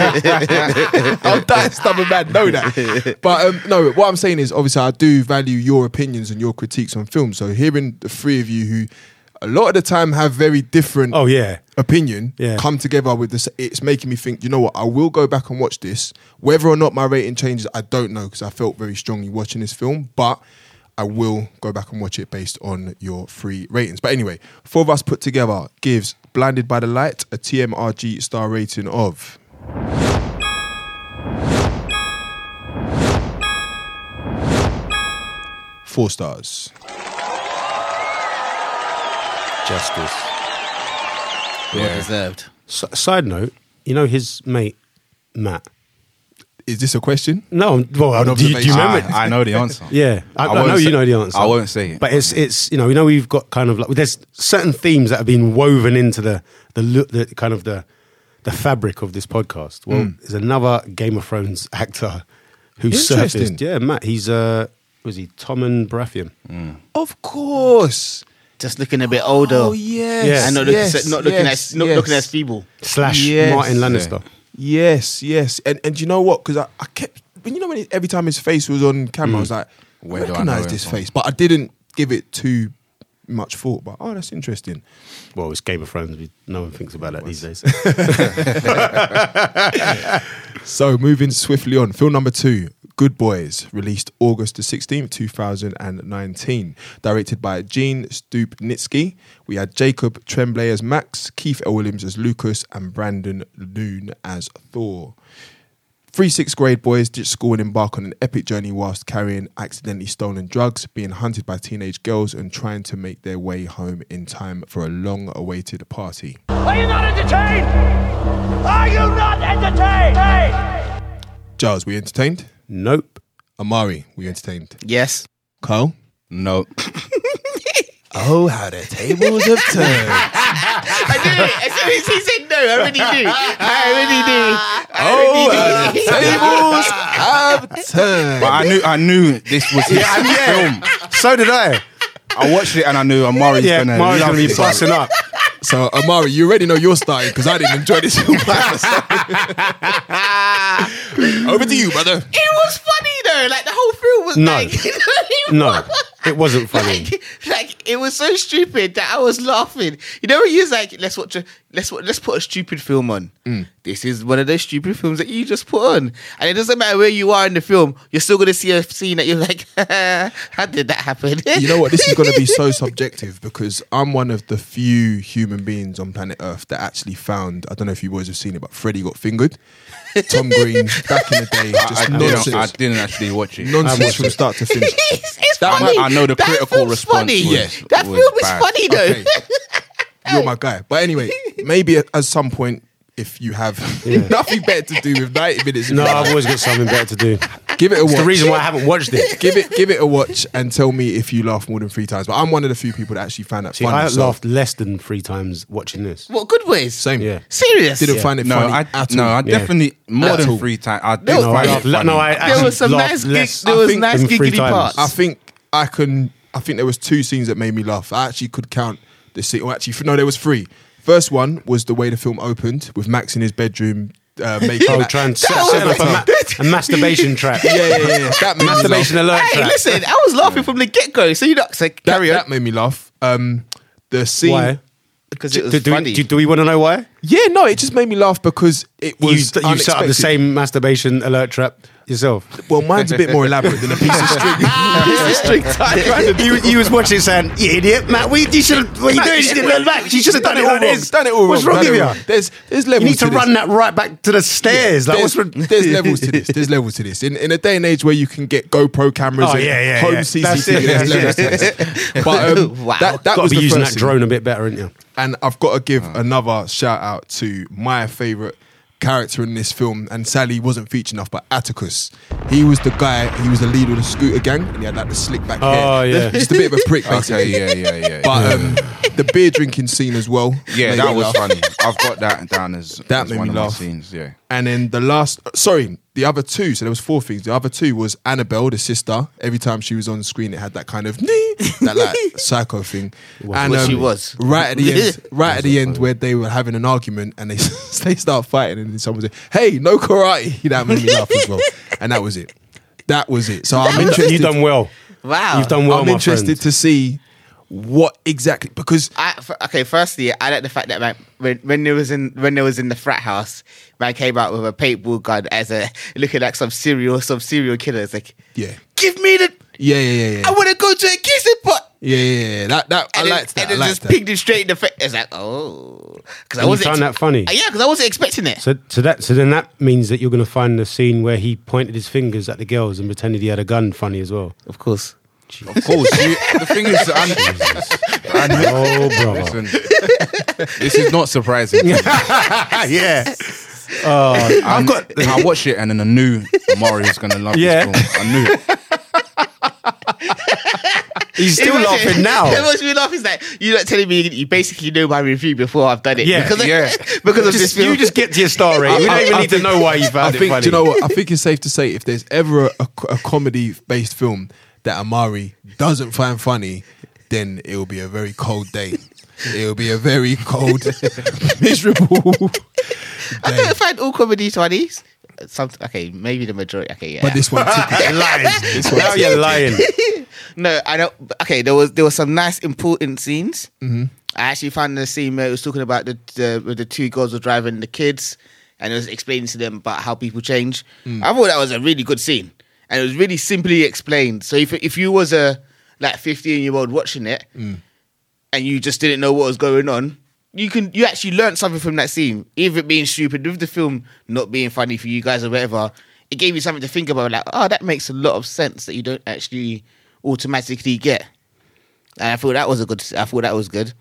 Speaker 8: I'm that stubborn man. Know that. But um, no, what I'm saying is obviously I do value your opinions and your critiques on films. So hearing the three of you who. A lot of the time, have very different
Speaker 10: Oh yeah.
Speaker 8: opinion
Speaker 10: Yeah.
Speaker 8: come together with this it's making me think you know what i will go back and watch this whether or not my rating changes i don't know because i felt very strongly watching this film but i will go back and watch it based on your free ratings but anyway four of us put together gives blinded by the light a tmrg star rating of four stars
Speaker 10: Justice.
Speaker 9: Well deserved.
Speaker 10: S- side note, you know his mate Matt.
Speaker 8: is this a question
Speaker 10: No, well, do you, do you remember?
Speaker 5: I, I know the answer.
Speaker 10: Yeah, I,
Speaker 5: I
Speaker 10: I
Speaker 5: won't
Speaker 10: know
Speaker 5: say-
Speaker 10: you know the answer.
Speaker 5: I won't say it.
Speaker 10: but it's it's you know you know we've got kind of like there's certain themes that have been woven into the the look the kind of the the fabric of this podcast.
Speaker 5: Hmm.
Speaker 10: Well, there's another Game of Thrones actor who
Speaker 8: Interesting.
Speaker 10: surfaced. Yeah, Matt. He's uh, was he Tommen Baratheon?
Speaker 8: of course
Speaker 9: Just looking a bit older.
Speaker 8: Oh yes,
Speaker 9: And not, look,
Speaker 8: yes,
Speaker 9: not looking
Speaker 8: yes,
Speaker 9: as not
Speaker 8: yes.
Speaker 9: looking as feeble.
Speaker 10: slash
Speaker 8: Yes.
Speaker 10: Martin Lannister.
Speaker 8: Yes, yes, and and do you know what? Because I, I kept, when you know, when he- every time his face was on camera, I
Speaker 10: Mm.
Speaker 8: was like,
Speaker 5: Where
Speaker 8: I
Speaker 5: do I know
Speaker 8: recognize
Speaker 5: him
Speaker 8: this
Speaker 5: from?
Speaker 8: face, but I didn't give it too much thought. But oh, that's interesting.
Speaker 10: Well, it's Game of Thrones. We, no one thinks about that these days.
Speaker 8: So moving swiftly on, film number two, Good Boys, released August the sixteenth, two thousand and nineteen, directed by Gene Stupnitsky. We had Jacob Tremblay as Max, Keith L. Williams as Lucas, and Brandon Loon as Thor. Three sixth grade boys ditch school and embark on an epic journey whilst carrying accidentally stolen drugs, being hunted by teenage girls, and trying to make their way home in time for a long awaited party.
Speaker 2: Are you not entertained? Are you not entertained?
Speaker 8: Giles, we entertained?
Speaker 10: nope.
Speaker 8: Amari, we entertained.
Speaker 9: Yes.
Speaker 8: Carl?
Speaker 5: No.
Speaker 8: Oh, how the tables have turned.
Speaker 9: I knew it. As soon as he said no, I already knew. I
Speaker 8: Oh, how
Speaker 9: already
Speaker 8: the
Speaker 9: knew.
Speaker 8: tables have
Speaker 5: But
Speaker 8: turned.
Speaker 5: I knew I knew this was his film.
Speaker 10: So did I.
Speaker 5: I watched it and I knew Amari's
Speaker 10: Yeah,
Speaker 5: gonna
Speaker 10: Mario's
Speaker 5: love
Speaker 10: gonna be
Speaker 5: this.
Speaker 10: busting up.
Speaker 8: So, Amari, you already know you're starting because I didn't enjoy this film. by myself. Over to you, brother.
Speaker 9: It was funny though. Like the whole film was
Speaker 10: No.
Speaker 9: like it
Speaker 10: No,
Speaker 9: was-
Speaker 10: it wasn't funny.
Speaker 9: Like, like it was so stupid that I was laughing. You know when you was like, let's watch, a, let's wa- let's put a stupid film on.
Speaker 8: Mm.
Speaker 9: This is one of those stupid films that you just put on, and it doesn't matter where you are in the film, you're still gonna see a scene that you're like, how did that happen?
Speaker 8: You know what? This is going to be so subjective because I'm one of the few human beings on planet Earth that actually found. I don't know if you boys have seen it, but Freddie got fingered. Tom Green back in the day,
Speaker 5: I,
Speaker 8: just
Speaker 5: I,
Speaker 8: nonsense,
Speaker 5: didn't, I didn't actually watch it.
Speaker 8: nonsense from start to finish.
Speaker 9: it's, it's
Speaker 5: That
Speaker 9: funny.
Speaker 5: one- I know the
Speaker 9: that
Speaker 5: critical
Speaker 9: film's
Speaker 5: response
Speaker 9: Funny.
Speaker 5: was-
Speaker 9: that
Speaker 5: was
Speaker 9: film is
Speaker 5: bad.
Speaker 9: funny though.
Speaker 8: Okay. you're my guy. But anyway, maybe at at some point, if you have nothing better to do with 90 minutes,
Speaker 10: No, I've always got something better to do.
Speaker 8: give it a watch.
Speaker 10: It's the reason why I haven't watched it.
Speaker 8: give it give it a watch and tell me if you laugh more than three times. But I'm one of the few people that actually found that
Speaker 10: See,
Speaker 8: funny.
Speaker 10: I
Speaker 8: so-
Speaker 10: laughed less than three times watching this.
Speaker 9: What good ways?
Speaker 8: Same.
Speaker 10: Yeah.
Speaker 9: Serious.
Speaker 8: Didn't find it
Speaker 5: No,
Speaker 8: funny
Speaker 5: I
Speaker 8: at
Speaker 5: no,
Speaker 8: all.
Speaker 5: I
Speaker 10: Yeah.
Speaker 5: definitely more
Speaker 8: At all.
Speaker 5: than three times. I did
Speaker 9: No,
Speaker 10: No, I
Speaker 5: find it
Speaker 10: laughed.
Speaker 5: funny.
Speaker 10: No, I
Speaker 9: there
Speaker 10: actually
Speaker 9: was some
Speaker 10: laughed
Speaker 9: nice, gig,
Speaker 10: less.
Speaker 9: there
Speaker 10: I
Speaker 9: was
Speaker 10: think
Speaker 9: nice
Speaker 10: than three
Speaker 9: giggly
Speaker 10: times.
Speaker 9: parts.
Speaker 8: I think I can. I think there was two scenes that made me laugh. I actually could count the scene. Or actually, no, there was three. First one was the way the film opened with Max in his bedroom uh, making.
Speaker 10: Oh,
Speaker 8: that-
Speaker 10: trying to set,
Speaker 8: That
Speaker 10: set
Speaker 8: was
Speaker 10: up a,
Speaker 8: my
Speaker 10: ma-
Speaker 8: time.
Speaker 10: a masturbation trap.
Speaker 8: yeah, yeah, yeah, yeah. That made me
Speaker 10: Masturbation
Speaker 8: laugh.
Speaker 10: alert
Speaker 9: Hey,
Speaker 10: trap.
Speaker 9: listen, I was laughing from the get go, so you know, so
Speaker 8: That,
Speaker 9: carry on
Speaker 8: that made me laugh. Um, the scene.
Speaker 10: Why?
Speaker 9: because it
Speaker 10: Do,
Speaker 9: was
Speaker 10: do,
Speaker 9: funny.
Speaker 10: we- do, do we want to know why?
Speaker 8: Yeah, no, it just made me laugh because it
Speaker 10: You, you
Speaker 8: was.
Speaker 10: set up the
Speaker 8: unexpected.
Speaker 10: same masturbation alert trap yourself.
Speaker 8: Well, mine's a bit more elaborate than a piece of string.
Speaker 10: you, you was watching saying, you idiot, Matt, we, you should have, what are you doing? You didn't look back. You should have done it all
Speaker 8: wrong.
Speaker 10: wrong.
Speaker 8: Done it all
Speaker 10: What's
Speaker 8: wrong.
Speaker 10: wrong with
Speaker 8: Done it
Speaker 10: you?
Speaker 8: wrong. There's there's
Speaker 10: You
Speaker 8: levels.
Speaker 10: need to
Speaker 8: this.
Speaker 10: run that right back to the stairs. Like,
Speaker 8: there's,
Speaker 10: what's wrong?
Speaker 8: there's levels to this. There's levels to this. In, in a day and age where you can get GoPro cameras
Speaker 10: Oh,
Speaker 8: and
Speaker 10: yeah, yeah,
Speaker 8: home
Speaker 10: yeah. That's
Speaker 8: CCTV,
Speaker 10: it.
Speaker 8: there's
Speaker 10: Yeah,
Speaker 8: levels
Speaker 10: yeah.
Speaker 8: to this. But um,
Speaker 9: Wow.
Speaker 8: that,
Speaker 10: Got
Speaker 8: that
Speaker 10: to
Speaker 8: was
Speaker 10: be
Speaker 8: the
Speaker 10: using
Speaker 8: first
Speaker 10: that
Speaker 8: scene.
Speaker 10: drone a bit better, ain't you?
Speaker 8: And I've got to give another shout out to my favorite character in this film. And sadly, he wasn't featured enough, but Atticus. He was the guy. He was the leader of the scooter gang, and he had like the slick back
Speaker 10: Oh,
Speaker 8: hair.
Speaker 10: yeah.
Speaker 8: just a bit of a prick,
Speaker 5: Okay,
Speaker 8: basically.
Speaker 5: yeah, yeah, yeah.
Speaker 8: But um, the beer drinking scene as well.
Speaker 5: yeah,
Speaker 8: made
Speaker 5: that
Speaker 8: me
Speaker 5: was
Speaker 8: laugh.
Speaker 5: funny. I've got that down as
Speaker 8: That
Speaker 5: as
Speaker 8: made
Speaker 5: one
Speaker 8: me
Speaker 5: of
Speaker 8: laugh.
Speaker 5: my scenes. Yeah,
Speaker 8: And then the last, sorry, the other two. So there was four things. The other two was Annabelle, the sister. Every time she was on screen, it had that kind of that like psycho thing. And um,
Speaker 9: Well, she was.
Speaker 8: right at the end, right at the end, where they were having an argument and they they start fighting, and then someone said, "Hey, no karate." That made me laugh as well, and that was it. That was it. So I'm interested.
Speaker 10: You've done well.
Speaker 9: wow.
Speaker 10: You've done well,
Speaker 8: I'm
Speaker 10: my
Speaker 8: interested
Speaker 10: friend.
Speaker 8: to see what exactly because
Speaker 9: I, f- okay, firstly, I like the fact that man, when when there was in when there was in the frat house, man came out with a paintball gun as a looking like some serial some serial killer. It's like,
Speaker 8: yeah,
Speaker 9: give me the.
Speaker 8: yeah, yeah, yeah, yeah,
Speaker 9: I want to go to a kissing pot.
Speaker 8: yeah, yeah, yeah. That that I
Speaker 9: And then-
Speaker 8: liked that.
Speaker 9: And then
Speaker 8: I liked
Speaker 9: just
Speaker 8: that.
Speaker 9: pinged him straight in the face. It's like, oh, because I
Speaker 10: And you
Speaker 9: wasn't uh,
Speaker 10: found that funny?
Speaker 9: Yeah, because I wasn't expecting it.
Speaker 10: So, so that so then that means that you're going to find the scene where he pointed his fingers at the girls and pretended he had a gun funny as well.
Speaker 9: of course.
Speaker 5: of
Speaker 8: Oh,
Speaker 5: course. You, the thing is, I, I know-
Speaker 10: Oh, brother.
Speaker 5: Listen, this is not surprising.
Speaker 10: yeah.
Speaker 8: Um,
Speaker 5: I've got. I watched it and then I knew Maury was gonna love
Speaker 10: Yeah.
Speaker 5: this film. I knew. It.
Speaker 10: He's still
Speaker 9: Imagine-
Speaker 10: laughing
Speaker 9: It
Speaker 10: now.
Speaker 9: makes me laugh. Is that you're not telling me you basically know my review before I've done it?
Speaker 10: Yeah,
Speaker 9: because of,
Speaker 5: yeah.
Speaker 9: because of this
Speaker 10: Just,
Speaker 9: film.
Speaker 10: you just get to your story. We
Speaker 8: I-
Speaker 10: don't even
Speaker 8: I
Speaker 10: need to
Speaker 8: think-
Speaker 10: know why you
Speaker 8: I
Speaker 10: found it
Speaker 8: think,
Speaker 10: funny.
Speaker 8: do you know what? I think it's safe to say if there's ever a, a comedy based film that Amari doesn't find funny, then it will be a very cold day. It'll be a very cold, miserable
Speaker 9: I
Speaker 8: day.
Speaker 9: don't find all comedy funnies. Some okay, maybe the majority. Okay, yeah.
Speaker 8: But this one, ticked it.
Speaker 10: Lies. Now you're lying.
Speaker 9: no, I don't. Okay, there was there was some nice important scenes. Mm-hmm. I actually found the scene where it was talking about the the, where the two girls were driving the kids, and it was explaining to them about how people change.
Speaker 8: Mm.
Speaker 9: I thought that was a really good scene, and it was really simply explained. So if if you was a like fifteen year old watching
Speaker 8: Mm.
Speaker 9: it, and you just didn't know what was going on. You can you actually learned something from that scene, even it being stupid, with the film not being funny for you guys or whatever. It gave you something to think about, like, oh, that makes a lot of sense that you don't actually automatically get. And I thought that was a good. I thought that was good.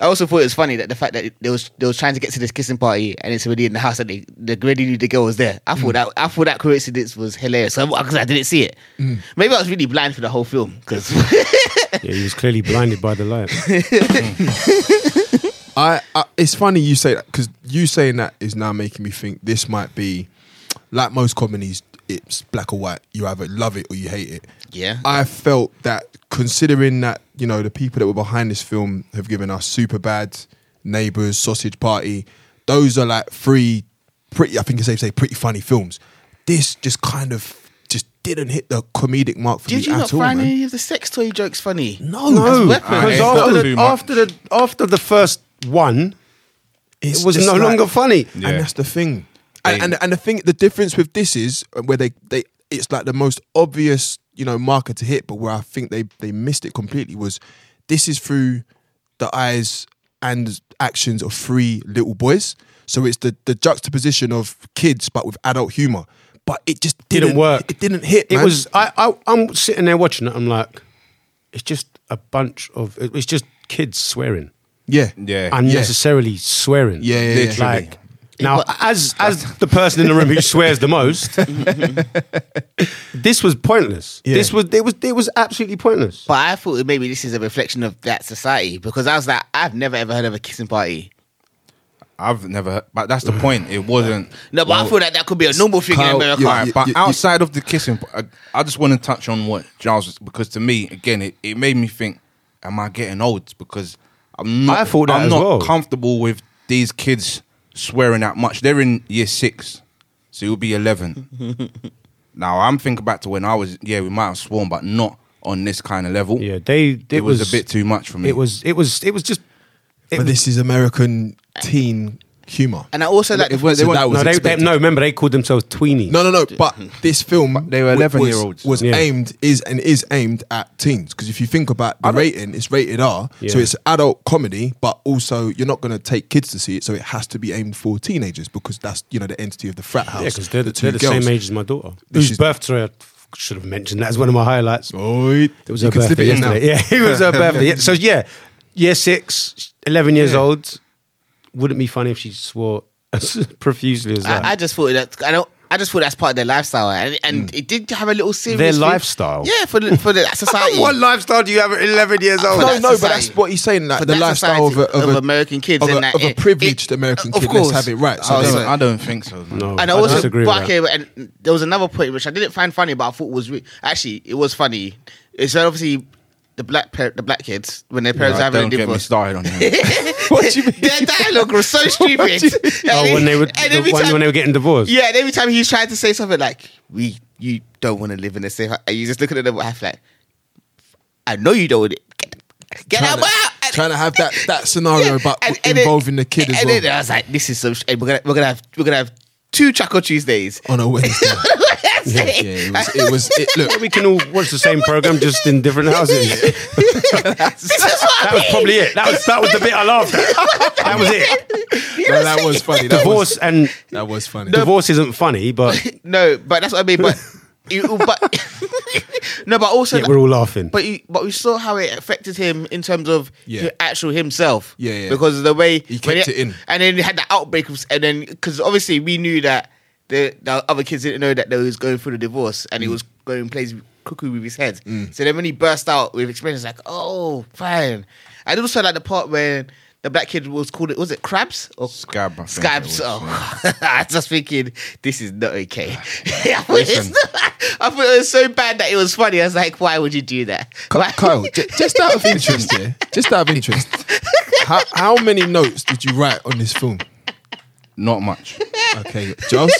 Speaker 9: I also thought it was funny that the fact that it- they was they was trying to get to this kissing party and it's already in the house and they they already knew the girl was there. I thought that I thought that coincidence was hilarious because I didn't see it. Maybe I was really blind for the whole film because
Speaker 10: Yeah, he was clearly blinded by the light.
Speaker 8: I, I, it's funny you say that because you saying that is now making me think this might be like most comedies. It's black or white. You either love it or you hate it.
Speaker 9: yeah,
Speaker 8: I felt that considering that you know the people that were behind this film have given us super bad neighbors, sausage party. Those are like three pretty. I think it's safe to say pretty funny films. This just kind of just didn't hit the comedic mark for
Speaker 9: Did
Speaker 8: me
Speaker 9: you
Speaker 8: at
Speaker 9: not
Speaker 8: all,
Speaker 9: find
Speaker 8: man.
Speaker 9: any of the sex toy jokes funny?
Speaker 8: No, no,
Speaker 10: Because
Speaker 5: it's not
Speaker 10: after
Speaker 5: too
Speaker 10: the,
Speaker 5: much.
Speaker 10: after the after the first one,
Speaker 8: It's
Speaker 10: it was
Speaker 8: just
Speaker 10: no
Speaker 8: like-
Speaker 10: longer funny.
Speaker 5: Yeah.
Speaker 8: and that's the thing. And, and and the thing, the difference with this is uh, where they they it's like the most obvious you know marker to hit, but where I think they they missed it completely was this is through the eyes and actions of three little boys. So it's the the juxtaposition of kids, but with adult humor. But it just didn't,
Speaker 10: Didn't work.
Speaker 8: It didn't hit.
Speaker 10: It
Speaker 8: man.
Speaker 10: was I, I I'm sitting there watching it. I'm like, it's just a bunch of it- it's just kids swearing.
Speaker 8: Yeah.
Speaker 5: Yeah.
Speaker 10: unnecessarily swearing.
Speaker 8: Yeah, yeah, yeah. Literally.
Speaker 10: Like now, as as the person in the room who swears the most, this was pointless.
Speaker 8: Yeah.
Speaker 10: This was it was it was absolutely pointless.
Speaker 9: But I thought maybe this is a reflection of that society because I was like, I've never ever heard of a kissing party.
Speaker 5: I've never, but that's the point. It wasn't.
Speaker 9: No, but I feel that that could be a normal thing in
Speaker 8: Kyle,
Speaker 9: America.
Speaker 8: yeah,
Speaker 5: Alright, but
Speaker 8: you- you-
Speaker 5: outside of the kissing, I, I just want to touch on what Giles was because to me, again, it, it made me think: Am I getting old? Because I'm not.
Speaker 10: I thought that
Speaker 5: I'm
Speaker 10: as
Speaker 5: not
Speaker 10: well.
Speaker 5: comfortable with these kids swearing that much. They're in year six, so you'll be eleven. now I'm thinking back to when I was. Yeah, we might have sworn, but not on this kind of level.
Speaker 10: Yeah, they. It,
Speaker 5: it was, a bit too much for me.
Speaker 10: It was. It was. It was just. it
Speaker 8: But
Speaker 10: was-
Speaker 8: this is American teen humor.
Speaker 9: and I also like
Speaker 5: It was-
Speaker 9: the,
Speaker 5: they
Speaker 8: So
Speaker 5: weren't-
Speaker 8: that was
Speaker 10: no, they, they,
Speaker 8: expected.
Speaker 10: no. Remember, they called themselves tweenies.
Speaker 8: No, no, no. But this film,
Speaker 5: they were
Speaker 8: wa-
Speaker 5: 11-year-olds.
Speaker 8: was, was
Speaker 10: Yeah.
Speaker 8: aimed is and is aimed at teens because if you think about the rating, it's rated R, so
Speaker 10: Yeah.
Speaker 8: it's adult comedy, but also you're not going to take kids to see it, so it has to be aimed for teenagers because that's you know the entity of the frat house.
Speaker 10: Yeah, because they're the,
Speaker 8: two
Speaker 10: they're the
Speaker 8: girls.
Speaker 10: same age as my daughter,
Speaker 8: This
Speaker 10: whose
Speaker 8: is-
Speaker 10: birthday I should have mentioned. That as one of my highlights.
Speaker 8: Oh, it
Speaker 10: It was
Speaker 8: you
Speaker 10: her
Speaker 8: can slip
Speaker 10: birthday
Speaker 8: it in now.
Speaker 10: yesterday. Yeah, it was her birthday. Yeah, So yeah, year six, 11 years old. Wouldn't be funny if she swore as profusely as that.
Speaker 9: I, I just thought that I don't. I just thought that's part of their lifestyle, and, and
Speaker 8: Mm.
Speaker 9: it did have a little serious.
Speaker 10: Their
Speaker 9: thing.
Speaker 10: lifestyle?
Speaker 9: yeah, for the, for the, that society.
Speaker 10: what lifestyle do you have at 11 years old?
Speaker 9: For
Speaker 8: No,
Speaker 9: that
Speaker 8: no, but
Speaker 9: society.
Speaker 8: that's what he's saying. Like
Speaker 9: For
Speaker 8: the
Speaker 9: that
Speaker 8: lifestyle of, a,
Speaker 9: society,
Speaker 8: of,
Speaker 9: of
Speaker 8: a,
Speaker 9: American kids
Speaker 8: of a,
Speaker 9: and that
Speaker 8: of a
Speaker 9: it-
Speaker 8: privileged
Speaker 9: it-
Speaker 8: American
Speaker 9: of
Speaker 8: kid. Let's
Speaker 9: course.
Speaker 8: have it right. So
Speaker 5: I
Speaker 9: Oh,
Speaker 8: that's-
Speaker 5: don't,
Speaker 9: sorry.
Speaker 5: I don't think so. man.
Speaker 10: No.
Speaker 9: And I
Speaker 10: I
Speaker 9: also,
Speaker 10: disagree with
Speaker 9: but okay, and there was another point which I didn't find funny, but I thought was re- actually it was funny. It's obviously the black par- the black kids when their parents are
Speaker 5: Like,
Speaker 9: having
Speaker 5: don't
Speaker 9: a
Speaker 5: get me
Speaker 9: divorce.
Speaker 5: started on him.
Speaker 9: what you mean? Their dialogue was so stupid.
Speaker 10: Oh, when they were the one when they were getting divorced.
Speaker 9: yeah, and every time he tried to say something like we you don't want to live in the same, house," and you just looking at them half like I know you don't. want it. Get, get out,
Speaker 8: Trying
Speaker 9: my
Speaker 8: to,
Speaker 9: house. And-
Speaker 8: trying to have that, that scenario, but
Speaker 9: and then-
Speaker 8: involving the kid as
Speaker 9: and
Speaker 8: well
Speaker 9: then I was like, "This is some. Sh- and we're gonna we're gonna have we're gonna have two Choco Tuesdays."
Speaker 8: on "Oh, a Wednesday.
Speaker 9: That's it.
Speaker 8: Yeah, it was. It was it, look,
Speaker 10: We can all watch the same program just in different houses.
Speaker 9: This is what I
Speaker 10: That was
Speaker 9: mean.
Speaker 10: probably it. That was that was the bit I laughed at. That was it.
Speaker 8: no, that was funny. That
Speaker 10: Divorce
Speaker 8: Was,
Speaker 10: and
Speaker 8: that was funny.
Speaker 10: divorce isn't funny, but
Speaker 9: No, but that's what I mean. But you, but no, but also,
Speaker 10: yeah, we're all laughing.
Speaker 9: but you, but we saw how it affected him in terms of
Speaker 8: Yeah.
Speaker 9: hi- actual himself.
Speaker 8: Yeah, yeah.
Speaker 9: Because of the way
Speaker 8: He
Speaker 9: when
Speaker 8: kept it in.
Speaker 9: and then he had the outbreak, of, and then because obviously we knew that the, the other kids didn't know that they was going through the divorce,
Speaker 8: Mm.
Speaker 9: and he was going plays cuckoo with his head. So then when he burst out with experience, like, oh, fine. And also like the part when. The black kid was called it was it crabs or
Speaker 5: Scab, I think it
Speaker 9: scabs?
Speaker 5: was,
Speaker 9: Oh,
Speaker 5: yeah.
Speaker 9: I was just thinking, this is not okay. I, thought it's not- I thought it was so bad that it was funny. I was like, why would you do that? Why-
Speaker 8: Ky- Kyle, j- just out of interest, yeah, just out of interest, how, how many notes did you write on this film?
Speaker 5: Not much.
Speaker 8: Okay, Joss,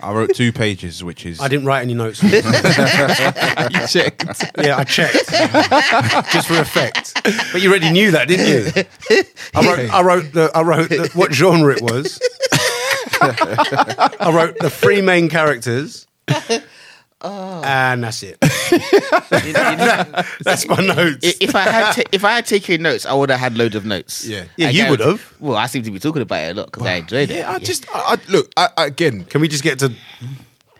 Speaker 5: I wrote two pages, which is
Speaker 10: I didn't write any notes. yeah,
Speaker 8: you checked.
Speaker 10: I checked just for effect. But you already knew that, didn't you? I wrote, I wrote the, I wrote the, what genre it was. I wrote the three main characters, and that's it.
Speaker 9: You know, you know,
Speaker 10: That's my notes.
Speaker 9: i- if I had ta- if I had taken notes, I would have had loads of notes.
Speaker 8: Yeah.
Speaker 10: Yeah,
Speaker 9: I
Speaker 10: you
Speaker 9: guarantee-
Speaker 10: would have.
Speaker 9: Well, I seem to be talking about it a lot because I enjoyed it.
Speaker 8: Yeah, I just I, I, look I, I- again.
Speaker 10: Can we just get to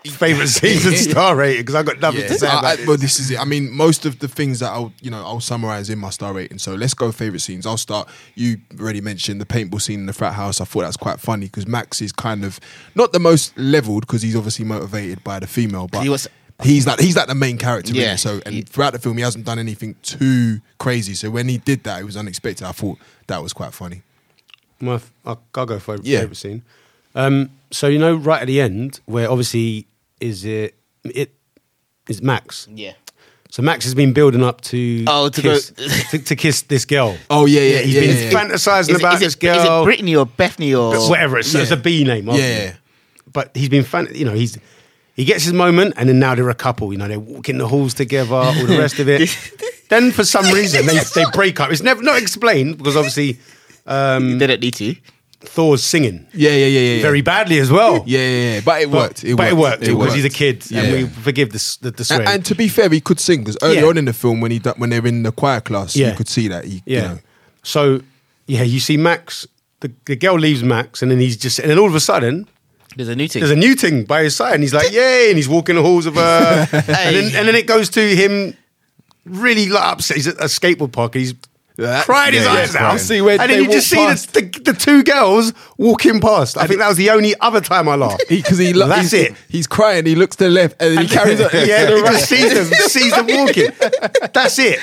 Speaker 10: favorite season star rating? Because I've got nothing
Speaker 8: Yeah,
Speaker 10: to say
Speaker 8: I-
Speaker 10: about
Speaker 8: I-
Speaker 10: this.
Speaker 8: well, this is it. I mean, most of the things that I'll, you know, I'll summarize in my star rating. So let's go favorite scenes. I'll start. You already mentioned the paintball scene in the frat house. I thought that's quite funny because Max is kind of not the most leveled because he's obviously motivated by the female, but
Speaker 9: He was-
Speaker 8: He's like he's like the main character, yeah.
Speaker 9: Yeah.
Speaker 8: So and
Speaker 9: He-
Speaker 8: throughout the film, he hasn't done anything too crazy. So when he did that, it was unexpected. I thought that was quite funny.
Speaker 10: my f- I'll, I'll go for
Speaker 8: Yeah.
Speaker 10: favorite scene. Um, so you know, right at the end, where obviously is it it is Max.
Speaker 9: yeah.
Speaker 10: So Max has been building up to
Speaker 9: Oh, to
Speaker 10: kiss,
Speaker 9: go-
Speaker 10: to, to kiss this girl.
Speaker 8: Oh, yeah, yeah,
Speaker 10: He's
Speaker 8: yeah,
Speaker 10: been
Speaker 8: yeah, yeah.
Speaker 10: fantasising
Speaker 9: Is it,
Speaker 10: about
Speaker 9: is, it,
Speaker 10: this
Speaker 9: is it
Speaker 10: girl,
Speaker 9: Brittany or Bethany or
Speaker 10: whatever. It's, it's
Speaker 8: Yeah.
Speaker 10: a B name, obviously.
Speaker 8: Yeah.
Speaker 10: But he's been fan. You know, he's he gets his moment, and then now they're a couple. You know, they walk in the halls together, all the rest of it. then for some reason they, they break up. It's never not explained because obviously
Speaker 9: They don't need to.
Speaker 10: Thor's singing.
Speaker 8: Yeah, yeah, yeah, yeah. yeah.
Speaker 10: very badly as well.
Speaker 8: Yeah, yeah, yeah. But it
Speaker 10: But-
Speaker 8: worked. It
Speaker 10: but
Speaker 8: worked.
Speaker 10: it worked because he's a
Speaker 8: worked.
Speaker 10: kid,
Speaker 8: Yeah.
Speaker 10: and we forgive the s- the, the
Speaker 8: And,
Speaker 10: swearing.
Speaker 8: and to be fair, he could sing because early
Speaker 10: Yeah.
Speaker 8: on in the film, when he do- when they're in the choir class,
Speaker 10: Yeah.
Speaker 8: you could see that. He,
Speaker 10: yeah.
Speaker 8: You know,
Speaker 10: So yeah, you see Max. The, the girl leaves Max, and then he's just, and then all of a sudden,
Speaker 9: There's a new thing.
Speaker 10: there's a new thing by his side, and he's like, "Yay!" and he's walking the halls of her, and, then, and then it goes to him really like upset. He's at a skateboard park, and he's cried his
Speaker 8: Yeah, yeah,
Speaker 10: eyes
Speaker 8: crying.
Speaker 10: out.
Speaker 8: I see where
Speaker 10: and
Speaker 8: they
Speaker 10: then you just see
Speaker 8: walk
Speaker 10: the, the, the two girls walking past. I think that was the only other time I laughed.
Speaker 8: Because he, lo-
Speaker 10: That's
Speaker 8: he's-
Speaker 10: it.
Speaker 8: He's crying. He looks to the left and then he carries on.
Speaker 10: yeah,
Speaker 8: to the
Speaker 10: he just
Speaker 8: right.
Speaker 10: sees them, sees them walking. That's it.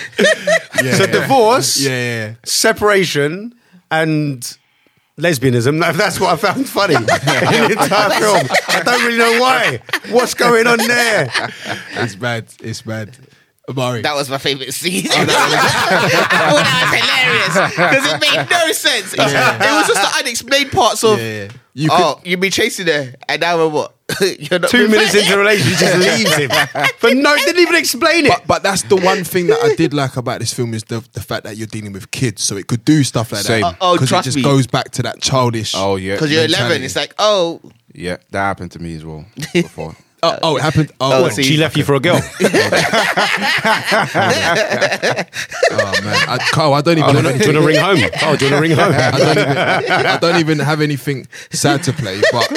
Speaker 8: Yeah,
Speaker 10: so
Speaker 8: yeah.
Speaker 10: divorce,
Speaker 8: Yeah, yeah, yeah.
Speaker 10: separation, and lesbianism. That- That's what I found funny in the entire film. I don't really know why. What's going on there?
Speaker 8: It's bad. It's bad. Amari.
Speaker 9: That was my favorite scene.
Speaker 10: Oh,
Speaker 9: I thought that was hilarious because it made no sense. It- It was just the unexplained parts of.
Speaker 8: Yeah, yeah. You
Speaker 9: oh, you've been chasing her, and now we're what? You're not
Speaker 10: Two
Speaker 9: with
Speaker 10: minutes
Speaker 9: her?
Speaker 10: into the relationship, just leaves him. But no, didn't even explain it.
Speaker 8: but, but that's the one thing that I did like about this film is the, the fact that you're dealing with kids, so it could do stuff like
Speaker 5: Same.
Speaker 8: that.
Speaker 9: Oh,
Speaker 8: because it
Speaker 9: trust
Speaker 8: just
Speaker 9: me.
Speaker 8: goes back to that childish.
Speaker 5: Oh yeah,
Speaker 9: Because you're 11,
Speaker 8: Mentality.
Speaker 9: it's like, oh,
Speaker 5: yeah. That happened to me as well before.
Speaker 8: oh, oh, it happened. Oh,
Speaker 9: Oh, see.
Speaker 10: she left you for a girl.
Speaker 8: oh, man, I, Carl, I don't even.
Speaker 10: do you
Speaker 8: have
Speaker 10: want
Speaker 8: anything-
Speaker 10: to ring home? Oh, do you want to ring
Speaker 8: I
Speaker 10: home?
Speaker 8: don't even. I don't even have anything sad to play, but.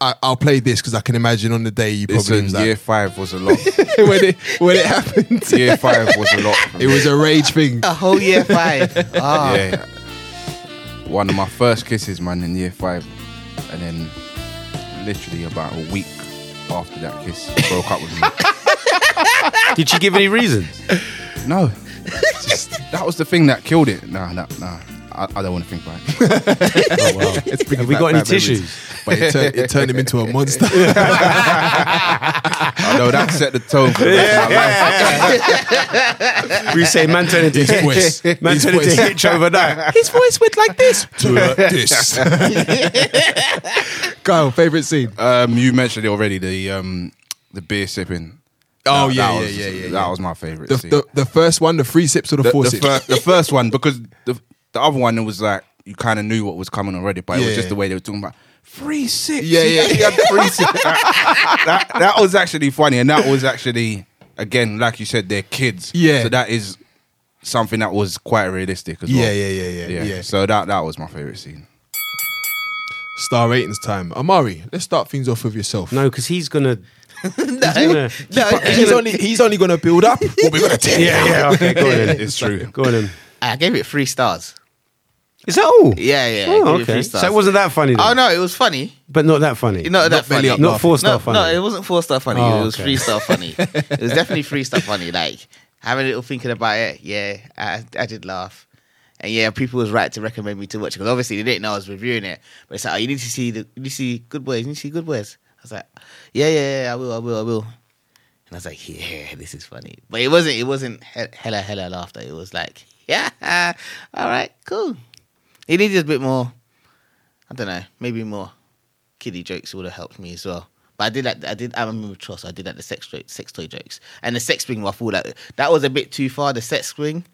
Speaker 8: I, I'll play this because I can imagine on the day you probably
Speaker 5: Listen,
Speaker 8: was like,
Speaker 5: year five was a lot.
Speaker 8: when it when it happened,
Speaker 5: year five was a lot. for
Speaker 8: it
Speaker 5: me.
Speaker 8: was a rage thing.
Speaker 9: a whole year five. Ah.
Speaker 5: yeah. One of my first kisses, man, in year five, and then literally about a week after that kiss, she broke up with me.
Speaker 10: Did she give any reasons?
Speaker 5: No, Just- that was the thing that killed it. Nah, nah, nah. I, I don't want to think about it.
Speaker 10: Have we got any tissues?
Speaker 8: But it, turned it turned him into a monster.
Speaker 5: I know that set the tone for the rest of my life.
Speaker 10: we say man turned into
Speaker 8: His voice.
Speaker 10: man
Speaker 8: His
Speaker 10: turned into
Speaker 8: voice.
Speaker 10: hitch overnight. His voice went like this.
Speaker 8: this. Kyle, favorite scene.
Speaker 5: Um, you mentioned it already. The um, the beer sipping.
Speaker 8: Oh,
Speaker 5: That-
Speaker 8: yeah,
Speaker 5: that
Speaker 8: yeah,
Speaker 5: was-
Speaker 8: yeah, yeah,
Speaker 5: That
Speaker 8: yeah.
Speaker 5: was my favorite.
Speaker 8: the,
Speaker 5: scene.
Speaker 8: the, the first one, the three sips or the,
Speaker 5: the,
Speaker 8: four
Speaker 5: the
Speaker 8: sips?
Speaker 5: fir- the first one because the the other one it was like you kind of knew what was coming already, but it
Speaker 8: Yeah.
Speaker 5: was just the way they were talking about free six.
Speaker 8: Yeah, yeah.
Speaker 5: He had free six. that, that was actually funny, and that was actually again, like you said, they're kids.
Speaker 8: Yeah.
Speaker 5: so that is something that was quite realistic as well.
Speaker 8: Yeah, yeah, yeah, yeah, yeah.
Speaker 5: So that that was my favorite scene.
Speaker 8: Star ratings time. Amari, let's start things off with yourself.
Speaker 10: No, because he's gonna. He's gonna
Speaker 9: No,
Speaker 8: he's only he's only gonna build up. What we gonna tear
Speaker 10: yeah,
Speaker 8: down.
Speaker 10: yeah. Okay, go on. Then.
Speaker 5: It's true.
Speaker 10: Go on. Then.
Speaker 9: I gave it three stars.
Speaker 10: Is that all?
Speaker 9: Yeah, yeah. I
Speaker 10: Oh,
Speaker 9: gave it
Speaker 10: okay.
Speaker 9: three
Speaker 10: So
Speaker 9: stars.
Speaker 10: it wasn't that funny. Then,
Speaker 9: Oh, no, it was funny.
Speaker 10: but not that funny.
Speaker 9: Not, that
Speaker 8: belly
Speaker 9: funny.
Speaker 8: up
Speaker 10: not four star
Speaker 9: no,
Speaker 10: funny.
Speaker 9: No, it wasn't four star funny.
Speaker 10: Oh,
Speaker 9: it was
Speaker 10: okay.
Speaker 9: three star funny. it was definitely three star funny. Like having a little thinking about it. Yeah, I, I did laugh. And yeah, people was right to recommend me to watch it because obviously they didn't know I was reviewing it. But it's like, oh, you need to see the, you need to see Good Boys. You need to see Good Boys. I was like, yeah, yeah, yeah, I will, I will, I will. And I was like, yeah, this is funny. But it wasn't. It wasn't he- hella hella laughter. It was like, yeah, all right, cool. It needed a bit more. I don't know, maybe more kiddie jokes would have helped me as well. But I did like I did I'm a movie with trust. I did like the sex joke, sex toy jokes and the sex swing. I thought that that was a bit too far. The sex swing,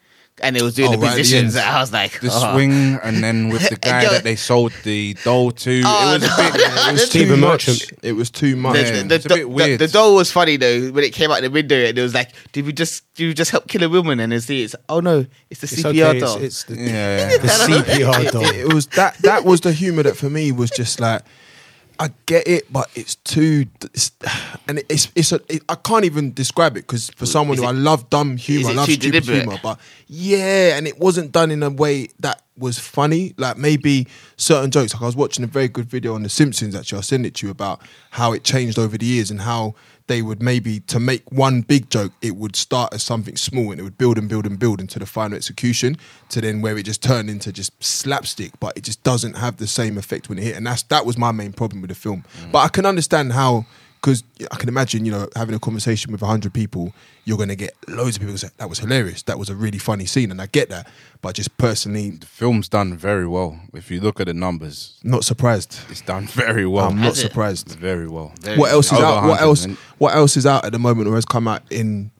Speaker 9: and it was doing
Speaker 8: Oh,
Speaker 9: the
Speaker 8: right, yes.
Speaker 9: positions. that I was like,
Speaker 5: The
Speaker 9: oh.
Speaker 5: swing, and then with the guy
Speaker 9: Yo.
Speaker 5: that they sold the doll to,
Speaker 9: Oh,
Speaker 5: it was
Speaker 9: no,
Speaker 5: a bit.
Speaker 9: no,
Speaker 5: it was
Speaker 9: the-
Speaker 5: too
Speaker 10: Stephen
Speaker 5: much.
Speaker 10: Merchant.
Speaker 8: It was too much.
Speaker 9: The,
Speaker 5: Man,
Speaker 9: the,
Speaker 5: it's a bit
Speaker 9: the-
Speaker 5: weird.
Speaker 9: the doll was funny though when it came out the window and it was like, did we just did we just help kill a woman? And it's, it's oh no, it's the
Speaker 10: It's
Speaker 9: CPR
Speaker 10: okay. It's,
Speaker 9: doll.
Speaker 10: it's the,
Speaker 5: Yeah.
Speaker 10: the CPR doll.
Speaker 8: it was that that was the humor that for me was just like I get it, but it's too, it's, and it- it's it's a, it, I can't even describe it because for someone
Speaker 9: Is
Speaker 8: who I
Speaker 9: it-
Speaker 8: love dumb humor,
Speaker 9: is
Speaker 8: I
Speaker 9: it
Speaker 8: love
Speaker 9: too
Speaker 8: stupid
Speaker 9: deliberate?
Speaker 8: humor, but yeah, and it wasn't done in a way that was funny. Like maybe certain jokes. Like I was watching a very good video on The Simpsons. Actually, I'll send it to you about how it changed over the years and how they would maybe to make one big joke, it would start as something small and it would build and build and build into the final execution to then where it just turned into just slapstick, but it just doesn't have the same effect when it hit. And that's that was my main problem with the film.
Speaker 9: Mm.
Speaker 8: But I can understand how because I can imagine, you know, having a conversation with 100 people, you're going to get loads of people say, that was hilarious, that was a really funny scene, and I get that. But just personally,
Speaker 5: Film's done very well. If you look at the numbers,
Speaker 8: not surprised.
Speaker 5: It's done very well.
Speaker 8: I'm not
Speaker 9: Has it? Mm,
Speaker 8: surprised.
Speaker 5: Very well.
Speaker 8: What else is
Speaker 5: Over
Speaker 8: out?
Speaker 5: 100,
Speaker 8: What else?
Speaker 5: man.
Speaker 8: What else is out at the moment or has come out in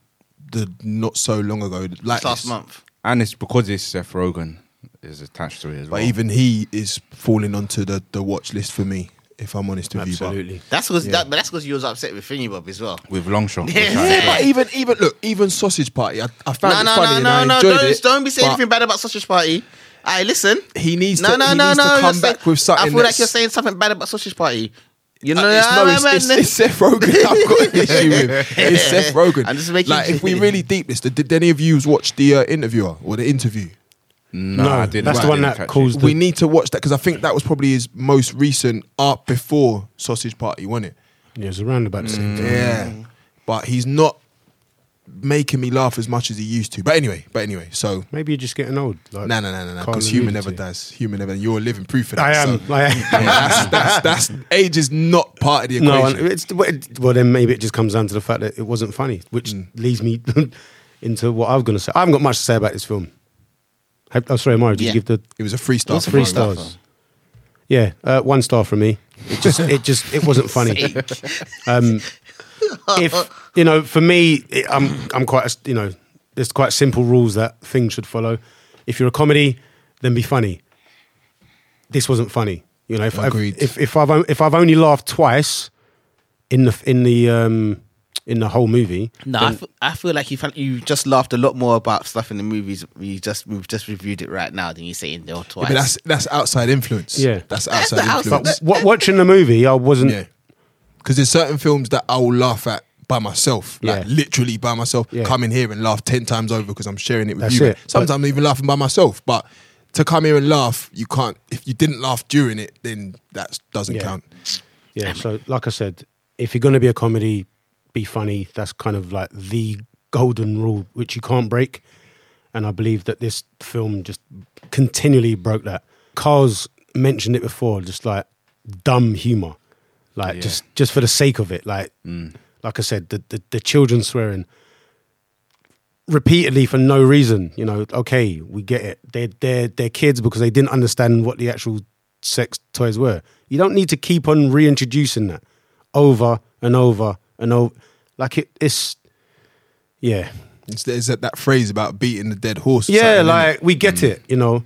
Speaker 8: the not so long ago? Like
Speaker 9: last
Speaker 8: this?
Speaker 9: month.
Speaker 5: And it's because it's Seth Rogen is attached to it as well.
Speaker 8: But even he is falling onto the, the watch list for me, if I'm honest with you. But
Speaker 10: Absolutely.
Speaker 9: That's because that, but that's because you was upset with Thingy Bob as well.
Speaker 5: with long shot. which I-
Speaker 9: Yeah. Yeah.
Speaker 8: But even even look, even Sausage Party, I, I found
Speaker 9: No,
Speaker 8: it
Speaker 9: no,
Speaker 8: funny
Speaker 9: no,
Speaker 8: and I
Speaker 9: no, no!
Speaker 8: enjoyed
Speaker 9: Don't,
Speaker 8: it.
Speaker 9: don't be saying
Speaker 8: but
Speaker 9: anything bad about Sausage Party. I listen.
Speaker 8: He needs to- he needs to come
Speaker 9: you're saying-
Speaker 8: back with something
Speaker 9: I feel like
Speaker 8: that's-
Speaker 9: you're saying something bad about Sausage Party. Uh, You know,
Speaker 8: Uh, it's, no, it's, it's, it's Seth Rogen. I've got an issue with it's Seth Rogen.
Speaker 9: I'm just making-
Speaker 8: like if we really deep this, did, did any of you watch the uh, interviewer or the interview?
Speaker 5: No, I didn't.
Speaker 10: That's the
Speaker 5: I
Speaker 10: one
Speaker 5: didn't
Speaker 10: that
Speaker 5: catch it.
Speaker 10: caused.
Speaker 8: we
Speaker 10: the,
Speaker 8: need to watch that because I think that was probably his most recent art before Sausage Party, wasn't it?
Speaker 10: yeah, it was around about the same
Speaker 9: Mm.
Speaker 10: time.
Speaker 8: Yeah, but he's not making me laugh as much as he used to. But anyway, but anyway, so
Speaker 10: Maybe you're just getting old. Like
Speaker 8: no, no, no, no, no,
Speaker 10: Carl
Speaker 8: because human
Speaker 10: alluded
Speaker 8: never
Speaker 10: to.
Speaker 8: dies. Human never. You're living proof of that.
Speaker 10: I am.
Speaker 8: so-
Speaker 10: I am.
Speaker 8: Yeah, that's, that's, that's age is not part of the
Speaker 10: No,
Speaker 8: equation.
Speaker 10: and it's well, it- well. Then maybe it just comes down to the fact that it wasn't funny, which leads me into what I was going to say. I haven't got much to say about this film. Have- Oh, sorry, Mario, did
Speaker 9: Yeah.
Speaker 10: you give the
Speaker 8: it was a freestyle.
Speaker 10: three stars? Yeah, uh, one star for me. It just, it just, it wasn't funny. um, if you know, for me, it, I'm, I'm quite, a s- you know, there's quite simple rules that things should follow. If you're a comedy, then be funny. This wasn't funny. You know, if I've,
Speaker 8: Agreed.
Speaker 10: if if I've on- if I've only laughed twice in the in the um in the whole movie,
Speaker 9: No, I fe- I feel like you found, you just laughed a lot more about stuff in the movies. You just we've just reviewed it right now than you say in there or
Speaker 8: Yeah,
Speaker 9: twice.
Speaker 8: but that's that's outside influence.
Speaker 10: Yeah.
Speaker 8: that's
Speaker 9: That's
Speaker 8: outside
Speaker 9: the outside-
Speaker 8: influence.
Speaker 10: but w- watching the movie, I wasn't.
Speaker 8: Yeah. Because there's certain films that I will laugh at by myself, like
Speaker 10: Yeah.
Speaker 8: literally by myself.
Speaker 10: Yeah.
Speaker 8: Come in here and laugh 10 times over because I'm sharing it with
Speaker 10: That's
Speaker 8: you.
Speaker 10: it.
Speaker 8: Sometimes I'm even laughing by myself, but to come here and laugh, you can't. If you didn't laugh during it, then that doesn't
Speaker 10: Yeah.
Speaker 8: count.
Speaker 10: Yeah. So, like I said, if you're going to be a comedy, be funny. That's kind of like the golden rule, which you can't break. And I believe that this film just continually broke that. Carl's mentioned it before, just like dumb humor, like just just for the sake of it. Like, like I said, the, the the children swearing repeatedly for no reason. You know, okay, we get it. They're they're they're kids because they didn't understand what the actual sex toys were. You don't need to keep on reintroducing that over and over and over. Like it, it's yeah,
Speaker 8: It's, there's that, that phrase about beating the dead horse. or
Speaker 10: yeah.
Speaker 8: something, innit?
Speaker 10: Like we get it. You know,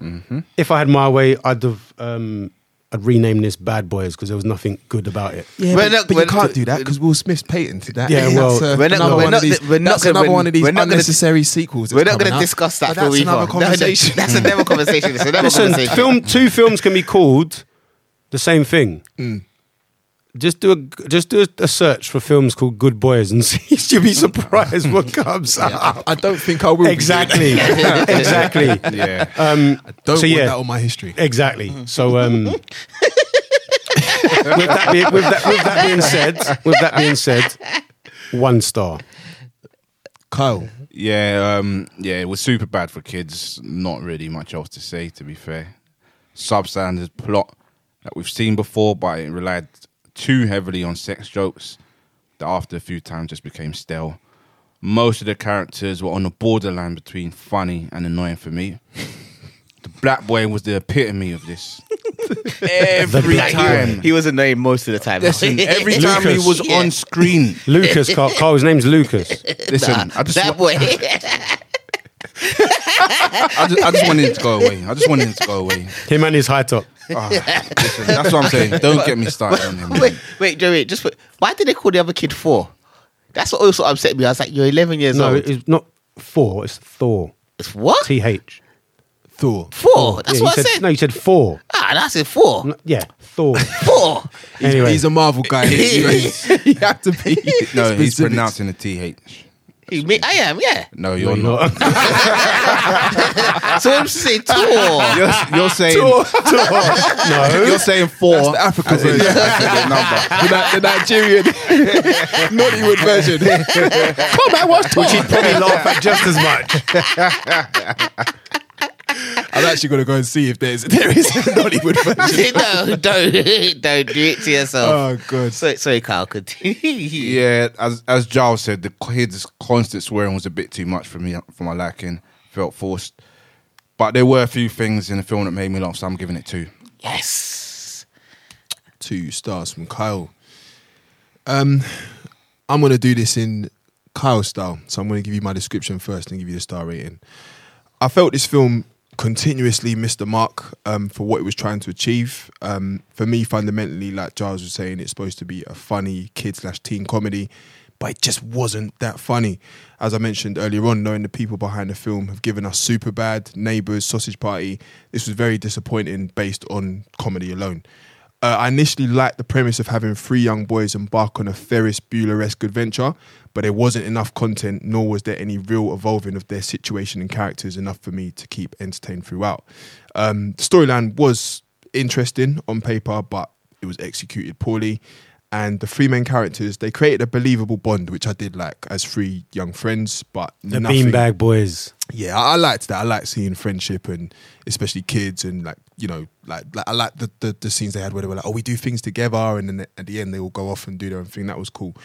Speaker 10: if I had my way, I'd have um, I'd rename this Bad Boys because there was nothing good about it.
Speaker 8: Yeah,
Speaker 9: We're
Speaker 8: but,
Speaker 9: not-
Speaker 8: but
Speaker 9: we're
Speaker 8: you
Speaker 9: not-
Speaker 8: can't do that because Will Smith's patented that.
Speaker 10: Yeah, well,
Speaker 8: that's,
Speaker 9: we're not-
Speaker 8: another
Speaker 9: we're
Speaker 8: one
Speaker 9: not-
Speaker 8: of these,
Speaker 9: we're not
Speaker 8: that's
Speaker 9: gonna-
Speaker 8: another one of these
Speaker 9: we're not gonna-
Speaker 8: unnecessary sequels. that's
Speaker 9: We're not going
Speaker 8: coming
Speaker 9: to
Speaker 8: out.
Speaker 9: discuss that.
Speaker 8: But that's
Speaker 9: for
Speaker 8: another conversation.
Speaker 9: that's another conversation. It's another
Speaker 10: Listen,
Speaker 9: conversation.
Speaker 10: film two films can be called the same thing.
Speaker 9: Mm.
Speaker 10: Just do a just do a search for films called Good Boys and see. You'll be surprised what comes
Speaker 8: I,
Speaker 10: up.
Speaker 8: I don't think I will. be doing
Speaker 10: Exactly,
Speaker 8: that.
Speaker 10: exactly,
Speaker 5: Yeah.
Speaker 10: um,
Speaker 8: Don't
Speaker 10: So,
Speaker 8: want
Speaker 10: yeah.
Speaker 8: that on my history.
Speaker 10: exactly. So, um, with, that be, with, that, with that being said, with that being said, one star.
Speaker 8: Kyle,
Speaker 5: Yeah, um, yeah, it was super bad for kids. Not really much else to say, to be fair. Substandard plot that we've seen before, but it relied too heavily on sex jokes that after a few times just became stale. Most of the characters were on the borderline between funny and annoying for me. The black boy was the epitome of this. every
Speaker 10: black
Speaker 5: time.
Speaker 9: He was annoying most of the time.
Speaker 5: Listen, every time
Speaker 10: Lucas.
Speaker 5: he was on screen.
Speaker 10: Lucas, Carl, Carl, his name's Lucas.
Speaker 5: Listen, I just
Speaker 9: that
Speaker 5: wa-
Speaker 9: boy.
Speaker 5: I just, I just wanted it to go away. I just wanted it to go away.
Speaker 10: Him and his high top.
Speaker 5: Ah, listen, that's what I'm saying. Don't get me started on him. man.
Speaker 9: wait, wait, Joey, just wait. why did they call the other kid four? That's what also upset me. I was like, you're 11 years
Speaker 10: No,
Speaker 9: old.
Speaker 10: it's not Thor. It's Thor.
Speaker 9: It's what?
Speaker 10: T H.
Speaker 8: Thor.
Speaker 9: Four. That's
Speaker 10: Yeah,
Speaker 9: what
Speaker 10: you
Speaker 9: I
Speaker 10: said,
Speaker 9: said.
Speaker 10: No, you said four.
Speaker 9: Ah, and I said four.
Speaker 10: No, yeah, Thor.
Speaker 9: Four.
Speaker 10: anyway,
Speaker 8: He's a Marvel guy. you have to be.
Speaker 5: No, he's
Speaker 8: specific.
Speaker 5: pronouncing the th.
Speaker 9: You mean- I am, yeah. Ah,
Speaker 5: No,
Speaker 10: No,
Speaker 5: you're
Speaker 10: you're
Speaker 5: not.
Speaker 10: not.
Speaker 9: So I'm saying tour.
Speaker 5: You're, you're saying no. You're saying four.
Speaker 8: the African
Speaker 5: as in-
Speaker 8: version.
Speaker 5: as in the number.
Speaker 8: The, Ni- the Nigerian Nollywood version. Come back, watch Thor.
Speaker 10: Probably laugh at just as much.
Speaker 8: I'm actually going to go and see if there's there is a Nollywood version.
Speaker 9: no, don't, don't do it to yourself.
Speaker 8: Oh god.
Speaker 9: sorry, sorry, Carl. Continue.
Speaker 5: Yeah, as as Giles said, the kids' constant swearing was a bit too much for me for my liking. Felt forced, but there were a few things in the film that made me laugh, so I'm giving it two.
Speaker 9: Yes.
Speaker 8: Two stars from Kyle. Um, I'm going to do this in Kyle style, so I'm going to give you my description first and give you the star rating. I felt this film continuously missed the mark um, for what it was trying to achieve. Um, for me, fundamentally, like Giles was saying, it's supposed to be a funny kid slash teen comedy, but it just wasn't that funny. As I mentioned earlier on, knowing the people behind the film have given us Superbad, Neighbours, Sausage Party, this was very disappointing based on comedy alone. Uh, I initially liked the premise of having three young boys embark on a Ferris Bueller-esque adventure, but there wasn't enough content, nor was there any real evolving of their situation and characters enough for me to keep entertained throughout. Um, the storyline was interesting on paper, but it was executed poorly. And the three main characters, they created a believable bond, which I did like as three young friends, but
Speaker 10: The
Speaker 8: nothing-
Speaker 10: Beanbag Boys.
Speaker 8: yeah, I, I liked that. I liked seeing friendship and especially kids and like you know like, like I liked the, the the scenes they had where they were like, oh, we do things together, and then at the end they all go off and do their own thing. That was cool,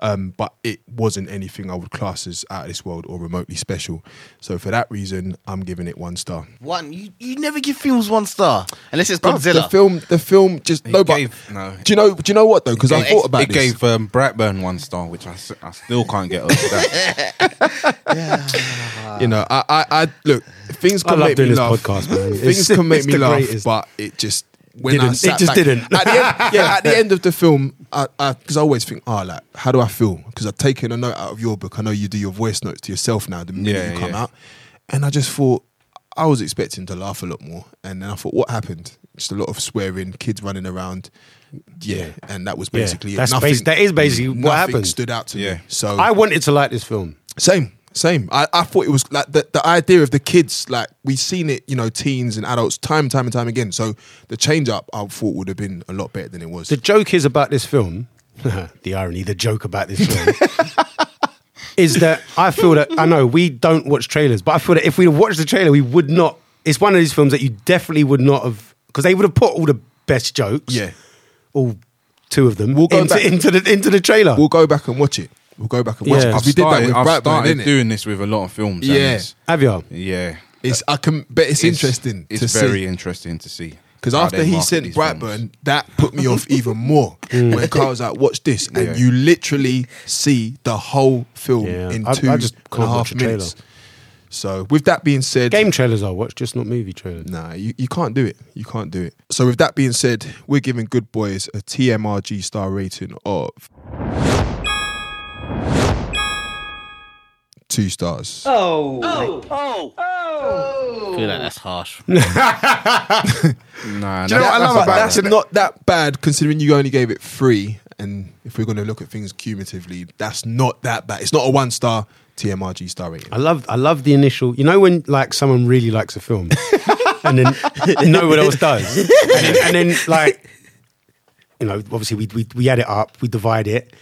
Speaker 8: um, but it wasn't anything I would class as out of this world or remotely special. So for that reason, I'm giving it one star.
Speaker 9: One, you, you never give films one star unless it's
Speaker 8: Bruv,
Speaker 9: Godzilla.
Speaker 8: The film, the film just
Speaker 5: It
Speaker 8: no, but
Speaker 5: gave- no.
Speaker 8: do you know? Do you know what though? Because I
Speaker 5: It-
Speaker 8: thought about
Speaker 5: it
Speaker 8: this.
Speaker 5: gave um, Bratburn one star, which I, s- I still can't get over that.
Speaker 8: you know, I, I, I look. Things
Speaker 10: I
Speaker 8: can
Speaker 10: love
Speaker 8: make
Speaker 10: doing
Speaker 8: me
Speaker 10: this
Speaker 8: laugh.
Speaker 10: podcast, man.
Speaker 8: Things
Speaker 10: It's-
Speaker 8: can make
Speaker 10: it's
Speaker 8: me
Speaker 10: the
Speaker 8: laugh,
Speaker 10: greatest.
Speaker 8: but it just when I
Speaker 10: Didn't. It
Speaker 8: sat
Speaker 10: just
Speaker 8: back-
Speaker 10: didn't.
Speaker 8: At the end, yeah, at the end of the film, because I, because I always think, oh, like, how do I feel? Because I've taken a note out of your book. I know you do your voice notes to yourself now. The minute
Speaker 5: Yeah,
Speaker 8: you come
Speaker 5: yeah.
Speaker 8: out, and I just thought I was expecting to laugh a lot more, and then I thought, what happened? Just a lot of swearing, kids running around. Yeah, and that was
Speaker 10: Yeah,
Speaker 8: basically it.
Speaker 10: that's
Speaker 8: nothing,
Speaker 10: basi- that is basically what
Speaker 8: nothing
Speaker 10: happened.
Speaker 8: Stood out to
Speaker 5: Yeah.
Speaker 8: me. So
Speaker 10: I wanted to like this film.
Speaker 8: same, same. I, I thought it was like the, the idea of the kids, like we've seen it, you know, teens and adults time and time and time again. So the change up I thought would have been a lot better than it was.
Speaker 10: The joke is about this film. the irony, the joke about this film. is that I feel that I know we don't watch trailers, but I feel that if we watched the trailer, we would not. It's one of these films that you definitely would not have because they would have put all the best jokes.
Speaker 8: Yeah.
Speaker 10: all two of them
Speaker 8: We'll go back-
Speaker 10: into, into the into the trailer.
Speaker 8: we'll go back and watch it. We'll go back and watch
Speaker 10: Yeah.
Speaker 8: it. 'cause
Speaker 5: I've
Speaker 8: we did that
Speaker 5: started,
Speaker 8: with
Speaker 5: I've
Speaker 8: Brad
Speaker 5: started
Speaker 8: it?
Speaker 5: doing this with a lot of films. and
Speaker 8: Yeah.
Speaker 5: it's-
Speaker 10: have you?
Speaker 5: yeah.
Speaker 8: It's I can bet it's, interesting
Speaker 5: It's
Speaker 8: to
Speaker 5: very
Speaker 8: see.
Speaker 5: interesting to see.
Speaker 8: Because
Speaker 5: how
Speaker 8: after
Speaker 5: they
Speaker 8: he
Speaker 5: market
Speaker 8: sent
Speaker 5: these films.
Speaker 8: Brightburn, that put me off even more. when Carl was like, watch this. And
Speaker 5: Yeah.
Speaker 8: you literally see the whole film
Speaker 10: Yeah.
Speaker 8: in
Speaker 10: I- I
Speaker 8: two
Speaker 10: just
Speaker 8: and a
Speaker 10: can't watch
Speaker 8: half
Speaker 10: a trailer.
Speaker 8: minutes. So with that being said,
Speaker 10: Game trailers I watch, just not movie trailers.
Speaker 8: Nah, you, you can't do it. You can't do it. So, with that being said, we're giving Good Boys a TMRG star rating of two stars. Oh.
Speaker 9: I Oh. feel like that's harsh.
Speaker 5: Nah,
Speaker 8: Do you know what I
Speaker 5: that's-
Speaker 8: love
Speaker 5: that's
Speaker 8: about
Speaker 5: about
Speaker 8: that? That's not that bad considering you only gave it three. And if we're going to look at things cumulatively, that's not that bad. It's not a one star TMRG star rating.
Speaker 10: I love I love the initial. You know when like someone really likes a film, and then no one else does, and then, and then like you know obviously we, we we add it up, we divide it,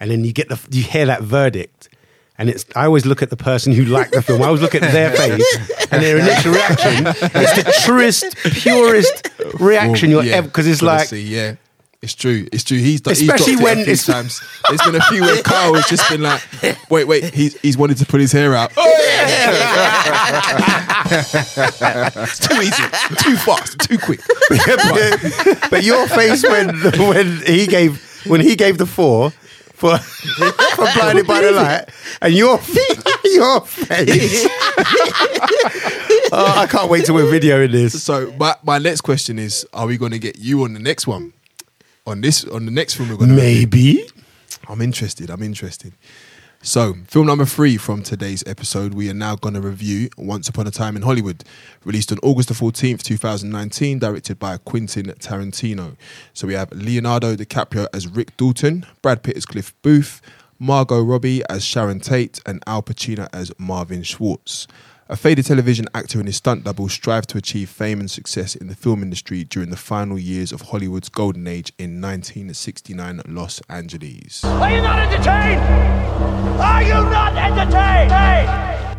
Speaker 10: and then you get the you hear that verdict, and it's I always look at the person who liked the film. I always look at their face and their initial reaction. It's the truest, purest reaction you'll ever because it's like
Speaker 8: honestly, yeah. It's true. It's true. He's done,
Speaker 10: Especially
Speaker 8: he's dropped
Speaker 10: when
Speaker 8: it a few
Speaker 10: it's-
Speaker 8: times. There's been a few where Carl has just been like, "Wait, wait." He's he's wanted to put his hair out.
Speaker 10: Oh,
Speaker 8: it's too easy, too fast, too quick.
Speaker 10: but, but your face when when he gave when he gave the four for for blinded by the light, and your your face. oh, I can't wait till we're videoing this.
Speaker 8: So my, my next question is: Are we going to get you on the next one? On this, on the next film, we're going to
Speaker 10: Maybe
Speaker 8: I'm interested. I'm interested. So, film number three from today's episode, we are now going to review Once Upon a Time in Hollywood, released on August the 14th, 2019, directed by Quentin Tarantino. So, we have Leonardo DiCaprio as Rick Dalton, Brad Pitt as Cliff Booth, Margot Robbie as Sharon Tate, and Al Pacino as Marvin Schwartz. A faded television actor and his stunt double strive to achieve fame and success in the film industry during the final years of Hollywood's golden age in 1969 Los Angeles.
Speaker 2: Are you not entertained? Are you not entertained?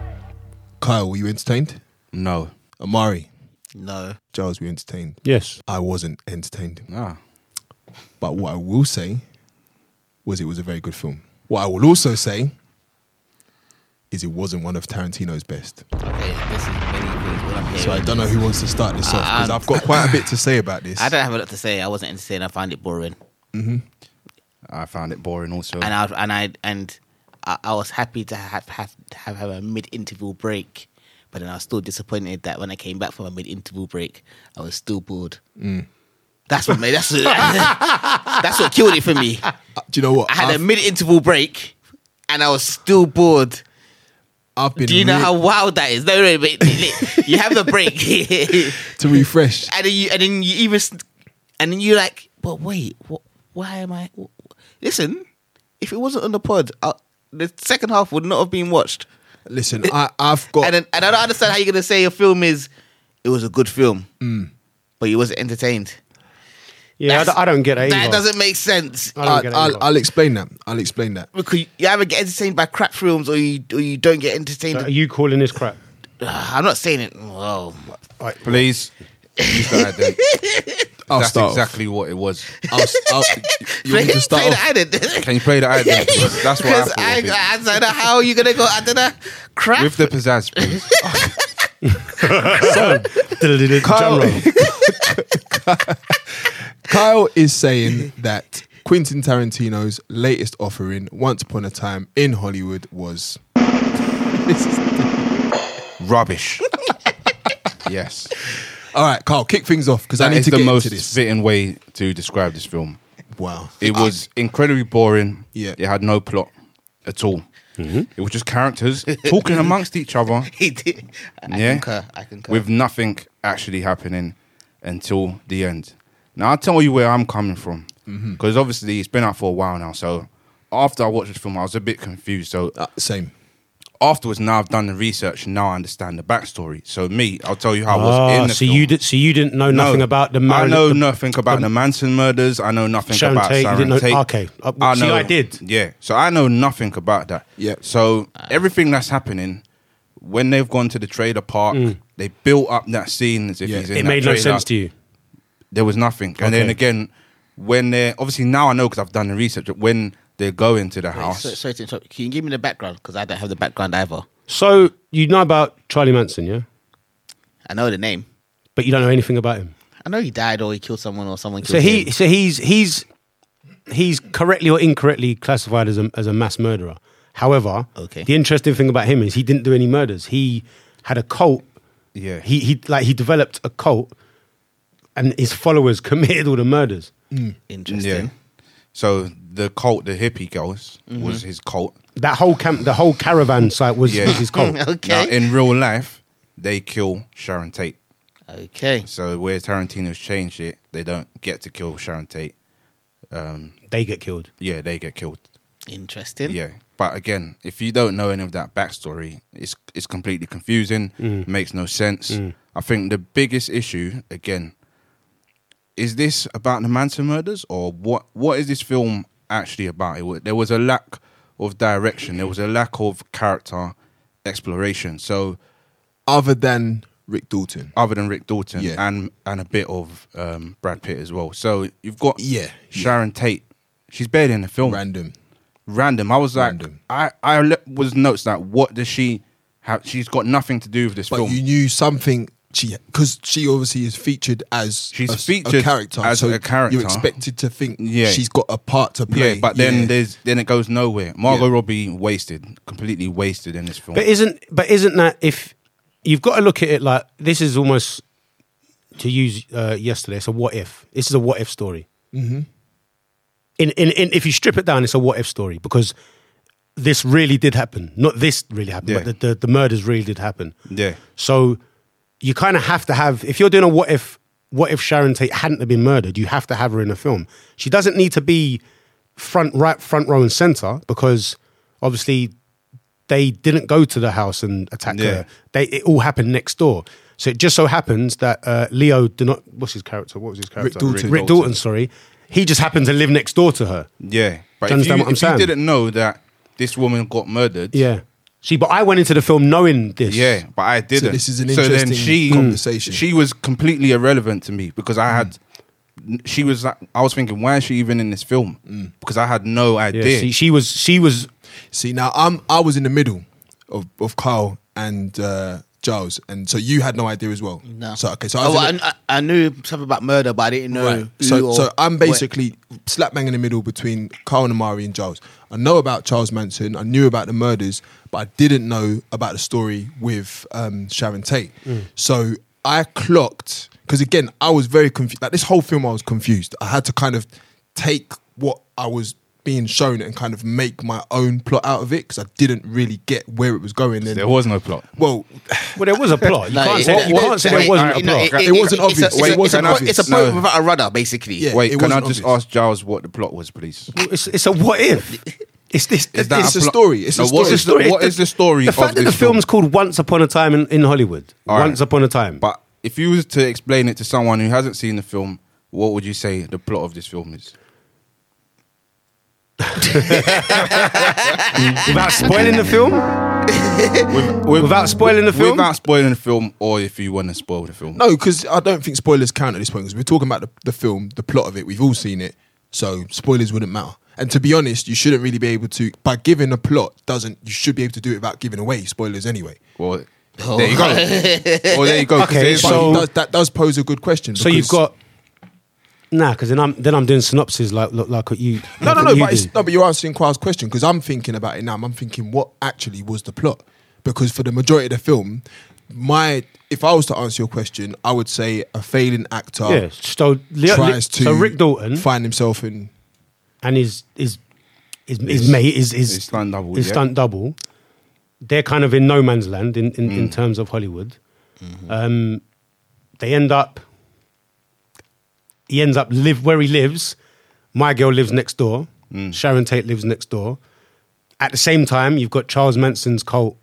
Speaker 8: Kyle, were you entertained?
Speaker 5: No.
Speaker 8: Amari,
Speaker 9: No.
Speaker 8: Giles, were you entertained?
Speaker 10: yes.
Speaker 8: I wasn't entertained.
Speaker 5: Nah.
Speaker 8: But what I will say was it was a very good film. What I will also say is it wasn't one of Tarantino's best.
Speaker 9: Okay, this is many things. All I'm hearing.
Speaker 8: So I don't know who wants to start this off because I've got quite a bit to say about this.
Speaker 9: Uh, I don't have a lot to say. I wasn't entertained. I find it boring,
Speaker 5: I found it boring also.
Speaker 9: and I and I and I, I was happy to have have to have, have a mid interval break, but then I was still disappointed that when I came back from a mid interval break, I was still bored.
Speaker 8: Mm.
Speaker 9: That's what made that's what, that's what killed it for me.
Speaker 8: Uh, Do you know what?
Speaker 9: I had
Speaker 8: I've,
Speaker 9: a mid interval break, and I was still bored.
Speaker 8: I've been
Speaker 9: Do you know
Speaker 8: re-
Speaker 9: how wild that is? No, no, but li- you have the break,
Speaker 8: to refresh.
Speaker 9: and then you, and then you even, s- and then you like But wait, wh- why am I? wh- Listen, if it wasn't on the pod, uh, the second half would not have been watched.
Speaker 8: Listen, I, I've got.
Speaker 9: And, then- and I don't understand how you're going to say a film is, it was a good film,
Speaker 5: Mm.
Speaker 9: but you wasn't entertained.
Speaker 10: Yeah, I d-
Speaker 9: That's-
Speaker 10: I don't get it.
Speaker 9: That
Speaker 10: either.
Speaker 9: doesn't make sense.
Speaker 10: I don't get
Speaker 8: I'll,
Speaker 10: it
Speaker 8: I'll,
Speaker 10: either.
Speaker 8: I'll explain that. I'll explain that.
Speaker 9: Because you either get entertained by crap films or you, or you don't get entertained.
Speaker 10: Are you calling this crap?
Speaker 9: I'm not saying it. Well,
Speaker 5: Please. You started then.
Speaker 8: I'll
Speaker 5: That's
Speaker 8: start. off.
Speaker 5: exactly what it was.
Speaker 8: I'll, s- I'll, you want me to start
Speaker 9: play
Speaker 8: off?
Speaker 9: the ad in.
Speaker 5: Can you play the ad? then? That's what I
Speaker 9: Because
Speaker 5: thought.
Speaker 9: I,
Speaker 5: it'd be.
Speaker 9: I, don't know how you're gonna go. I don't know. Crap.
Speaker 5: With the pizzazz, please.
Speaker 10: Drum roll.
Speaker 8: Kyle is saying that Quentin Tarantino's latest offering, Once Upon a Time in Hollywood, was.
Speaker 5: Rubbish. yes.
Speaker 8: All right, Kyle, kick things off because I
Speaker 5: That
Speaker 8: need
Speaker 5: is
Speaker 8: to
Speaker 5: the
Speaker 8: get
Speaker 5: most
Speaker 8: into this.
Speaker 5: fitting way to describe this film.
Speaker 8: Wow.
Speaker 5: It was incredibly boring.
Speaker 8: Yeah.
Speaker 5: It had no plot at all.
Speaker 10: Mm-hmm.
Speaker 5: It was just characters talking amongst each other.
Speaker 9: He did. I
Speaker 5: yeah,
Speaker 9: concur. I concur.
Speaker 5: with nothing actually happening until the end. Now I'll tell you where I'm coming from
Speaker 8: Mm-hmm.
Speaker 5: because obviously it's been out for a while now. So after I watched this film, I was a bit confused. So
Speaker 8: Uh, same.
Speaker 5: afterwards, now I've done the research and now I understand the backstory. So me, I'll tell you how I was
Speaker 10: Ah,
Speaker 5: in the
Speaker 10: so
Speaker 5: film.
Speaker 10: you did, so you didn't know
Speaker 5: No.
Speaker 10: nothing about the
Speaker 5: I
Speaker 10: Marilyn-
Speaker 5: know
Speaker 10: the-
Speaker 5: nothing about the Manson murders. I know nothing
Speaker 10: Sharon
Speaker 5: about
Speaker 10: Tate, you
Speaker 5: Sharon
Speaker 10: didn't know- okay.
Speaker 5: Tate.
Speaker 10: Uh, see, I did.
Speaker 5: Yeah, so I know nothing about that.
Speaker 8: Yeah.
Speaker 5: So everything that's happening when they've gone to the trailer park, they built up that scene as if
Speaker 8: Yeah.
Speaker 5: he's in
Speaker 10: Mm. It
Speaker 5: that
Speaker 10: made no
Speaker 5: trailer.
Speaker 10: sense to you.
Speaker 5: There was nothing, and then
Speaker 10: Okay.
Speaker 5: again, when they're obviously now I know because I've done the research. that When they go into the
Speaker 9: Wait,
Speaker 5: house,
Speaker 9: so, sorry to interrupt. Can you give me the background? Because I don't have the background either.
Speaker 10: So you know about Charlie Manson, yeah,
Speaker 9: I know the name.
Speaker 10: but you don't know anything about him.
Speaker 9: I know he died or he killed someone or someone
Speaker 10: So
Speaker 9: killed
Speaker 10: he,
Speaker 9: him.
Speaker 10: so he's he's he's correctly or incorrectly classified as a as a mass murderer. However,
Speaker 9: Okay.
Speaker 10: the interesting thing about him is he didn't do any murders. He had a cult.
Speaker 5: Yeah.
Speaker 10: he he like he developed a cult, and his followers committed all the murders.
Speaker 9: Interesting.
Speaker 5: So the cult, the hippie girls, was his cult.
Speaker 10: That whole camp, the whole caravan site was,
Speaker 5: Yeah.
Speaker 10: was his cult.
Speaker 5: Now,
Speaker 9: okay.
Speaker 5: in real life, they kill Sharon Tate.
Speaker 9: okay.
Speaker 5: So where Tarantino's changed it, they don't get to kill Sharon Tate.
Speaker 10: They get killed.
Speaker 5: Yeah, they get killed.
Speaker 9: Interesting.
Speaker 5: Yeah, but again, if you don't know any of that backstory, it's it's completely confusing. Makes no sense. I think the biggest issue again is this about the Manson murders or what? What is this film actually about? It, wa- there was a lack of direction. There was a lack of character exploration. So
Speaker 8: Other than Rick Dalton.
Speaker 5: other than Rick Dalton
Speaker 8: Yeah.
Speaker 5: and and a bit of um, Brad Pitt as well. So you've got
Speaker 8: Yeah,
Speaker 5: Sharon Tate. She's barely in the film.
Speaker 8: Random.
Speaker 5: Random. I was like,
Speaker 8: Random.
Speaker 5: I I le- was notes that what does she have? She's got nothing to do with this
Speaker 8: But
Speaker 5: film.
Speaker 8: you knew something. She because she obviously is featured as
Speaker 5: She's
Speaker 8: a, s- a
Speaker 5: featured
Speaker 8: character.
Speaker 5: as
Speaker 8: so
Speaker 5: a character.
Speaker 8: You're expected to think
Speaker 5: Yeah.
Speaker 8: she's got a part to play.
Speaker 5: yeah, but then
Speaker 8: Yeah.
Speaker 5: there's then it goes nowhere. Margot
Speaker 8: Yeah.
Speaker 5: Robbie wasted, completely wasted in this film.
Speaker 10: But isn't but isn't that if you've got to look at it like this is almost to use uh, yesterday? It's a what if. This is a what if story. Mm-hmm. In, in in if you strip it down, it's a what if story because this really did happen. Not this really happened,
Speaker 5: Yeah.
Speaker 10: but the, the the murders really did happen.
Speaker 5: yeah,
Speaker 10: So you kind of have to have if you're doing a what if what if Sharon Tate hadn't have been murdered, you have to have her in a film. She doesn't need to be front right front row and center because obviously they didn't go to the house and attack
Speaker 5: Yeah.
Speaker 10: her. They it all happened next door. So it just so happens that uh, Leo did not what's his character? What was his character?
Speaker 8: Dalton.
Speaker 10: Rick Dalton, sorry. He just happened to live next door to her.
Speaker 5: yeah. But
Speaker 10: Do you
Speaker 5: if, you,
Speaker 10: understand what I'm
Speaker 5: if you
Speaker 10: saying?
Speaker 5: didn't know that this woman got murdered,
Speaker 10: Yeah. See, but I went into the film knowing this.
Speaker 5: Yeah, but I didn't.
Speaker 8: this is an
Speaker 5: then
Speaker 8: interesting conversation.
Speaker 5: She was completely irrelevant to me because I had. She was like, I was thinking, why is she even in this film?
Speaker 8: Mm.
Speaker 5: Because I had no
Speaker 10: Yeah,
Speaker 5: idea.
Speaker 10: see, she was she was
Speaker 8: See now, I'm I was in the middle of of Kyle and uh, Giles, and so you had no idea as well.
Speaker 9: No.
Speaker 8: So okay, so I
Speaker 9: Oh,
Speaker 8: was
Speaker 9: well, I,
Speaker 8: in the-
Speaker 9: I- I knew something about murder, but I didn't know.
Speaker 8: right.
Speaker 9: who
Speaker 8: So
Speaker 9: or
Speaker 8: so I'm
Speaker 9: what.
Speaker 8: basically slap bang in the middle between Kyle and Amari and Giles. I know about Charles Manson. I knew about the murders, but I didn't know about the story with um, Sharon Tate. So I clocked because again, I was very confused. Like this whole film, I was confused. I had to kind of take what I was being shown and kind of make my own plot out of it because I didn't really get where it was going. And
Speaker 5: There was no plot.
Speaker 8: well,
Speaker 10: well, there was a plot. You
Speaker 9: No,
Speaker 10: can't
Speaker 9: it-
Speaker 10: say,
Speaker 9: it-
Speaker 10: you can't say there
Speaker 9: wait,
Speaker 10: wasn't a
Speaker 9: no,
Speaker 10: plot.
Speaker 8: It wasn't
Speaker 9: it's a-
Speaker 8: obvious.
Speaker 9: it's a-
Speaker 8: It
Speaker 9: it's a
Speaker 8: wasn't
Speaker 9: boat-
Speaker 8: obvious.
Speaker 9: It's a boat
Speaker 5: No.
Speaker 9: without a rudder, basically.
Speaker 8: Yeah.
Speaker 5: Wait,
Speaker 8: it
Speaker 5: can I
Speaker 8: wasn't
Speaker 5: just
Speaker 8: obvious.
Speaker 5: ask Giles what the plot was, please?
Speaker 10: It's, it's a what if. It's this.
Speaker 8: Is that It's a story. It's a
Speaker 5: What
Speaker 8: story.
Speaker 5: is the, what is the story
Speaker 10: The
Speaker 5: of
Speaker 10: fact that the
Speaker 5: this film?
Speaker 10: film's called Once Upon a Time in, in Hollywood.
Speaker 5: All right.
Speaker 10: Once Upon a Time.
Speaker 5: But if you was to explain it to someone who hasn't seen the film, what would you say the plot of this film is?
Speaker 10: without spoiling the film. without spoiling the film.
Speaker 5: Without spoiling the film, or if you want to spoil the film.
Speaker 8: no, because I don't think spoilers count at this point because we're talking about the, the film, the plot of it. We've all seen it, so spoilers wouldn't matter. And to be honest, you shouldn't really be able to by giving a plot doesn't. You should be able to do it without giving away spoilers anyway.
Speaker 5: Well, there you go. well, there you go. 'cause
Speaker 10: Okay,
Speaker 5: there's-
Speaker 8: But
Speaker 10: so-
Speaker 8: it does- that does pose a good question.
Speaker 10: so you've
Speaker 8: because-
Speaker 10: got. Nah, because then I'm then I'm doing synopses like like, like what you.
Speaker 8: No,
Speaker 10: like what
Speaker 8: no, no.
Speaker 10: you
Speaker 8: But, it's,
Speaker 10: do.
Speaker 8: no, but you're answering Quarles' question because I'm thinking about it now. and I'm thinking what actually was the plot because for the majority of the film, my if I was to answer your question, I would say a failing actor
Speaker 10: yeah. So Leo,
Speaker 8: tries to
Speaker 10: so Rick Dalton
Speaker 8: find himself in.
Speaker 10: and his his his, his, mate is is
Speaker 5: his stunt double,
Speaker 10: His
Speaker 5: yeah.
Speaker 10: stunt double. They're kind of in no man's land in in,
Speaker 5: Mm.
Speaker 10: in terms of Hollywood.
Speaker 5: Mm-hmm.
Speaker 10: Um, they end up. He ends up live where he lives. My girl lives next door.
Speaker 5: Mm.
Speaker 10: Sharon Tate lives next door. At the same time, you've got Charles Manson's cult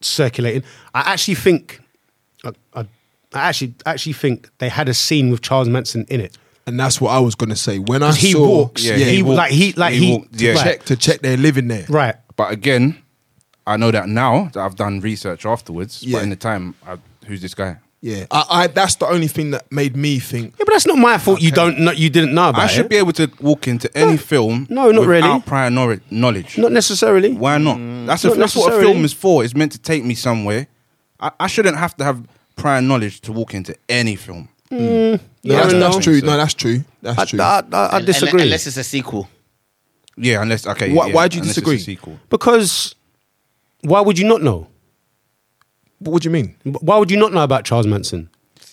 Speaker 10: circulating. I actually think, I, I, I actually actually think they had a scene with Charles Manson in it.
Speaker 8: And that's what I was going to say. When I
Speaker 10: 'Cause he
Speaker 8: saw,
Speaker 10: walks,
Speaker 5: yeah,
Speaker 10: he,
Speaker 5: he walked-
Speaker 10: like he like
Speaker 5: he
Speaker 10: he,
Speaker 5: walked, yeah.
Speaker 10: right,
Speaker 8: check to check they're living there.
Speaker 10: right.
Speaker 5: But again, I know that now that I've done research afterwards.
Speaker 8: Yeah.
Speaker 5: But in the time, I, who's this guy?
Speaker 8: Yeah, I, I, that's the only thing that made me think.
Speaker 10: Yeah, but that's not my fault. You don't know. You didn't know about
Speaker 5: I should
Speaker 10: it.
Speaker 5: be able to walk into any film.
Speaker 10: no, not
Speaker 5: without
Speaker 10: really.
Speaker 5: prior nor- knowledge.
Speaker 10: not necessarily.
Speaker 5: Why not?
Speaker 8: Mm.
Speaker 5: That's a,
Speaker 10: not
Speaker 5: that's what a
Speaker 10: necessarily.
Speaker 5: film is for. It's meant to take me somewhere. I, I shouldn't have to have prior knowledge to walk into any film.
Speaker 8: No,
Speaker 10: Yeah,
Speaker 8: that's,
Speaker 10: I don't
Speaker 8: that's
Speaker 10: know.
Speaker 8: true. No, that's true. That's true.
Speaker 10: I, I, I, I
Speaker 9: Un- un-
Speaker 10: disagree
Speaker 9: Unless it's a sequel.
Speaker 5: Yeah, unless okay.
Speaker 8: Why-
Speaker 5: yeah,
Speaker 8: why do you
Speaker 5: unless
Speaker 8: disagree?
Speaker 5: It's a sequel.
Speaker 10: because why would you not know?
Speaker 8: what do you mean?
Speaker 10: Why would you not know about Charles Manson?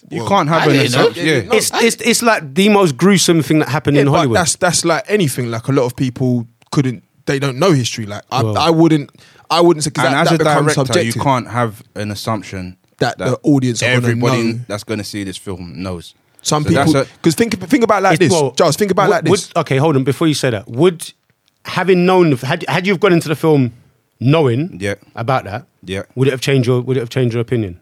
Speaker 5: You can't have
Speaker 9: I
Speaker 5: an
Speaker 9: didn't know.
Speaker 5: assumption. Yeah.
Speaker 10: it's, it's it's like the most gruesome thing that happened in
Speaker 8: But
Speaker 10: Hollywood.
Speaker 8: that's that's like anything. Like a lot of people couldn't. They don't know history. Like I,
Speaker 10: Well.
Speaker 8: I wouldn't. I wouldn't say 'cause
Speaker 5: and
Speaker 8: that,
Speaker 5: as
Speaker 8: that
Speaker 5: a
Speaker 8: becomes
Speaker 5: director,
Speaker 8: subjective.
Speaker 5: you can't have an assumption
Speaker 8: That the audience are gonna
Speaker 5: everybody
Speaker 8: know.
Speaker 5: that's going to see this film knows.
Speaker 8: Some
Speaker 5: So that's
Speaker 8: people
Speaker 5: a-
Speaker 8: because think think about it like
Speaker 10: It's-
Speaker 8: this,
Speaker 10: well,
Speaker 8: Charles. Think about it
Speaker 10: would-
Speaker 8: like this.
Speaker 10: Would, okay, hold on. Before you say that, would having known had had you have gone into the film knowing
Speaker 5: Yeah.
Speaker 10: about that,
Speaker 5: Yeah.
Speaker 10: would it have changed your would it have changed your opinion?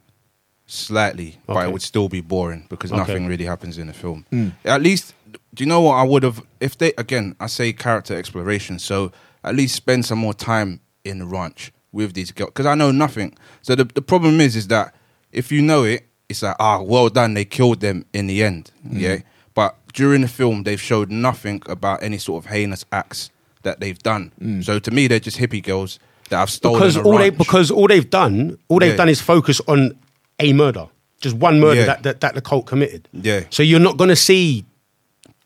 Speaker 5: slightly, but
Speaker 10: Okay.
Speaker 5: it would still be boring because
Speaker 10: Okay. Hmm.
Speaker 5: nothing really happens in the film. At least, do you know what I would have? If they again, I say character exploration, so at least spend some more time in the ranch with these girls because I know nothing. So the the problem is, is that if you know it, it's like ah, well done, they killed them in the end,
Speaker 10: Hmm.
Speaker 5: yeah. But during the film, they've showed nothing about any sort of heinous acts that they've done. So to me, they're just hippie girls that have stolen
Speaker 10: Hmm. because
Speaker 5: a
Speaker 10: all they
Speaker 5: ranch.
Speaker 10: because all they've done all they've
Speaker 5: Yeah.
Speaker 10: done is focus on a murder, just one murder
Speaker 5: Yeah.
Speaker 10: that, that that the cult committed.
Speaker 5: Yeah.
Speaker 10: So you're not gonna see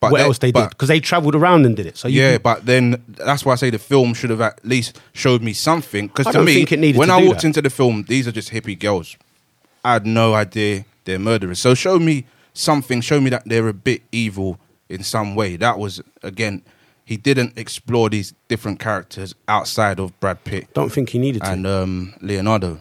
Speaker 5: But
Speaker 10: what
Speaker 5: they-
Speaker 10: else they did
Speaker 5: but-
Speaker 10: because they travelled around and did it. So you
Speaker 5: yeah,
Speaker 10: can-
Speaker 5: but then that's why I say the film should have at least showed me something.
Speaker 10: I
Speaker 5: Because to
Speaker 10: don't
Speaker 5: me,
Speaker 10: think it needed
Speaker 5: when
Speaker 10: to
Speaker 5: I
Speaker 10: do
Speaker 5: walked
Speaker 10: that.
Speaker 5: into the film, these are just hippie girls. I had no idea they're murderers. So show me something. Show me that they're a bit evil in some way. That was again, he didn't explore these different characters outside of Brad Pitt
Speaker 10: don't think he needed to.
Speaker 5: and um, Leonardo.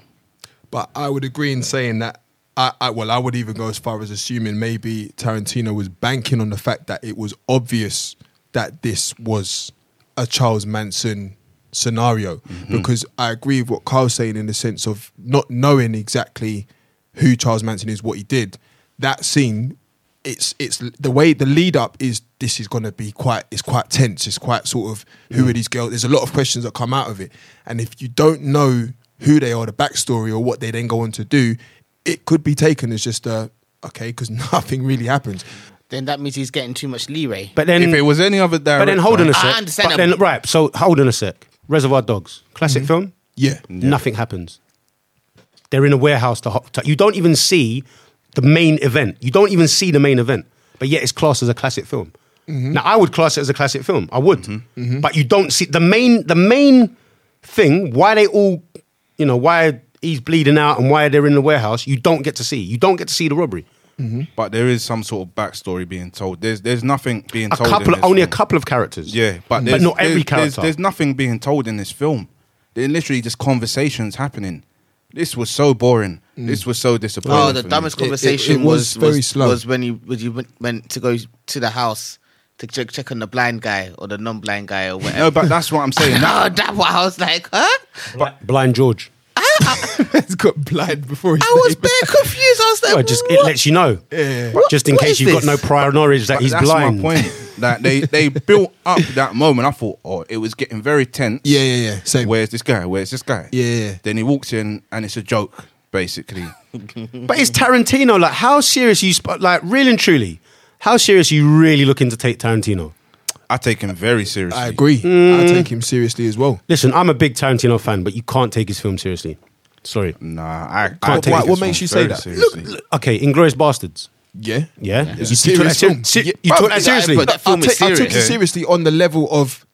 Speaker 8: But I would agree in saying that. I, I, well, I would even go as far as assuming maybe Tarantino was banking on the fact that it was obvious that this was a Charles Manson scenario. Because I agree with what Carl's saying in the sense of not knowing exactly who Charles Manson is, what he did. That scene it's it's the way the lead up is this is going to be quite it's quite tense it's quite sort of who are these girls there's a lot of questions that come out of it and if you don't know who they are the backstory or what they then go on to do it could be taken as just a okay because nothing really happens
Speaker 9: Then that means he's getting too much leeway.
Speaker 10: but then
Speaker 5: if it was any other director,
Speaker 10: but then hold on a
Speaker 9: I
Speaker 10: sec.
Speaker 9: understand
Speaker 10: but
Speaker 9: that.
Speaker 10: then right, so hold on a sec. Reservoir Dogs, classic
Speaker 5: Mm-hmm.
Speaker 10: film.
Speaker 8: yeah
Speaker 10: Nothing happens. They're in a warehouse. To hot, you don't even see the main event. You don't even see the main event, but yet it's classed as a classic film.
Speaker 5: Mm-hmm.
Speaker 10: Now I would class it as a classic film. I would, Mm-hmm. but you don't see the main the main thing. Why they all, you know, why he's bleeding out and why they're in the warehouse. You don't get to see. You don't get to see the robbery.
Speaker 8: Mhm.
Speaker 5: but there is some sort of backstory being told. There's there's nothing being
Speaker 10: A
Speaker 5: told. in
Speaker 10: couple,
Speaker 5: this
Speaker 10: only a
Speaker 5: film.
Speaker 10: couple of characters.
Speaker 5: Yeah, but,
Speaker 10: but
Speaker 5: there's-
Speaker 10: not every
Speaker 5: there's- there's-
Speaker 10: character.
Speaker 5: There's, nothing being told in this film. They're literally just conversations happening. This was so boring. This
Speaker 8: Mm.
Speaker 5: was so disappointing.
Speaker 9: Oh, the
Speaker 5: for me.
Speaker 9: dumbest conversation was, was was when you when you went, went to go to the house to check, check on the blind guy or the non-blind guy or whatever.
Speaker 5: No, but that's what I'm saying. That-
Speaker 9: oh, that what I was like, huh?
Speaker 10: Blind George.
Speaker 8: He's got blind before he's
Speaker 9: I was bare confused. I was like,
Speaker 10: Well, just it
Speaker 9: what?
Speaker 10: lets you know,
Speaker 8: Yeah.
Speaker 9: What-
Speaker 10: just in
Speaker 9: what
Speaker 10: case
Speaker 9: is
Speaker 10: you've got
Speaker 9: this?
Speaker 10: no prior knowledge that
Speaker 5: But
Speaker 10: he's
Speaker 5: that's
Speaker 10: blind.
Speaker 5: my point. That they they built up that moment. I thought, oh, it was getting very tense.
Speaker 8: Yeah, yeah, yeah. Same.
Speaker 5: Where's this guy? Where's this guy?
Speaker 8: Yeah, yeah.
Speaker 5: Then he walks in and it's a joke, basically.
Speaker 10: But it's
Speaker 8: Mm-hmm.
Speaker 10: Tarantino. Like, how serious are you? sp- Like, real and truly, how serious are you really looking to take Tarantino?
Speaker 5: I take him very seriously.
Speaker 8: I agree. I take him seriously as well.
Speaker 10: Listen, I'm a big Tarantino fan, but you can't take his film seriously. Sorry.
Speaker 5: Nah, I can't
Speaker 10: What-
Speaker 5: take
Speaker 10: what-
Speaker 5: this
Speaker 8: what makes
Speaker 5: film
Speaker 8: you say
Speaker 5: very
Speaker 8: that?
Speaker 5: seriously.
Speaker 10: Okay, Inglorious Bastards.
Speaker 8: Yeah.
Speaker 10: Yeah, You-
Speaker 8: It's
Speaker 10: you
Speaker 8: a serious
Speaker 10: took that ser-
Speaker 8: film.
Speaker 10: se-
Speaker 8: Yeah.
Speaker 10: you
Speaker 8: But-
Speaker 10: took that seriously.
Speaker 9: But that
Speaker 8: I'll
Speaker 9: film is
Speaker 8: take- I took
Speaker 9: serious.
Speaker 8: it seriously on the level of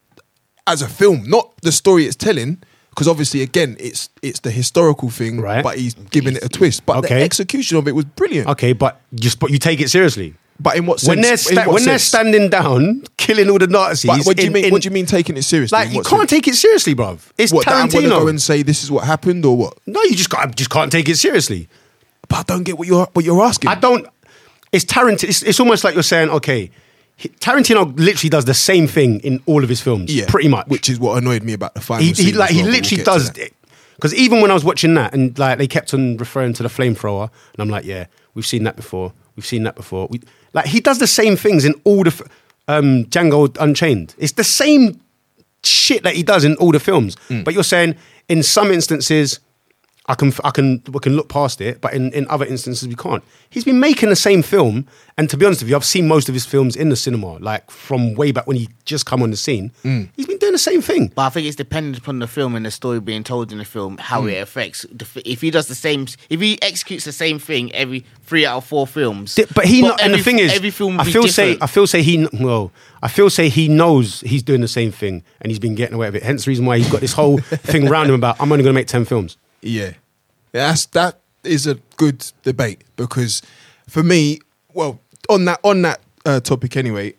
Speaker 8: as a film, not the story it's telling. Because obviously, again, it's it's the historical thing,
Speaker 10: Right.
Speaker 8: but he's giving it a twist. But
Speaker 10: Okay.
Speaker 8: the execution of it was brilliant.
Speaker 10: Okay, but just but you take it seriously.
Speaker 8: But in what sense?
Speaker 10: When they're
Speaker 8: In
Speaker 10: sta-
Speaker 8: what
Speaker 10: when they're
Speaker 8: sense?
Speaker 10: standing down, killing all the Nazis.
Speaker 8: But what do you
Speaker 10: in-
Speaker 8: mean?
Speaker 10: in-
Speaker 8: what do you mean taking it seriously?
Speaker 10: Like
Speaker 8: In
Speaker 10: you
Speaker 8: what
Speaker 10: can't
Speaker 8: sense?
Speaker 10: take it seriously, bruv. It's
Speaker 8: what, that I'm gonna
Speaker 10: Tarantino.
Speaker 8: go and say this is what happened, or what?
Speaker 10: no, you just got, just can't take it seriously.
Speaker 8: But I don't get what you're what you're asking.
Speaker 10: I don't. It's Tarantino. It's, it's almost like you're saying, okay, he- Tarantino literally does the same thing in all of his films,
Speaker 8: yeah,
Speaker 10: pretty much.
Speaker 8: Which is what annoyed me about the final.
Speaker 10: he, he
Speaker 8: scene
Speaker 10: like
Speaker 8: as
Speaker 10: he
Speaker 8: well, but we'll
Speaker 10: literally
Speaker 8: get to
Speaker 10: does
Speaker 8: that.
Speaker 10: it. Because even when I was watching that, and like they kept on referring to the flamethrower, and I'm like, yeah, we've seen that before. We've seen that before. We, like he does the same things in all the f- um, Django Unchained. It's the same shit that he does in all the films.
Speaker 8: Mm.
Speaker 10: But you're saying in some instances, I can I can we can look past it, but in, in other instances we can't. He's been making the same film, and to be honest with you, I've seen most of his films in the cinema, like from way back when he just come on the scene.
Speaker 8: Mm.
Speaker 10: He's been doing the same thing.
Speaker 9: But I think it's dependent upon the film and the story being told in the film how
Speaker 10: Hmm.
Speaker 9: it affects. The, f- if he does the same, if he executes the same thing every three out of four films,
Speaker 10: Di- But he not, and the
Speaker 9: every-
Speaker 10: thing is,
Speaker 9: every film.
Speaker 10: I
Speaker 9: be
Speaker 10: feel say
Speaker 9: different.
Speaker 10: I feel say he kn- well, I feel say he knows he's doing the same thing and he's been getting away with it. Hence the reason why he's got this whole thing around him about I'm only going to make ten films.
Speaker 8: Yeah, that's that is a good debate because for me, well, on that on that uh, topic anyway,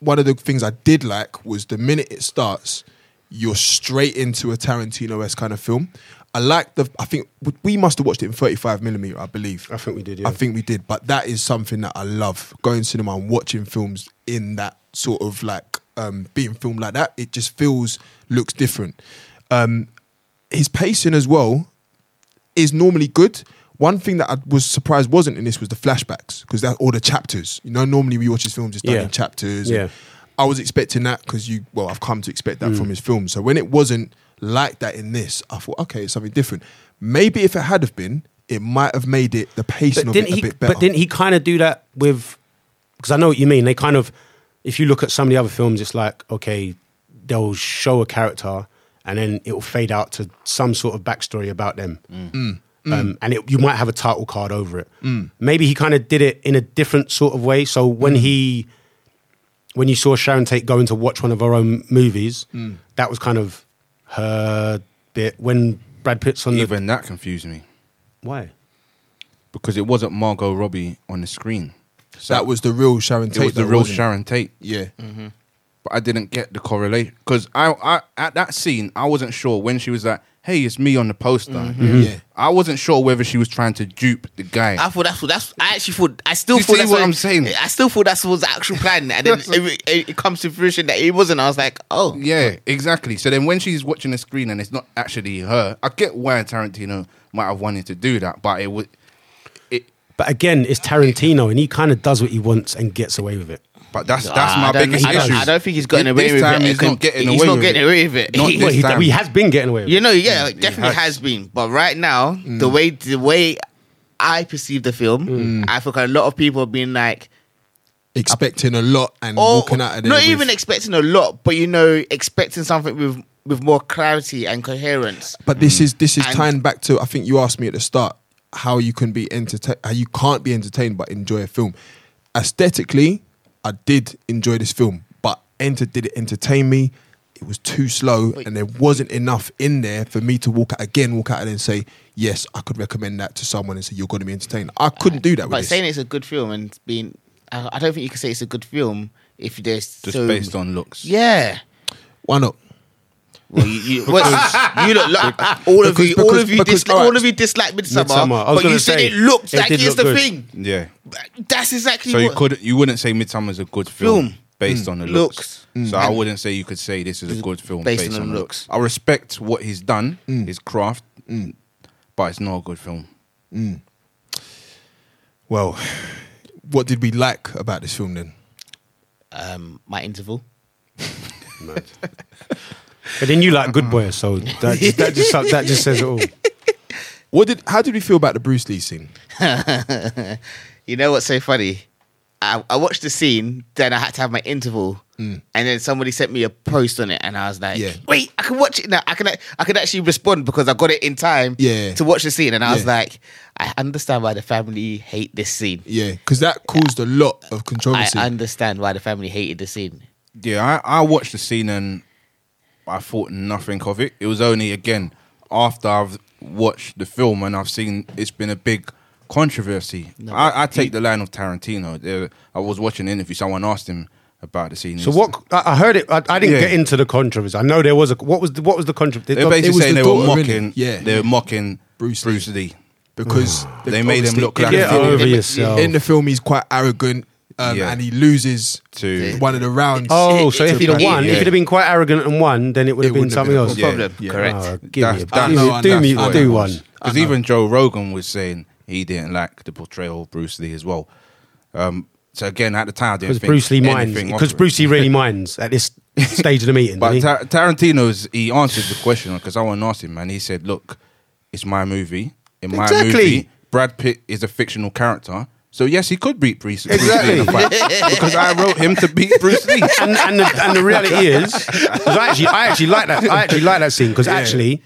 Speaker 8: one of the things I did like was the minute it starts, you're straight into a Tarantino esque kind of film. I like the. I think w- we must have watched it in 35 millimeter, I believe.
Speaker 10: I think we did, yeah.
Speaker 8: I think we did. But that is something that I love going to cinema and watching films in that sort of like um, being filmed like that. It just feels looks different. Um, his pacing as well is normally good. One thing that I was surprised wasn't in this was the flashbacks because that or the chapters. You know, normally we watch his films just done
Speaker 10: Yeah.
Speaker 8: in chapters.
Speaker 10: Yeah.
Speaker 8: And I was expecting that because you. Well, I've come to expect that from his films. So when it wasn't like that in this, I thought, okay, it's something different. Maybe if it had have been, it might have made it the pacing
Speaker 10: But
Speaker 8: of it
Speaker 10: didn't
Speaker 8: a
Speaker 10: he?
Speaker 8: bit better.
Speaker 10: But didn't he kind of do that with? Because I know what you mean. They kind of, if you look at some of the other films, it's like okay, they'll show a character and then it will fade out to some sort of backstory about them.
Speaker 8: Mm.
Speaker 10: Um, and it, you might have a title card over it. Maybe he kind of did it in a different sort of way. So when he, when you saw Sharon Tate going to watch one of her own movies, that was kind of her bit. When Brad Pitt's on
Speaker 5: Even that confused me
Speaker 10: the why
Speaker 5: because it wasn't Margot Robbie on the screen. So
Speaker 8: that was the real Sharon
Speaker 5: it
Speaker 8: Tate.
Speaker 5: was the
Speaker 8: though,
Speaker 5: real
Speaker 8: wasn't it?
Speaker 5: Sharon Tate.
Speaker 8: Yeah.
Speaker 9: Mm-hmm.
Speaker 5: but I didn't get the correlation because I, I at that scene I wasn't sure when she was like, "Hey, it's me on the poster."
Speaker 9: Mm-hmm.
Speaker 8: Yeah.
Speaker 5: I wasn't sure whether she was trying to dupe the guy.
Speaker 9: I thought that's what that's. I actually thought. I still
Speaker 5: You
Speaker 9: thought
Speaker 5: see
Speaker 9: that's
Speaker 5: what I'm saying?
Speaker 9: I still thought that was the actual plan, and then it, it, it comes to fruition that it wasn't. I was like, oh,
Speaker 5: yeah, exactly. So then when she's watching the screen and it's not actually her, I get why Tarantino might have wanted to do that, but it would. It,
Speaker 10: But again, it's Tarantino, and he kind of does what he wants and gets away with it.
Speaker 5: but that's that's
Speaker 9: Ah, I
Speaker 5: my
Speaker 9: don't-
Speaker 5: biggest
Speaker 9: I don't-
Speaker 5: issue.
Speaker 9: I don't think he's gotten
Speaker 5: This
Speaker 9: away with
Speaker 5: time
Speaker 9: it.
Speaker 5: He's not getting
Speaker 9: He's
Speaker 5: away
Speaker 9: not
Speaker 5: with
Speaker 9: getting
Speaker 5: it.
Speaker 9: away with it.
Speaker 5: Not Mm,
Speaker 9: He-
Speaker 5: this
Speaker 10: Well, he,
Speaker 5: time.
Speaker 10: he has been getting away with
Speaker 9: You
Speaker 10: it.
Speaker 9: know, yeah, it definitely
Speaker 5: has.
Speaker 9: has. been. But right now,
Speaker 5: Mm.
Speaker 9: the way the way I perceive the film,
Speaker 5: Mm.
Speaker 9: I think a lot of people have been like,
Speaker 8: Expecting a lot and
Speaker 9: oh,
Speaker 8: walking out of there.
Speaker 9: not
Speaker 8: with-
Speaker 9: even expecting a lot, but you know, expecting something with with more clarity and coherence.
Speaker 8: But this is this is
Speaker 9: Mm. And-
Speaker 8: tying back to I think you asked me at the start how you can be entertained, how you can't be entertained but enjoy a film. Aesthetically, I did enjoy this film, but enter did it entertain me? it was too slow and there wasn't enough in there for me to walk out again, walk out and then say, yes, I could recommend that to someone and say, you're going to be entertained. I couldn't do that with
Speaker 9: But
Speaker 8: this.
Speaker 9: Uh, saying it's a good film and being, I, I don't think you can say it's a good film if there's
Speaker 5: Just
Speaker 9: so,
Speaker 5: based on looks.
Speaker 9: Yeah.
Speaker 8: Why not?
Speaker 9: Well, you, you, well, you look like all of you,
Speaker 8: because-
Speaker 9: all of you,
Speaker 8: because-
Speaker 9: disli-
Speaker 8: all right.
Speaker 9: all of you dislike Midsummer,
Speaker 10: Midsommar, I was
Speaker 9: but you
Speaker 10: gonna
Speaker 9: said
Speaker 10: say,
Speaker 9: it looked
Speaker 10: it
Speaker 9: like
Speaker 10: did
Speaker 9: it's
Speaker 10: look
Speaker 9: the
Speaker 10: good.
Speaker 9: thing.
Speaker 5: Yeah.
Speaker 9: That's exactly
Speaker 5: So
Speaker 9: what.
Speaker 5: you could you wouldn't say Midsummer's a good film,
Speaker 9: Film.
Speaker 5: based on the looks.
Speaker 9: Looks. Mm.
Speaker 5: So I
Speaker 9: And-
Speaker 5: wouldn't say you could say this is a good film
Speaker 9: Based
Speaker 5: based,
Speaker 9: on the
Speaker 5: on, the looks.
Speaker 9: looks.
Speaker 5: Hmm. I respect what he's done, his craft, but it's not a good film.
Speaker 8: Well, what did we like about this film then?
Speaker 9: um, my interval.
Speaker 10: But then you like Good Boy, so that just, that just that just says it all.
Speaker 8: What did? How did we feel about the Bruce Lee scene?
Speaker 9: You know what's so funny? I, I watched the scene, then I had to have my interval, and then somebody sent me a post on it, and I was like,
Speaker 8: Mm. Yeah.
Speaker 9: "Wait, I can watch it now. I can act- I can actually respond because I got it in time
Speaker 8: Yeah.
Speaker 9: to watch the scene." And I was
Speaker 8: Yeah.
Speaker 9: like, "I understand why the family hate this scene.
Speaker 8: Yeah, because that caused a lot of
Speaker 9: I
Speaker 8: controversy.
Speaker 9: understand why the family hated the scene."
Speaker 5: Yeah, I, I watched the scene and I thought nothing of it. It was only again after I've watched the film and I've seen it's been a big controversy. I, I take the line of Tarantino. There, I was watching an interview. Someone asked him about the scene.
Speaker 10: So what? I I heard it. I, I didn't
Speaker 5: Yeah.
Speaker 10: get into the controversy. I know there was a. What was the, what was the controversy?
Speaker 5: They're
Speaker 8: it
Speaker 5: basically
Speaker 8: was
Speaker 5: saying
Speaker 8: the
Speaker 5: they were
Speaker 8: daughter,
Speaker 5: mocking.
Speaker 8: innit? Yeah.
Speaker 5: they were mocking
Speaker 8: Bruce
Speaker 5: Bruce Bruce Lee.
Speaker 8: Lee. because
Speaker 5: They made them look
Speaker 8: obviously-
Speaker 5: like
Speaker 10: Get
Speaker 5: Yeah,
Speaker 10: over
Speaker 5: in the-
Speaker 10: yourself.
Speaker 8: in the film. He's quite arrogant, um,
Speaker 5: Yeah.
Speaker 8: and he loses
Speaker 5: To-
Speaker 8: one of the rounds.
Speaker 10: oh, so if he'd have
Speaker 5: Yeah.
Speaker 10: won, if he'd have been quite arrogant and won, then it would have
Speaker 8: It
Speaker 10: been
Speaker 8: wouldn't have
Speaker 10: something
Speaker 8: been a
Speaker 10: else.
Speaker 9: problem. Yeah. Correct.
Speaker 10: Oh, give
Speaker 5: That's-
Speaker 10: me, a-
Speaker 5: that's
Speaker 10: give me-
Speaker 8: how I
Speaker 10: do me,
Speaker 8: understand
Speaker 10: do
Speaker 8: it
Speaker 10: one.
Speaker 8: was.
Speaker 5: Because even Joe Rogan was saying he didn't like the portrayal of Bruce Lee as well. Um, so again, at the time, I didn't
Speaker 10: Because
Speaker 5: think
Speaker 10: Bruce Lee minds.
Speaker 5: anything of
Speaker 10: Because
Speaker 5: it.
Speaker 10: Bruce Lee really minds at this stage of the meeting.
Speaker 5: But
Speaker 10: doesn't
Speaker 5: Tar- Tarantino's he answered the question because someone asked him, and he said, "Look, it's my movie. In my
Speaker 10: Exactly.
Speaker 5: movie, Brad Pitt is a fictional character." So yes, he could beat Bruce, Bruce Lee in a fight because I wrote him to beat Bruce Lee.
Speaker 10: he? and, and, the, and the reality is, 'cause I actually, I actually like that. I actually like that scene because actually,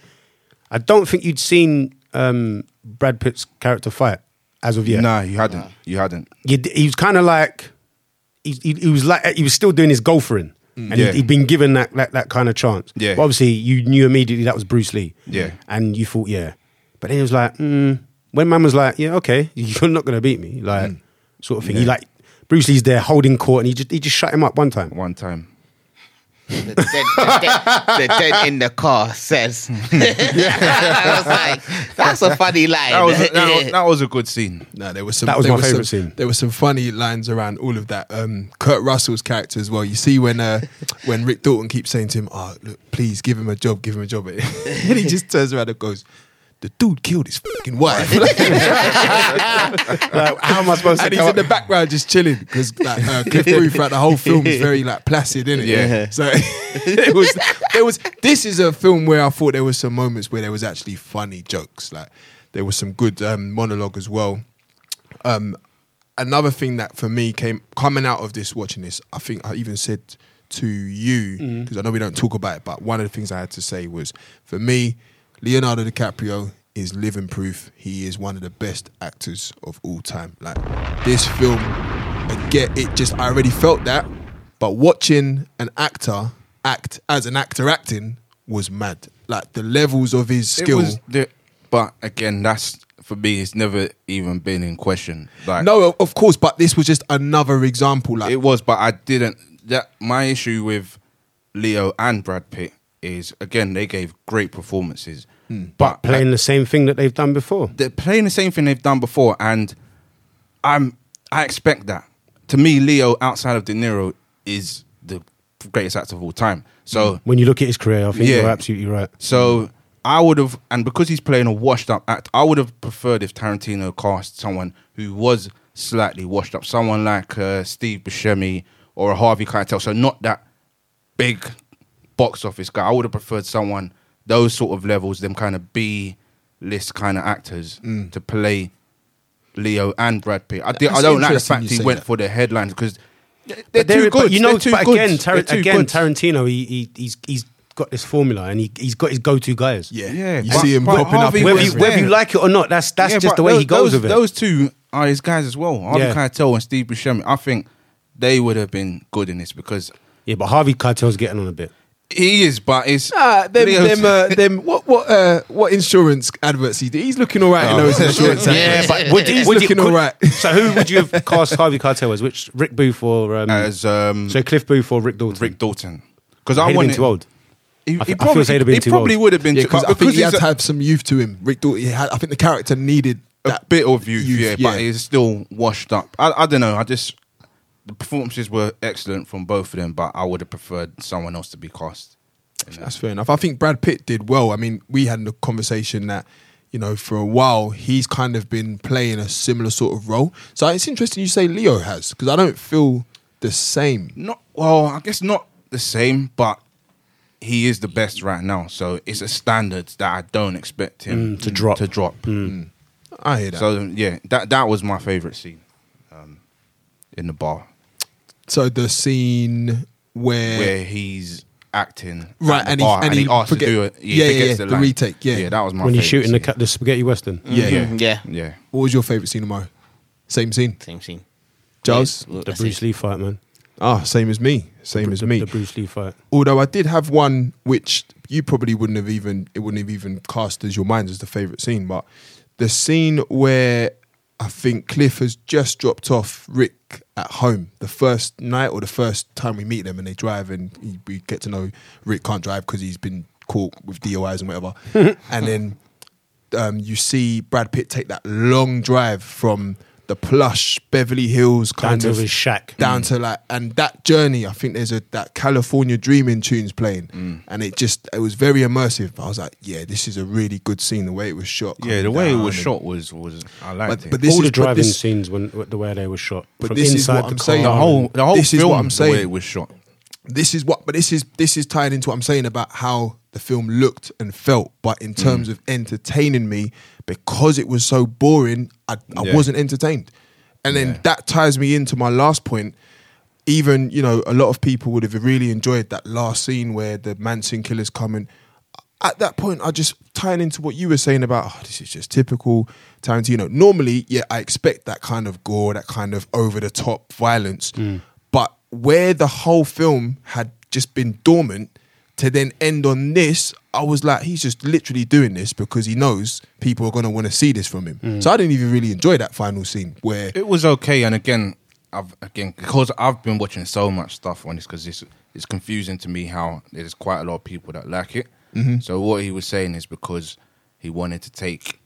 Speaker 10: I don't think you'd seen um, Brad Pitt's character fight as of yet.
Speaker 5: No, you hadn't. You hadn't.
Speaker 10: you, he was kind of like he, he, he was like he was still doing his golfering, and
Speaker 5: Mm. Yeah.
Speaker 10: he'd, he'd been given that, that that kind of chance.
Speaker 5: Yeah.
Speaker 10: But obviously, you knew immediately that was Bruce Lee.
Speaker 5: Yeah.
Speaker 10: and you thought, yeah, but then it was like, mm, when man was like, yeah, okay, you're not gonna beat me, like sort of thing. He
Speaker 5: Mm. Yeah.
Speaker 10: like Bruce Lee's there holding court, and he just he just shut him up one time.
Speaker 5: One time.
Speaker 9: The dead, the dead- the dead in the car says. I was like, "That's a funny line."
Speaker 5: That was that, was- that was a good scene.
Speaker 8: No, there was some.
Speaker 10: That was
Speaker 8: there
Speaker 10: my
Speaker 8: some-
Speaker 10: favourite scene.
Speaker 8: There were some funny lines around all of that. Um, Kurt Russell's character as well. You see when uh, when Rick Dalton keeps saying to him, "Oh, look, please give him a job, give him a job," and he just turns around and goes, "The dude killed his fucking wife."
Speaker 10: Like, how am I supposed to?
Speaker 8: and he's
Speaker 10: come
Speaker 8: in the
Speaker 10: up-
Speaker 8: background just chilling because like, uh, Cliff Booth throughout the whole film is very like placid, isn't it?
Speaker 5: Yeah.
Speaker 8: So it was. There was. This is a film where I thought there was some moments where there was actually funny jokes. Like there was some good um, monologue as well. Um, another thing that for me came coming out of this watching this, I think I even said to you
Speaker 5: Mm.
Speaker 8: because I know we don't talk about it, but one of the things I had to say was for me, Leonardo DiCaprio is living proof he is one of the best actors of all time. Like this film, again, it just I already felt that, but watching an actor act as an actor acting was mad. Like the levels of his
Speaker 5: It
Speaker 8: skill.
Speaker 5: was the- but again, that's for me. It's never even been in question. Like
Speaker 8: no, of course, but this was just another example. Like
Speaker 5: It was, but I didn't. That my issue with Leo and Brad Pitt is again they gave great performances, but
Speaker 10: Playing the same thing that they've done before.
Speaker 5: they're playing the same thing they've done before, and I'm I expect that. To me, Leo outside of De Niro is the greatest actor of all time. So
Speaker 10: When you look at his career, I think
Speaker 5: Yeah.
Speaker 10: you're absolutely right.
Speaker 5: so I would have, and because he's playing a washed up act, I would have preferred if Tarantino cast someone who was slightly washed up, someone like uh, Steve Buscemi or a Harvey Keitel. So not that big box office guy. I would have preferred someone those sort of levels, them kind of B list kind of actors to play Leo and Brad Pitt. I, did, I
Speaker 8: Mm. That's
Speaker 5: don't like the
Speaker 8: interesting
Speaker 5: fact
Speaker 8: you
Speaker 5: he
Speaker 8: say
Speaker 5: went
Speaker 8: that.
Speaker 5: for the headlines because. They're,
Speaker 10: But
Speaker 5: too
Speaker 10: there-
Speaker 5: good.
Speaker 10: But you know,
Speaker 5: they're too
Speaker 10: but
Speaker 5: good.
Speaker 10: again, Tar-
Speaker 5: They're too
Speaker 10: again,
Speaker 5: good.
Speaker 10: Tarantino, he, he he's he's got this formula, and he he's got his go-to guys.
Speaker 8: Yeah,
Speaker 5: Yeah,
Speaker 8: you
Speaker 5: but-
Speaker 8: see him
Speaker 5: but
Speaker 8: popping up.
Speaker 5: Harvey
Speaker 8: in
Speaker 10: Whether you,
Speaker 5: was
Speaker 8: West
Speaker 10: whether
Speaker 5: there.
Speaker 10: you like it or not, that's that's
Speaker 5: Yeah,
Speaker 10: just
Speaker 5: but
Speaker 10: the way
Speaker 5: those,
Speaker 10: he goes
Speaker 5: those,
Speaker 10: with it.
Speaker 5: Those two are his guys as well. Harvey
Speaker 10: Yeah.
Speaker 5: Keitel and Steve Buscemi. I think they would have been good in this because
Speaker 10: yeah, but Harvey Keitel's getting on a bit.
Speaker 5: He is, but it's
Speaker 8: Ah, them,
Speaker 5: Leo's-
Speaker 8: them, uh, them. What, what, uh, what insurance adverts he did? He's looking all right in
Speaker 5: Oh.
Speaker 8: those insurance
Speaker 10: Yeah,
Speaker 8: adverts.
Speaker 10: but would-
Speaker 8: he's
Speaker 10: would you-
Speaker 8: looking
Speaker 10: could-
Speaker 8: all right.
Speaker 10: So who would you have cast Harvey Keitel as? Which Rick Booth or um,
Speaker 5: as um,
Speaker 10: so Cliff Booth or Rick Dalton?
Speaker 5: Rick Dalton because
Speaker 10: He'd
Speaker 5: I
Speaker 10: have been
Speaker 5: wanted
Speaker 10: too old.
Speaker 5: He,
Speaker 10: I
Speaker 5: he
Speaker 10: feel
Speaker 5: probably,
Speaker 10: as he'd have been
Speaker 5: he
Speaker 10: too
Speaker 5: probably
Speaker 10: old.
Speaker 5: would have been
Speaker 8: Yeah,
Speaker 5: too, but
Speaker 8: because I think
Speaker 5: because
Speaker 8: he
Speaker 5: he's
Speaker 8: had to
Speaker 5: a,
Speaker 8: have some youth to him. Rick Dalton, he had, I think the character needed
Speaker 5: a
Speaker 8: that
Speaker 5: bit of youth,
Speaker 8: youth,
Speaker 5: yeah,
Speaker 8: yeah.
Speaker 5: but he's still washed up. I, I don't know. I just the performances were excellent from both of them, but I would have preferred someone else to be cast. in that.
Speaker 8: That's fair enough. I think Brad Pitt did well. I mean, we had a conversation that, you know, for a while he's kind of been playing a similar sort of role. So it's interesting you say Leo has because I don't feel the same.
Speaker 5: Not well, I guess not the same, but he is the best right now. So it's a standard that I don't expect him
Speaker 10: Mm, to drop.
Speaker 5: To drop. Mm.
Speaker 8: I hear that. So,
Speaker 5: So yeah, that that was my favorite scene um, in the bar
Speaker 8: the scene where,
Speaker 5: where he's acting
Speaker 8: Right,
Speaker 5: at the
Speaker 8: and he-
Speaker 5: bar
Speaker 8: and he
Speaker 5: asks
Speaker 8: forget-
Speaker 5: to do it.
Speaker 8: yeah, yeah,
Speaker 5: forgets
Speaker 8: yeah, the
Speaker 5: line.
Speaker 8: retake, yeah.
Speaker 5: yeah, that was my
Speaker 10: when you're
Speaker 5: favourite
Speaker 10: shooting the,
Speaker 5: scene.
Speaker 10: ca- the spaghetti western.
Speaker 8: yeah.
Speaker 5: Yeah.
Speaker 9: Yeah.
Speaker 5: Yeah.
Speaker 8: What was your favorite scene, Omar? Same scene,
Speaker 9: Same scene.
Speaker 8: Charles.
Speaker 9: Look,
Speaker 10: The
Speaker 9: that's
Speaker 10: Bruce
Speaker 9: it.
Speaker 10: Lee fight, man.
Speaker 8: Ah, same as me. Same as
Speaker 10: the,
Speaker 8: me.
Speaker 10: The Bruce Lee fight.
Speaker 8: Although I did have one which you probably wouldn't have even it wouldn't have even cast as your mind as the favorite scene, but the scene where I think Cliff has just dropped off Rick at home the first night or the first time we meet them and they drive and he- we get to know Rick can't drive because he's been caught with DUIs and whatever, and then um, you see Brad Pitt take that long drive from the plush Beverly Hills kind
Speaker 10: to
Speaker 8: of
Speaker 10: his shack.
Speaker 8: down to like and that journey. I think there's a that California Dreaming tunes playing,
Speaker 5: Mm.
Speaker 8: and it just it was very immersive. I was like, yeah, this is a really good scene. The way it was shot,
Speaker 5: Yeah, the
Speaker 8: coming
Speaker 5: way it
Speaker 8: down
Speaker 5: was
Speaker 8: and-
Speaker 5: shot was was I liked
Speaker 8: But,
Speaker 5: it.
Speaker 8: but this
Speaker 10: All
Speaker 8: is
Speaker 10: the
Speaker 8: but
Speaker 10: driving
Speaker 8: this-
Speaker 10: scenes when the way they were shot.
Speaker 8: But
Speaker 10: from
Speaker 8: this is
Speaker 10: inside
Speaker 8: what
Speaker 10: the
Speaker 8: I'm
Speaker 10: car
Speaker 8: saying.
Speaker 5: the whole the whole
Speaker 8: This is
Speaker 5: film,
Speaker 8: what I'm
Speaker 5: the way
Speaker 8: saying.
Speaker 5: it was shot.
Speaker 8: this is what but this is this is tied into what I'm saying about how the film looked and felt but in terms of entertaining me because it was so boring I, I
Speaker 5: Yeah.
Speaker 8: wasn't entertained and then that ties me into my last point even you know a lot of people would have really enjoyed that last scene where the Manson killers come and at that point I just tying into what you were saying about oh, this is just typical Tarantino normally yeah I expect that kind of gore that kind of over the top violence but uh, where the whole film had just been dormant to then end on this, I was like, he's just literally doing this because he knows people are going to want to see this from him.
Speaker 10: Mm.
Speaker 8: So I didn't even really enjoy that final scene where
Speaker 5: It was okay, and again, I've again because I've been watching so much stuff on this because it's it's confusing to me how there's quite a lot of people that like it.
Speaker 10: Mm-hmm.
Speaker 5: So what he was saying is because he wanted to take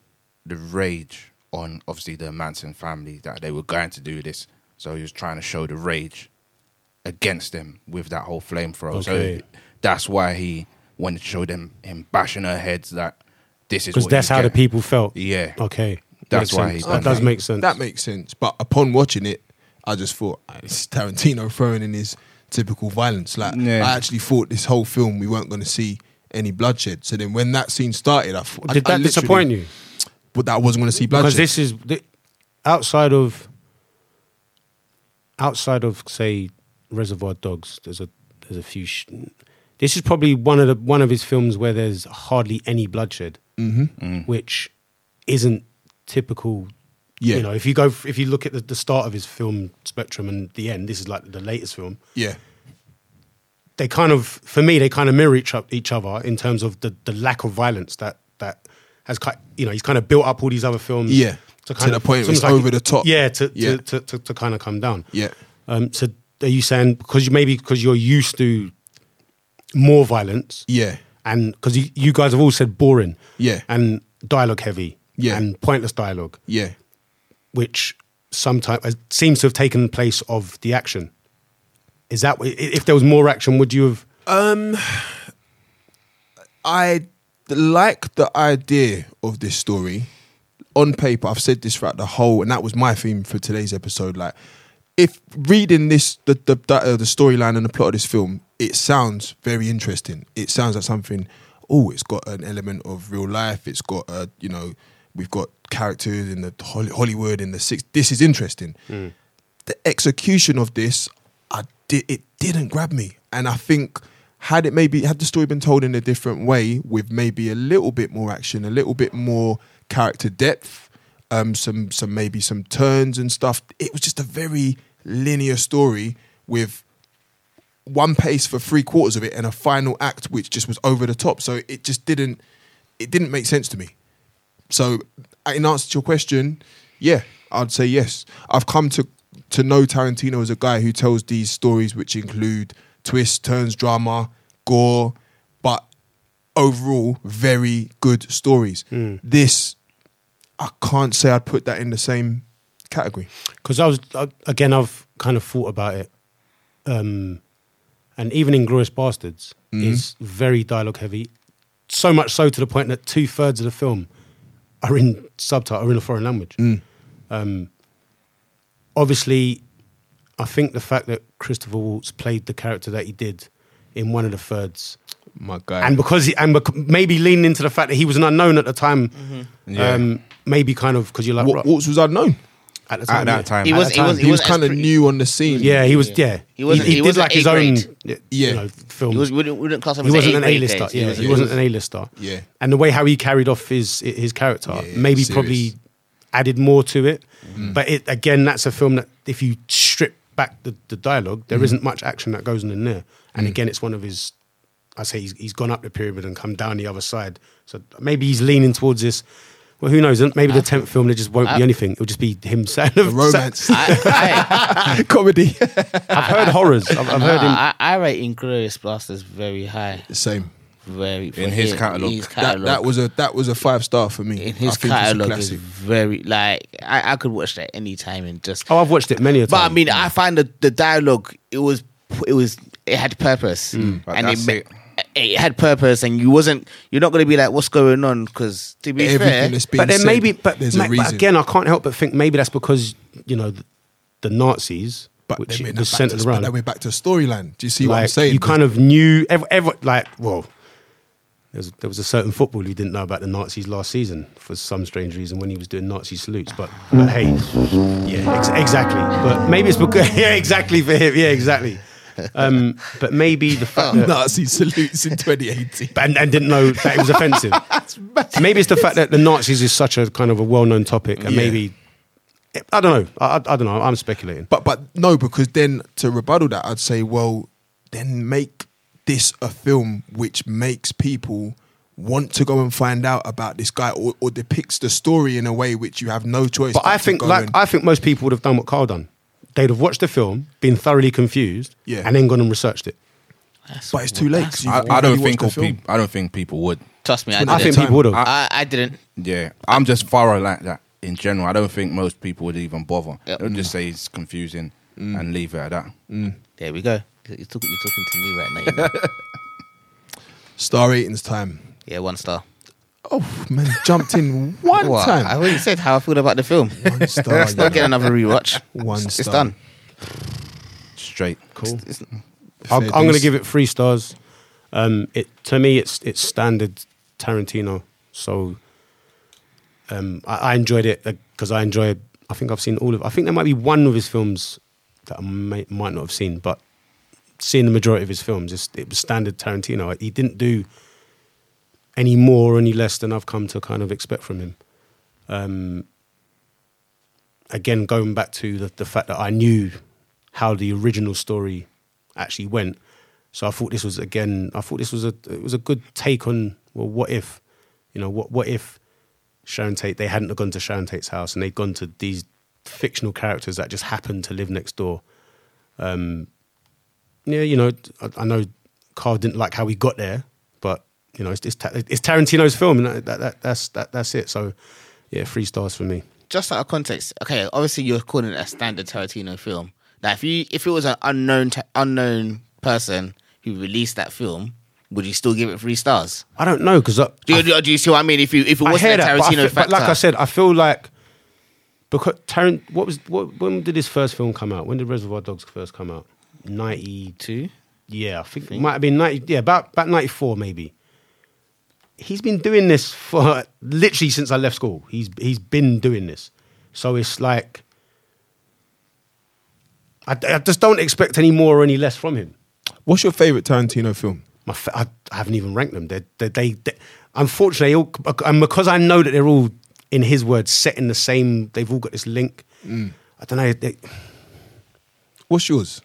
Speaker 5: the rage on obviously the Manson family that they were going to do this, so he was trying to show the rage against them with that whole flamethrower.
Speaker 10: Okay.
Speaker 5: So that's why he wanted to show them him bashing her heads that this is
Speaker 10: because
Speaker 5: what
Speaker 10: that's
Speaker 5: you
Speaker 10: how the
Speaker 5: get.
Speaker 10: people felt.
Speaker 5: Yeah.
Speaker 10: Okay.
Speaker 5: That's
Speaker 10: Makes
Speaker 5: why
Speaker 10: sense.
Speaker 5: he's
Speaker 10: that
Speaker 5: done
Speaker 10: does
Speaker 5: that.
Speaker 10: make sense.
Speaker 8: that makes sense. But upon watching it, I just thought "Ah, it's Tarantino throwing in his typical violence. Like
Speaker 5: Yeah.
Speaker 8: I actually thought this whole film we weren't going to see any bloodshed. So then when that scene started, I thought,
Speaker 10: Did
Speaker 8: I, I
Speaker 10: that
Speaker 8: literally-
Speaker 10: disappoint you?
Speaker 8: But that I wasn't going to see
Speaker 10: Because
Speaker 8: bloodshed.
Speaker 10: this is the, outside of outside of say Reservoir Dogs. There's a there's a few. Sh- this is probably one of the one of his films where there's hardly any bloodshed, mm-hmm. which isn't typical.
Speaker 8: Yeah.
Speaker 10: You know, if you go if you look at the, the start of his film spectrum and the end, this is like the latest film.
Speaker 8: yeah,
Speaker 10: they kind of for me they kind of mirror each, o- each other in terms of the, the lack of violence that that has ki- you know he's kind of built up all these other films
Speaker 8: Yeah. To the point where it's
Speaker 10: it's almost
Speaker 8: over the top.
Speaker 10: yeah to,
Speaker 8: Yeah.
Speaker 10: To, to, to, to kind of come down
Speaker 8: Yeah.
Speaker 10: um, so are you saying because you maybe because you're used to more violence
Speaker 8: yeah,
Speaker 10: and because you, you guys have all said boring
Speaker 8: Yeah.
Speaker 10: and dialogue heavy
Speaker 8: Yeah.
Speaker 10: and pointless dialogue
Speaker 8: yeah.
Speaker 10: which sometimes seems to have taken place of the action is that i- if there was more action would you have
Speaker 8: Um, I like the idea of this story. On paper, I've said this throughout the whole, and that was my theme for today's episode. Like, if reading this, the the, the, uh, the storyline and the plot of this film, it sounds very interesting. It sounds like something. Oh, it's got an element of real life. It's got a you know, we've got characters in the Holly- Hollywood in the six. This is interesting the execution of this, I did it didn't grab me, and I think had it maybe had the story been told in a different way, with maybe a little bit more action, a little bit more character depth, um, some some maybe some turns and stuff, it was just a very linear story with one pace for three quarters of it and a final act which just was over the top. So it just didn't it didn't make sense to me. So uh, in answer to your question, yeah, I'd say yes. I've come to to know Tarantino as a guy who tells these stories which include twists, turns, drama, gore, but overall very good stories.
Speaker 10: Hmm.
Speaker 8: This I can't say I'd put that in the same category.
Speaker 10: because I was I, again I've kind of thought about it, um, and even in Glorious Bastards
Speaker 8: Mhm.
Speaker 10: is very dialogue heavy, so much so to the point that two thirds of the film are in subtitle are in a foreign language. Um, obviously, I think the fact that Christopher Waltz played the character that he did in one of the thirds.
Speaker 8: My guy.
Speaker 10: And because he, and bec- maybe leaning into the fact that he was an unknown at the time,
Speaker 8: Yeah.
Speaker 10: um, maybe kind of because you're like
Speaker 8: Wa-
Speaker 10: right,
Speaker 8: Waltz was unknown
Speaker 10: at the time. yeah.
Speaker 9: He was-
Speaker 10: At the
Speaker 9: he was-
Speaker 10: time.
Speaker 8: he was
Speaker 9: wasn't as
Speaker 8: kind of new on the scene.
Speaker 10: Yeah, he was. Yeah,
Speaker 9: He wasn't- he
Speaker 10: did
Speaker 9: wasn't
Speaker 10: like his
Speaker 9: A
Speaker 10: own.
Speaker 9: grade.
Speaker 10: y-
Speaker 8: Yeah.
Speaker 10: you know, film.
Speaker 9: He was, we wouldn't, we wouldn't class him
Speaker 10: He
Speaker 9: as
Speaker 10: wasn't
Speaker 9: an
Speaker 10: an
Speaker 9: A-grade
Speaker 10: A-lister.
Speaker 9: guys.
Speaker 10: Yeah,
Speaker 9: was-
Speaker 10: he wasn't an A-lister.
Speaker 8: Yeah.
Speaker 10: and the way how he carried off his his character
Speaker 8: yeah,
Speaker 10: maybe
Speaker 8: serious. Mm.
Speaker 10: probably added more to it. But it again, that's a film that if you strip back the, the dialogue,
Speaker 8: Mm.
Speaker 10: there not much action that goes on in there. And again, it's one of his. I say he's, he's gone up the pyramid and come down the other side. So maybe he's leaning towards this. Well, who knows? Maybe
Speaker 9: Ah.
Speaker 10: the tenth film there just won't be anything. It'll just be him saying
Speaker 8: The romance
Speaker 9: I,
Speaker 8: comedy.
Speaker 10: I've heard horrors. I've, I've
Speaker 9: I,
Speaker 10: heard him.
Speaker 9: I, I rate Inglorious Blasters very high.
Speaker 8: Same.
Speaker 9: Very for
Speaker 5: In his
Speaker 9: hi-
Speaker 5: catalogue.
Speaker 9: his
Speaker 5: That-
Speaker 8: That,
Speaker 9: catalogue.
Speaker 8: that was a that was a five star for me.
Speaker 9: in
Speaker 8: I
Speaker 9: his
Speaker 8: think it's a
Speaker 9: catalogue is
Speaker 8: classic.
Speaker 9: very like I, I could watch that anytime and just
Speaker 10: Oh, I've watched it many a time.
Speaker 9: But I mean, I find the the dialogue it was it was it had purpose,
Speaker 5: But
Speaker 9: and it,
Speaker 5: that's
Speaker 9: ma-
Speaker 5: it.
Speaker 9: it had purpose, and you wasn't you're not going to be like, what's going on? Because to be
Speaker 8: Everything
Speaker 9: fair,
Speaker 8: that's being
Speaker 10: but then
Speaker 8: said,
Speaker 10: maybe, but,
Speaker 8: there's
Speaker 10: ma-
Speaker 8: a
Speaker 10: but
Speaker 8: reason.
Speaker 10: again, I can't help but think maybe that's because you know the, the Nazis,
Speaker 8: but
Speaker 10: which
Speaker 8: then we're
Speaker 10: it
Speaker 8: now
Speaker 10: was
Speaker 8: back
Speaker 10: centered
Speaker 8: to, but
Speaker 10: around.
Speaker 8: then we're back to storyline. Do you see what I'm
Speaker 10: like,
Speaker 8: saying?
Speaker 10: You kind of knew ever, ever like well, there was, there was a certain football you didn't know about the Nazis last season for some strange reason when he was doing Nazi salutes. But, but hey, yeah, ex- exactly. But maybe it's because yeah, exactly for him. Yeah, exactly. Um, but maybe the fact that
Speaker 8: Nazi salutes in 2018.
Speaker 10: and, and didn't know that it was offensive. maybe it's the fact that the Nazis is such a kind of a well-known topic, and
Speaker 8: Yeah.
Speaker 10: maybe I don't know. I, I, I don't know. I'm speculating.
Speaker 8: But but no, because then to rebuttal that, I'd say, well, then make this a film which makes people want to go and find out about this guy, or, or depicts the story in a way which you have no choice.
Speaker 10: But I
Speaker 8: to
Speaker 10: think
Speaker 8: go
Speaker 10: like
Speaker 8: and-
Speaker 10: I think most people would have done what Carl done. They'd have watched the film, been thoroughly confused,
Speaker 8: Yeah.
Speaker 10: and then gone and researched it.
Speaker 8: but it's too late. 'cause you've
Speaker 5: I, I
Speaker 8: already
Speaker 5: don't
Speaker 8: watched
Speaker 5: think
Speaker 8: the
Speaker 5: all
Speaker 8: film.
Speaker 5: peop I don't think people would.
Speaker 9: trust me, I
Speaker 8: It's when
Speaker 9: didn't.
Speaker 10: I
Speaker 8: Yeah,
Speaker 10: think
Speaker 8: time-
Speaker 10: people would have.
Speaker 9: I, I didn't.
Speaker 5: Yeah, I'm just thorough like that in general. I don't think most people would even bother.
Speaker 9: Yep. Mm.
Speaker 5: They'll just say it's confusing and leave it at that.
Speaker 9: There we go. You're talking, you're talking to me right now. you know.
Speaker 8: Star ratings time.
Speaker 9: yeah, one star.
Speaker 8: Oh man, jumped in one
Speaker 9: What? I
Speaker 8: time.
Speaker 9: already said how I feel about the film.
Speaker 8: One star.
Speaker 9: Let's not
Speaker 8: yeah.
Speaker 9: get another rewatch.
Speaker 8: One
Speaker 9: it's, it's
Speaker 8: star.
Speaker 9: done.
Speaker 5: Straight. Cool.
Speaker 10: I'm,
Speaker 8: Fair
Speaker 10: I'm going to
Speaker 8: dues.
Speaker 10: give it three stars. Um, it to me, it's it's standard Tarantino. So um, I, I enjoyed it because I enjoyed. I think I've seen all of. I think there might be one of his films that I may, might not have seen, but seeing the majority of his films, it's, it was standard Tarantino. He didn't do any more or any less than I've come to kind of expect from him. Um, again, going back to the, the fact that I knew how the original story actually went, so I thought this was again. I thought this was a it was a good take on well, what if, you know, what what if Sharon Tate they hadn't have gone to Sharon Tate's house and they'd gone to these fictional characters that just happened to live next door. Um, yeah, you know, I, I know Carl didn't like how he got there, but you know, it's it's, Ta- it's Tarantino's film, and that, that, that that's that, that's it. So, yeah, three stars for me.
Speaker 9: just out of context, okay, obviously you're calling it a standard Tarantino film. Now, if you if it was an unknown ta- unknown person who released that film, would you still give it three stars?
Speaker 10: I don't know because I,
Speaker 9: Do you, do you see what I mean? If you if it
Speaker 10: I
Speaker 9: wasn't
Speaker 10: hear
Speaker 9: a
Speaker 10: that,
Speaker 9: Tarantino
Speaker 10: but, I feel-
Speaker 9: factor,
Speaker 10: but like I said, I feel like because Tarant, what was what, when did his first film come out? When did Reservoir Dogs first come out? Ninety
Speaker 9: two.
Speaker 10: Yeah, I think, it might have been ninety. Yeah, about about ninety four maybe. He's been doing this for literally since I left school. He's he's been doing this, so it's like I, I just don't expect any more or any less from him.
Speaker 8: What's your favorite Tarantino film?
Speaker 10: My fa- I, I haven't even ranked them. They, they, they, they unfortunately, all, and because I know that they're all, in his words, set in the
Speaker 9: Mm.
Speaker 10: same. They've all got this link. I don't know. They,
Speaker 8: What's yours?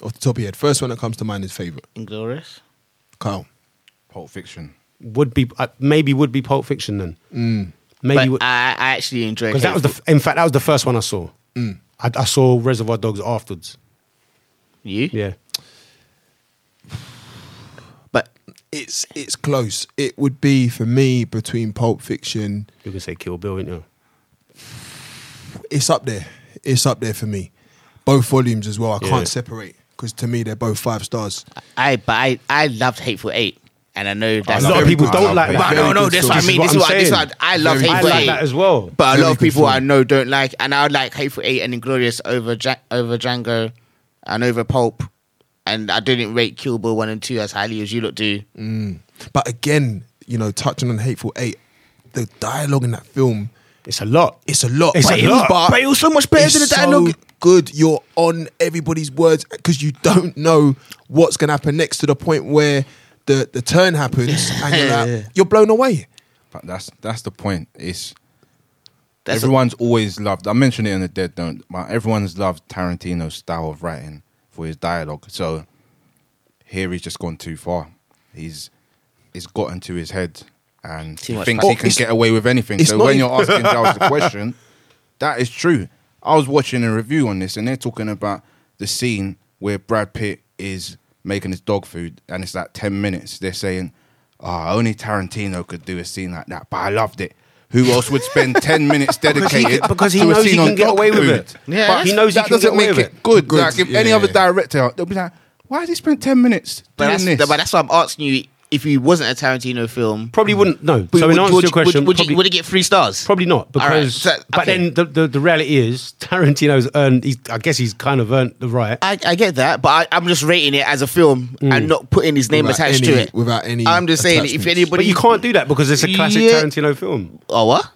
Speaker 8: Off the top of your head, first one that comes to mind is favorite.
Speaker 9: Inglorious.
Speaker 8: Kyle.
Speaker 5: Pulp Fiction.
Speaker 10: Would be uh, maybe would be Pulp Fiction then.
Speaker 8: Mm.
Speaker 10: Maybe
Speaker 9: but I, I actually enjoyed
Speaker 10: because that was the. f- In fact, that was the first one I saw.
Speaker 8: Mm.
Speaker 10: I, I saw Reservoir Dogs afterwards.
Speaker 9: you.
Speaker 10: Yeah,
Speaker 9: But
Speaker 8: It's it's close. It would be for me between Pulp Fiction.
Speaker 10: you can say Kill Bill, didn't you?
Speaker 8: It's up there. It's up there for me. Both volumes as well. I
Speaker 10: Yeah.
Speaker 8: can't separate because to me they're both five stars.
Speaker 9: I but I, I loved Hateful Eight, and I know that's
Speaker 10: A lot
Speaker 8: Very
Speaker 10: of people
Speaker 8: good.
Speaker 10: don't like
Speaker 8: Very
Speaker 10: that.
Speaker 8: good.
Speaker 9: no, no,
Speaker 8: good
Speaker 9: that's
Speaker 8: film.
Speaker 9: what I mean. This is what, I- this is what I, I love
Speaker 8: Very
Speaker 10: I
Speaker 9: Hateful
Speaker 10: like
Speaker 9: Eight,
Speaker 10: that as well.
Speaker 9: but a
Speaker 8: Very
Speaker 9: lot of
Speaker 8: good
Speaker 9: people
Speaker 8: film.
Speaker 9: I know don't like, and I like Hateful Eight and Inglorious over ja- over Django, and over Pulp, and I didn't rate Kill Bill one and two as highly as you lot do.
Speaker 10: Mm.
Speaker 8: But again, you know, touching on Hateful Eight, the dialogue in that film,
Speaker 10: It's a lot.
Speaker 8: it's a lot.
Speaker 10: It's
Speaker 8: but
Speaker 10: a
Speaker 8: it was-
Speaker 10: lot.
Speaker 8: But,
Speaker 9: But it was so much better
Speaker 8: it's
Speaker 9: than the
Speaker 8: so
Speaker 9: dialogue.
Speaker 8: good. You're on everybody's words because you don't know what's going to happen next to the point where the, the turn happens and you're, like, you're blown away.
Speaker 5: But that's that's the point. It's
Speaker 9: That's a-
Speaker 5: everyone's always loved. I mentioned it in the Dead Don't, but everyone's loved Tarantino's style of writing for his dialogue. So here he's just gone too far. He's he's got into his head and
Speaker 9: Too
Speaker 5: he
Speaker 9: much
Speaker 5: thinks
Speaker 9: fun.
Speaker 5: he can get away with anything.
Speaker 8: it's
Speaker 5: So
Speaker 8: not
Speaker 5: when
Speaker 8: e-
Speaker 5: you're asking Giles the question, that is true. I was watching a review on this and they're talking about the scene where Brad Pitt is making his dog food and it's like 10 minutes. They're saying, oh, only Tarantino could do a scene like that, but I loved it. Who else would spend 10 minutes dedicated
Speaker 10: because he
Speaker 5: to
Speaker 10: knows
Speaker 5: a
Speaker 10: he
Speaker 5: scene
Speaker 10: can
Speaker 5: on
Speaker 10: get
Speaker 5: dog
Speaker 10: away with
Speaker 5: food?
Speaker 10: it. Yeah,
Speaker 5: but
Speaker 10: he knows he
Speaker 5: that
Speaker 10: can
Speaker 5: doesn't
Speaker 10: get away
Speaker 5: make
Speaker 10: with
Speaker 5: it
Speaker 10: it.
Speaker 5: good.
Speaker 8: Good,
Speaker 5: Like, if any
Speaker 8: yeah.
Speaker 5: other director, they'll be like, why did he spend 10 minutes
Speaker 9: but
Speaker 5: doing
Speaker 9: that's
Speaker 5: this?
Speaker 9: but that's why I'm asking you if you wasn't a Tarantino film.
Speaker 10: Probably wouldn't. No.
Speaker 9: would-
Speaker 10: so in
Speaker 9: would-
Speaker 10: answer to
Speaker 9: would-
Speaker 10: your question,
Speaker 9: would, would,
Speaker 10: probably,
Speaker 9: you, would it get three stars?
Speaker 10: probably not
Speaker 9: All right,
Speaker 10: because.
Speaker 9: so-
Speaker 10: But
Speaker 9: okay.
Speaker 10: then the, the the reality is Tarantino's earned. He's, I guess he's kind of earned the right.
Speaker 9: I, I get that, but I, I'm just rating it as a film
Speaker 10: Mm.
Speaker 9: and not putting his name
Speaker 8: Without
Speaker 9: attached
Speaker 8: any-
Speaker 9: to it.
Speaker 8: without any
Speaker 9: I'm just saying, if
Speaker 8: attachments.
Speaker 9: anybody,
Speaker 10: but you can't do that because it's a classic
Speaker 9: Yeah.
Speaker 10: Tarantino film.
Speaker 9: Oh what?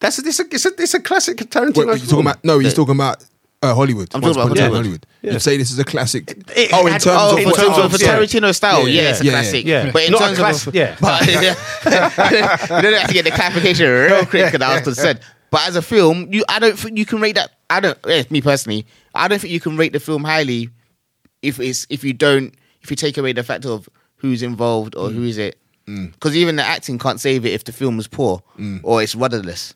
Speaker 10: That's a, it's a it's a it's a classic Tarantino.
Speaker 8: Wait, what you talking
Speaker 10: film.
Speaker 8: about? No, he's talking about uh, Hollywood.
Speaker 9: I'm
Speaker 8: Once
Speaker 9: talking about
Speaker 8: Upon a Time
Speaker 9: Hollywood.
Speaker 10: Yeah.
Speaker 8: You'd say this is a classic.
Speaker 10: it
Speaker 8: oh, in
Speaker 10: had-
Speaker 8: terms
Speaker 10: oh,
Speaker 8: of
Speaker 9: in
Speaker 10: what-
Speaker 9: terms
Speaker 10: oh,
Speaker 9: of a
Speaker 10: yeah.
Speaker 9: Tarantino style, yeah,
Speaker 10: Yeah, yeah,
Speaker 9: it's a
Speaker 8: yeah,
Speaker 9: classic.
Speaker 10: yeah.
Speaker 9: But in
Speaker 10: Not a
Speaker 9: terms
Speaker 10: class-
Speaker 9: of,
Speaker 10: yeah.
Speaker 9: but, you don't have to get the clarification real quick because I was concerned. But as a film, you, I don't think you can rate that. I don't, eh, me personally, I don't think you can rate the film highly if it's if you don't if you take away the fact of who's involved
Speaker 10: Mm.
Speaker 9: or who is it. Because even the acting can't save it if the film is poor
Speaker 10: Mm.
Speaker 9: or it's rudderless.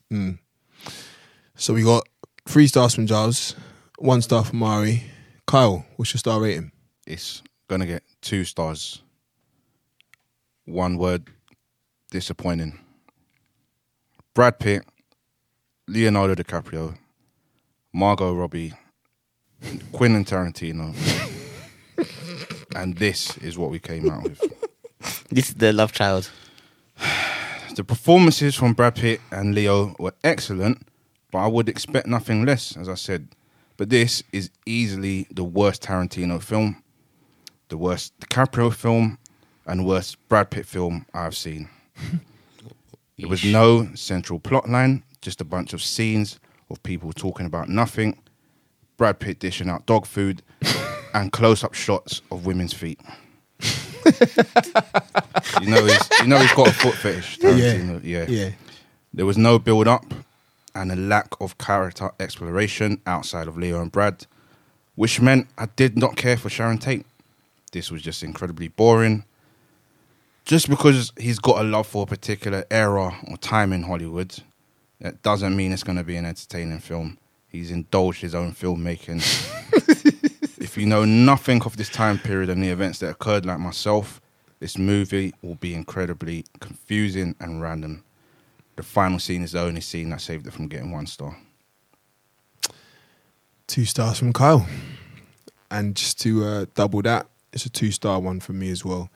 Speaker 8: So we got three stars from Giles, one star from Mari. Kyle, what's your star rating?
Speaker 5: it's gonna get two stars. One word, disappointing. Brad Pitt, Leonardo DiCaprio, Margot Robbie, Quentin Tarantino, and this is what we came out with.
Speaker 9: This is the love child.
Speaker 5: The performances from Brad Pitt and Leo were excellent, but I would expect nothing less, as I said. But this is easily the worst Tarantino film, the worst DiCaprio film, and worst Brad Pitt film I've seen. There was no central plot line, just a bunch of scenes of people talking about nothing, Brad Pitt dishing out dog food, and close up shots of women's feet. you know he's you know he's got a foot fetish. Tarantino. Yeah.
Speaker 8: Yeah.
Speaker 5: There was no build up and a lack of character exploration outside of Leo and Brad, which meant I did not care for Sharon Tate. This was just incredibly boring. Just because he's got a love for a particular era or time in Hollywood, that doesn't mean it's going to be an entertaining film. He's indulged his own filmmaking. if you know nothing of this time period and the events that occurred, like myself, this movie will be incredibly confusing and random. The final scene is the only scene that saved it from getting one star.
Speaker 8: Two stars from Kyle. And just to uh, double that, it's a two star one from me as well.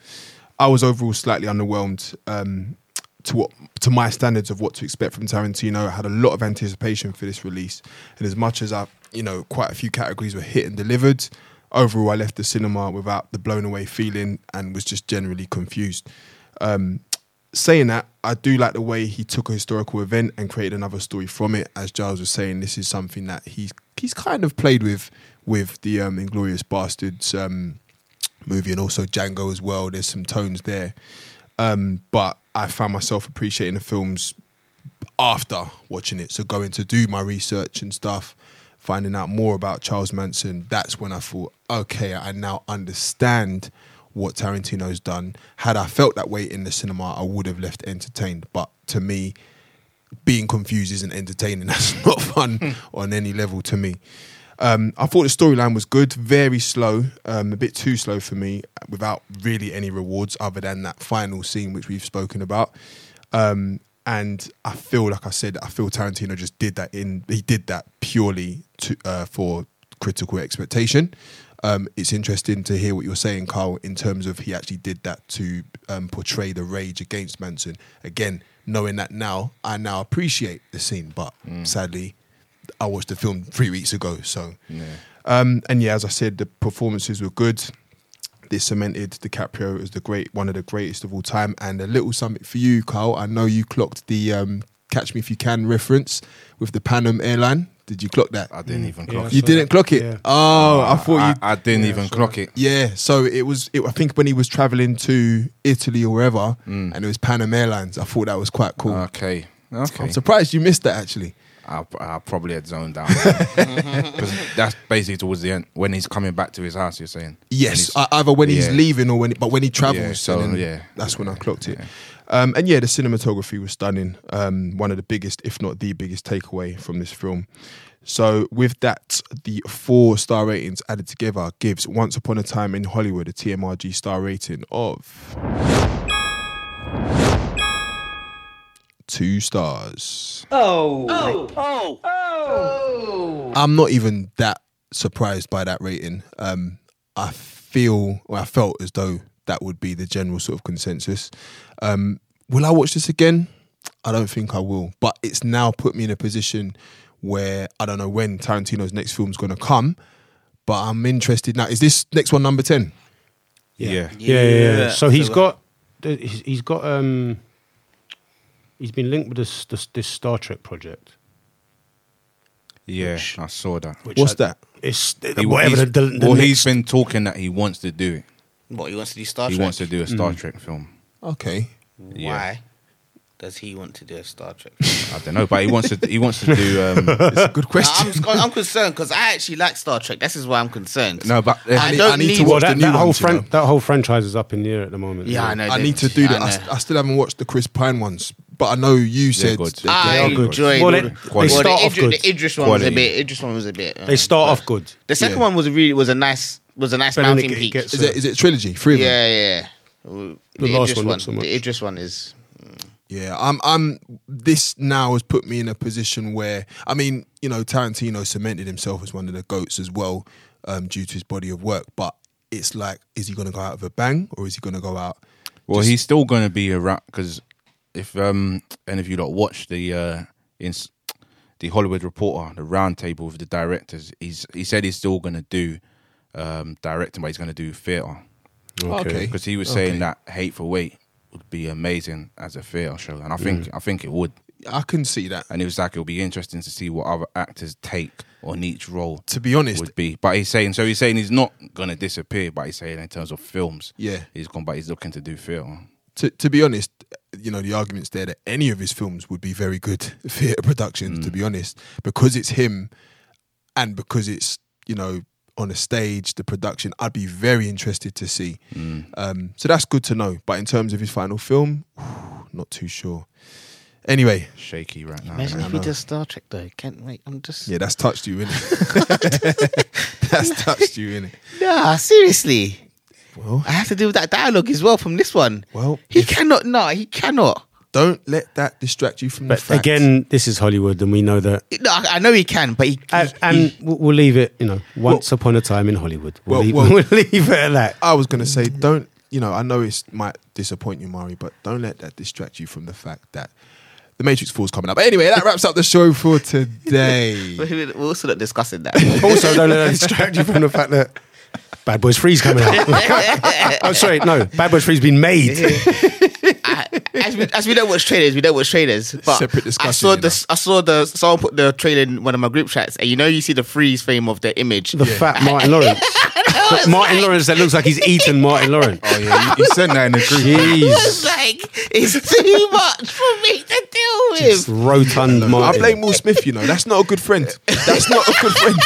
Speaker 8: I was overall slightly underwhelmed um, to what to my standards of what to expect from Tarantino. I had a lot of anticipation for this release, and as much as I, you know, quite a few categories were hit and delivered. Overall, I left the cinema without the blown away feeling and was just generally confused. Um, saying that, I do like the way he took a historical event and created another story from it. As Giles was saying, this is something that he's he's kind of played with with the um, Inglorious Bastards um, movie and also Django as well. There's some tones there, um, but I found myself appreciating the films after watching it. So going to do my research and stuff, finding out more about Charles Manson, that's when I thought, okay, I now understand what Tarantino's done. Had I felt that way in the cinema, I would have left entertained. But to me, being confused isn't entertaining. That's not fun on any level to me. Um, I thought the storyline was good, very slow, um, a bit too slow for me, without really any rewards other than that final scene which we've spoken about. Um, and I feel like I said, I feel Tarantino just did that in. He did that purely to uh, for critical expectation. Um, it's interesting to hear what you're saying, Carl, in terms of he actually did that to um, portray the rage against Manson. Again, knowing that now, I now appreciate the scene, but sadly, I watched the film three weeks ago. So, um, and yeah, as I said, the performances were good. This cemented DiCaprio as the great, one of the greatest of all time. And a little something for you, Carl. I know you clocked the um, "Catch Me If You Can" reference with the Pan Am airline. Did you clock that?
Speaker 5: I didn't even clock
Speaker 8: You
Speaker 5: it.
Speaker 8: didn't clock it.
Speaker 5: Yeah.
Speaker 8: Oh, I thought you.
Speaker 5: I, I didn't even clock it.
Speaker 8: Yeah, so it was. It, I think when he was traveling to Italy or wherever, and it was Pan Am Airlines. I thought that was quite cool.
Speaker 5: Mm. Okay, okay.
Speaker 8: I'm surprised you missed that actually.
Speaker 5: I, I probably had zoned out because that's basically towards the end when he's coming back to his house. You're saying
Speaker 8: Yes, uh, either when he's
Speaker 5: Yeah.
Speaker 8: leaving or when, but when he travels.
Speaker 5: Yeah, so,
Speaker 8: and then
Speaker 5: yeah.
Speaker 8: that's when I clocked it. Um, and yeah, the cinematography was stunning. Um, one of the biggest, if not the biggest, takeaway from this film. So with that, the four star ratings added together gives Once Upon a Time in Hollywood a TMRG star rating of two stars.
Speaker 2: Oh. Oh. Oh.
Speaker 8: I'm not even that surprised by that rating. Um, I feel, or I felt as though that would be the general sort of consensus. Um, will I watch this again? I don't think I will, but it's now put me in a position where I don't know when Tarantino's next film's going to come, but I'm interested now. Is this next one number 10?
Speaker 5: Yeah.
Speaker 10: Yeah, yeah, yeah. So he's
Speaker 9: So, uh,
Speaker 10: got, th- he's he's got, um, he's been linked with this this, this Star Trek project.
Speaker 5: Yeah, I saw that.
Speaker 10: Which
Speaker 8: What's
Speaker 10: I-
Speaker 8: that?
Speaker 10: It's th-
Speaker 5: He-
Speaker 10: whatever the,
Speaker 5: he's-
Speaker 10: the, the
Speaker 5: well,
Speaker 10: next,
Speaker 5: he's been talking that he wants to do it.
Speaker 9: What he wants to do Star
Speaker 5: He
Speaker 9: Trek.
Speaker 5: wants to do a Star
Speaker 8: Mm.
Speaker 5: Trek film.
Speaker 8: Okay.
Speaker 9: Why
Speaker 5: Yeah.
Speaker 9: does he want to do a Star Trek?
Speaker 5: I don't know, but he wants to. He wants to do. Um,
Speaker 8: It's a good
Speaker 9: Nah, I'm,
Speaker 8: question.
Speaker 9: just- I'm concerned because I actually like Star Trek. This is why I'm concerned.
Speaker 5: no, but
Speaker 9: I
Speaker 8: need-
Speaker 9: don't
Speaker 8: eh, I need to
Speaker 9: need-
Speaker 8: watch
Speaker 10: well,
Speaker 8: the
Speaker 10: that,
Speaker 8: new
Speaker 10: that whole
Speaker 8: ones, you
Speaker 10: fran-
Speaker 8: know.
Speaker 10: that whole franchise is up in the air at the moment.
Speaker 9: Yeah, I know.
Speaker 8: I
Speaker 9: they-
Speaker 8: need to do that. I,
Speaker 9: know.
Speaker 8: st- I still haven't watched the Chris Pine ones, but I know you said
Speaker 5: good.
Speaker 8: that
Speaker 9: I
Speaker 8: they are good.
Speaker 9: enjoyed.
Speaker 10: Well,
Speaker 9: all
Speaker 10: they-
Speaker 9: the-
Speaker 10: they
Speaker 9: well,
Speaker 10: start
Speaker 9: the,
Speaker 10: off
Speaker 9: Idri-
Speaker 10: good.
Speaker 9: the Idris one was a
Speaker 5: Quality.
Speaker 9: bit. Idris one was a bit. uh,
Speaker 10: They start off good.
Speaker 9: The second
Speaker 8: Yeah.
Speaker 9: one was a really was a nice was a nice
Speaker 10: But then it
Speaker 9: mountain
Speaker 10: get- it
Speaker 9: peak.
Speaker 10: gets-
Speaker 8: Is it, is it trilogy? Three of them?
Speaker 9: yeah, yeah. The,
Speaker 10: The last one, not so much.
Speaker 9: The Idris one is.
Speaker 8: Yeah, I'm. I'm. This now has put me in a position where, I mean, you know, Tarantino cemented himself as one of the goats as well, um, due to his body of work. But it's like, is he going to go out with a bang, or is he going to go out?
Speaker 5: well, he's still going to be a rap because if um and if you lot watch the uh in the Hollywood Reporter, the roundtable with the directors, he's he said he's still going to do um directing, but he's going to do theater
Speaker 8: Okay.
Speaker 5: because he was saying that Hateful Weight would be amazing as a theater show, and I
Speaker 8: Mm.
Speaker 5: think I think it would.
Speaker 8: I can see that.
Speaker 5: And it was like it'll be interesting to see what other actors take on each role.
Speaker 8: To be honest-
Speaker 5: would be. But he's saying so. He's saying he's not going to disappear. But he's saying in terms of films,
Speaker 8: Yeah.
Speaker 5: he's gone. But he's looking to do film.
Speaker 8: To to be honest, you know, the arguments there that any of his films would be very good theatre productions.
Speaker 10: Mm.
Speaker 8: To be honest, because it's him, and because it's you know on a stage, the production, I'd be very interested to see.
Speaker 10: Mm.
Speaker 8: Um, so that's good to know. But in terms of his final film, not too sure. Anyway,
Speaker 5: Shaky right now.
Speaker 9: Imagine
Speaker 5: innit?
Speaker 9: if we does Star Trek though. Can't wait. I'm just.
Speaker 8: yeah, that's touched you, innit? that's touched you, innit?
Speaker 9: Nah, seriously.
Speaker 8: Well-
Speaker 9: I have to deal with that dialogue as well from this one.
Speaker 8: Well,
Speaker 9: he
Speaker 8: if-
Speaker 9: cannot. No, he cannot.
Speaker 8: Don't let that distract you from the
Speaker 10: But
Speaker 8: fact.
Speaker 10: again, this is Hollywood, and we know that.
Speaker 9: No, I, I know he can, but he.
Speaker 10: And, and we'll we'll leave it, you know, once upon a time in Hollywood. We'll,
Speaker 8: Well,
Speaker 10: leave,
Speaker 8: well-
Speaker 10: we'll leave it at that.
Speaker 8: I was gonna say, don't you know? I know it might disappoint you, Mari, but don't let that distract you from the fact that the Matrix Four is coming up. But anyway, that wraps up the show for today.
Speaker 9: We're also not discussing that.
Speaker 10: also, don't let that distract you from the fact that Bad Oh, Boys Three's coming out. I'm sorry, no, Bad Boys Three's been made.
Speaker 9: I, as, we, as we don't watch trailers, we don't watch trailers. But
Speaker 8: Separate discussion,
Speaker 9: I saw
Speaker 8: you know.
Speaker 9: the I saw the someone put the trailer in one of my group chats, and you know you see the freeze frame of the image.
Speaker 10: The fat Martin Lawrence.
Speaker 9: was
Speaker 10: Martin Lawrence that looks like he's eaten Martin Lawrence.
Speaker 5: Oh yeah, you, you sent that in the group.
Speaker 10: Jeez.
Speaker 9: It's like it's too much for me to deal with.
Speaker 10: It's rotund
Speaker 8: I
Speaker 10: Martin.
Speaker 8: blame Will Smith, you know. That's not a good friend. That's not a good friend.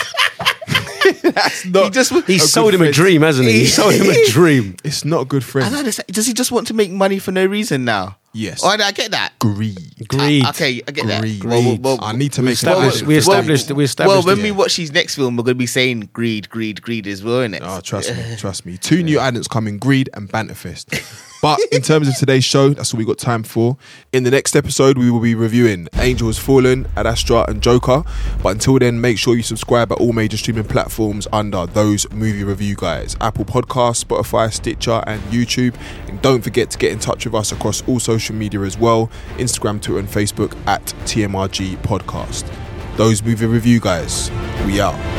Speaker 8: That's not.
Speaker 9: He just-
Speaker 10: he
Speaker 8: a
Speaker 10: sold
Speaker 8: good
Speaker 10: him a
Speaker 8: friend.
Speaker 10: dream, hasn't he? He sold him a dream.
Speaker 8: It's not a good
Speaker 9: I
Speaker 8: friend.
Speaker 9: don't understand. Does he just want to make money for no reason now?
Speaker 8: Yes.
Speaker 9: Oh, no, I get that.
Speaker 8: Greed.
Speaker 10: Greed.
Speaker 9: I- okay, I get that.
Speaker 8: Greed.
Speaker 9: Well, well, well,
Speaker 8: I need to make
Speaker 10: Well,
Speaker 8: that.
Speaker 10: we established that we established.
Speaker 9: well, when
Speaker 10: it.
Speaker 9: we watch his next film, we're going to be saying greed, greed, greed as well, innit?
Speaker 8: Oh, trust me, trust me. Two new items coming: greed and banterfist. But in terms of today's show, that's all we got time for. In the next episode, we will be reviewing Angels Fallen, Ad Astra, and Joker. But until then, make sure you subscribe at all major streaming platforms under those movie review guys: Apple Podcasts, Spotify, Stitcher, and YouTube. And don't forget to get in touch with us across all social media as well: Instagram, Twitter, and Facebook at TMRG Podcast. Those movie review guys, we out.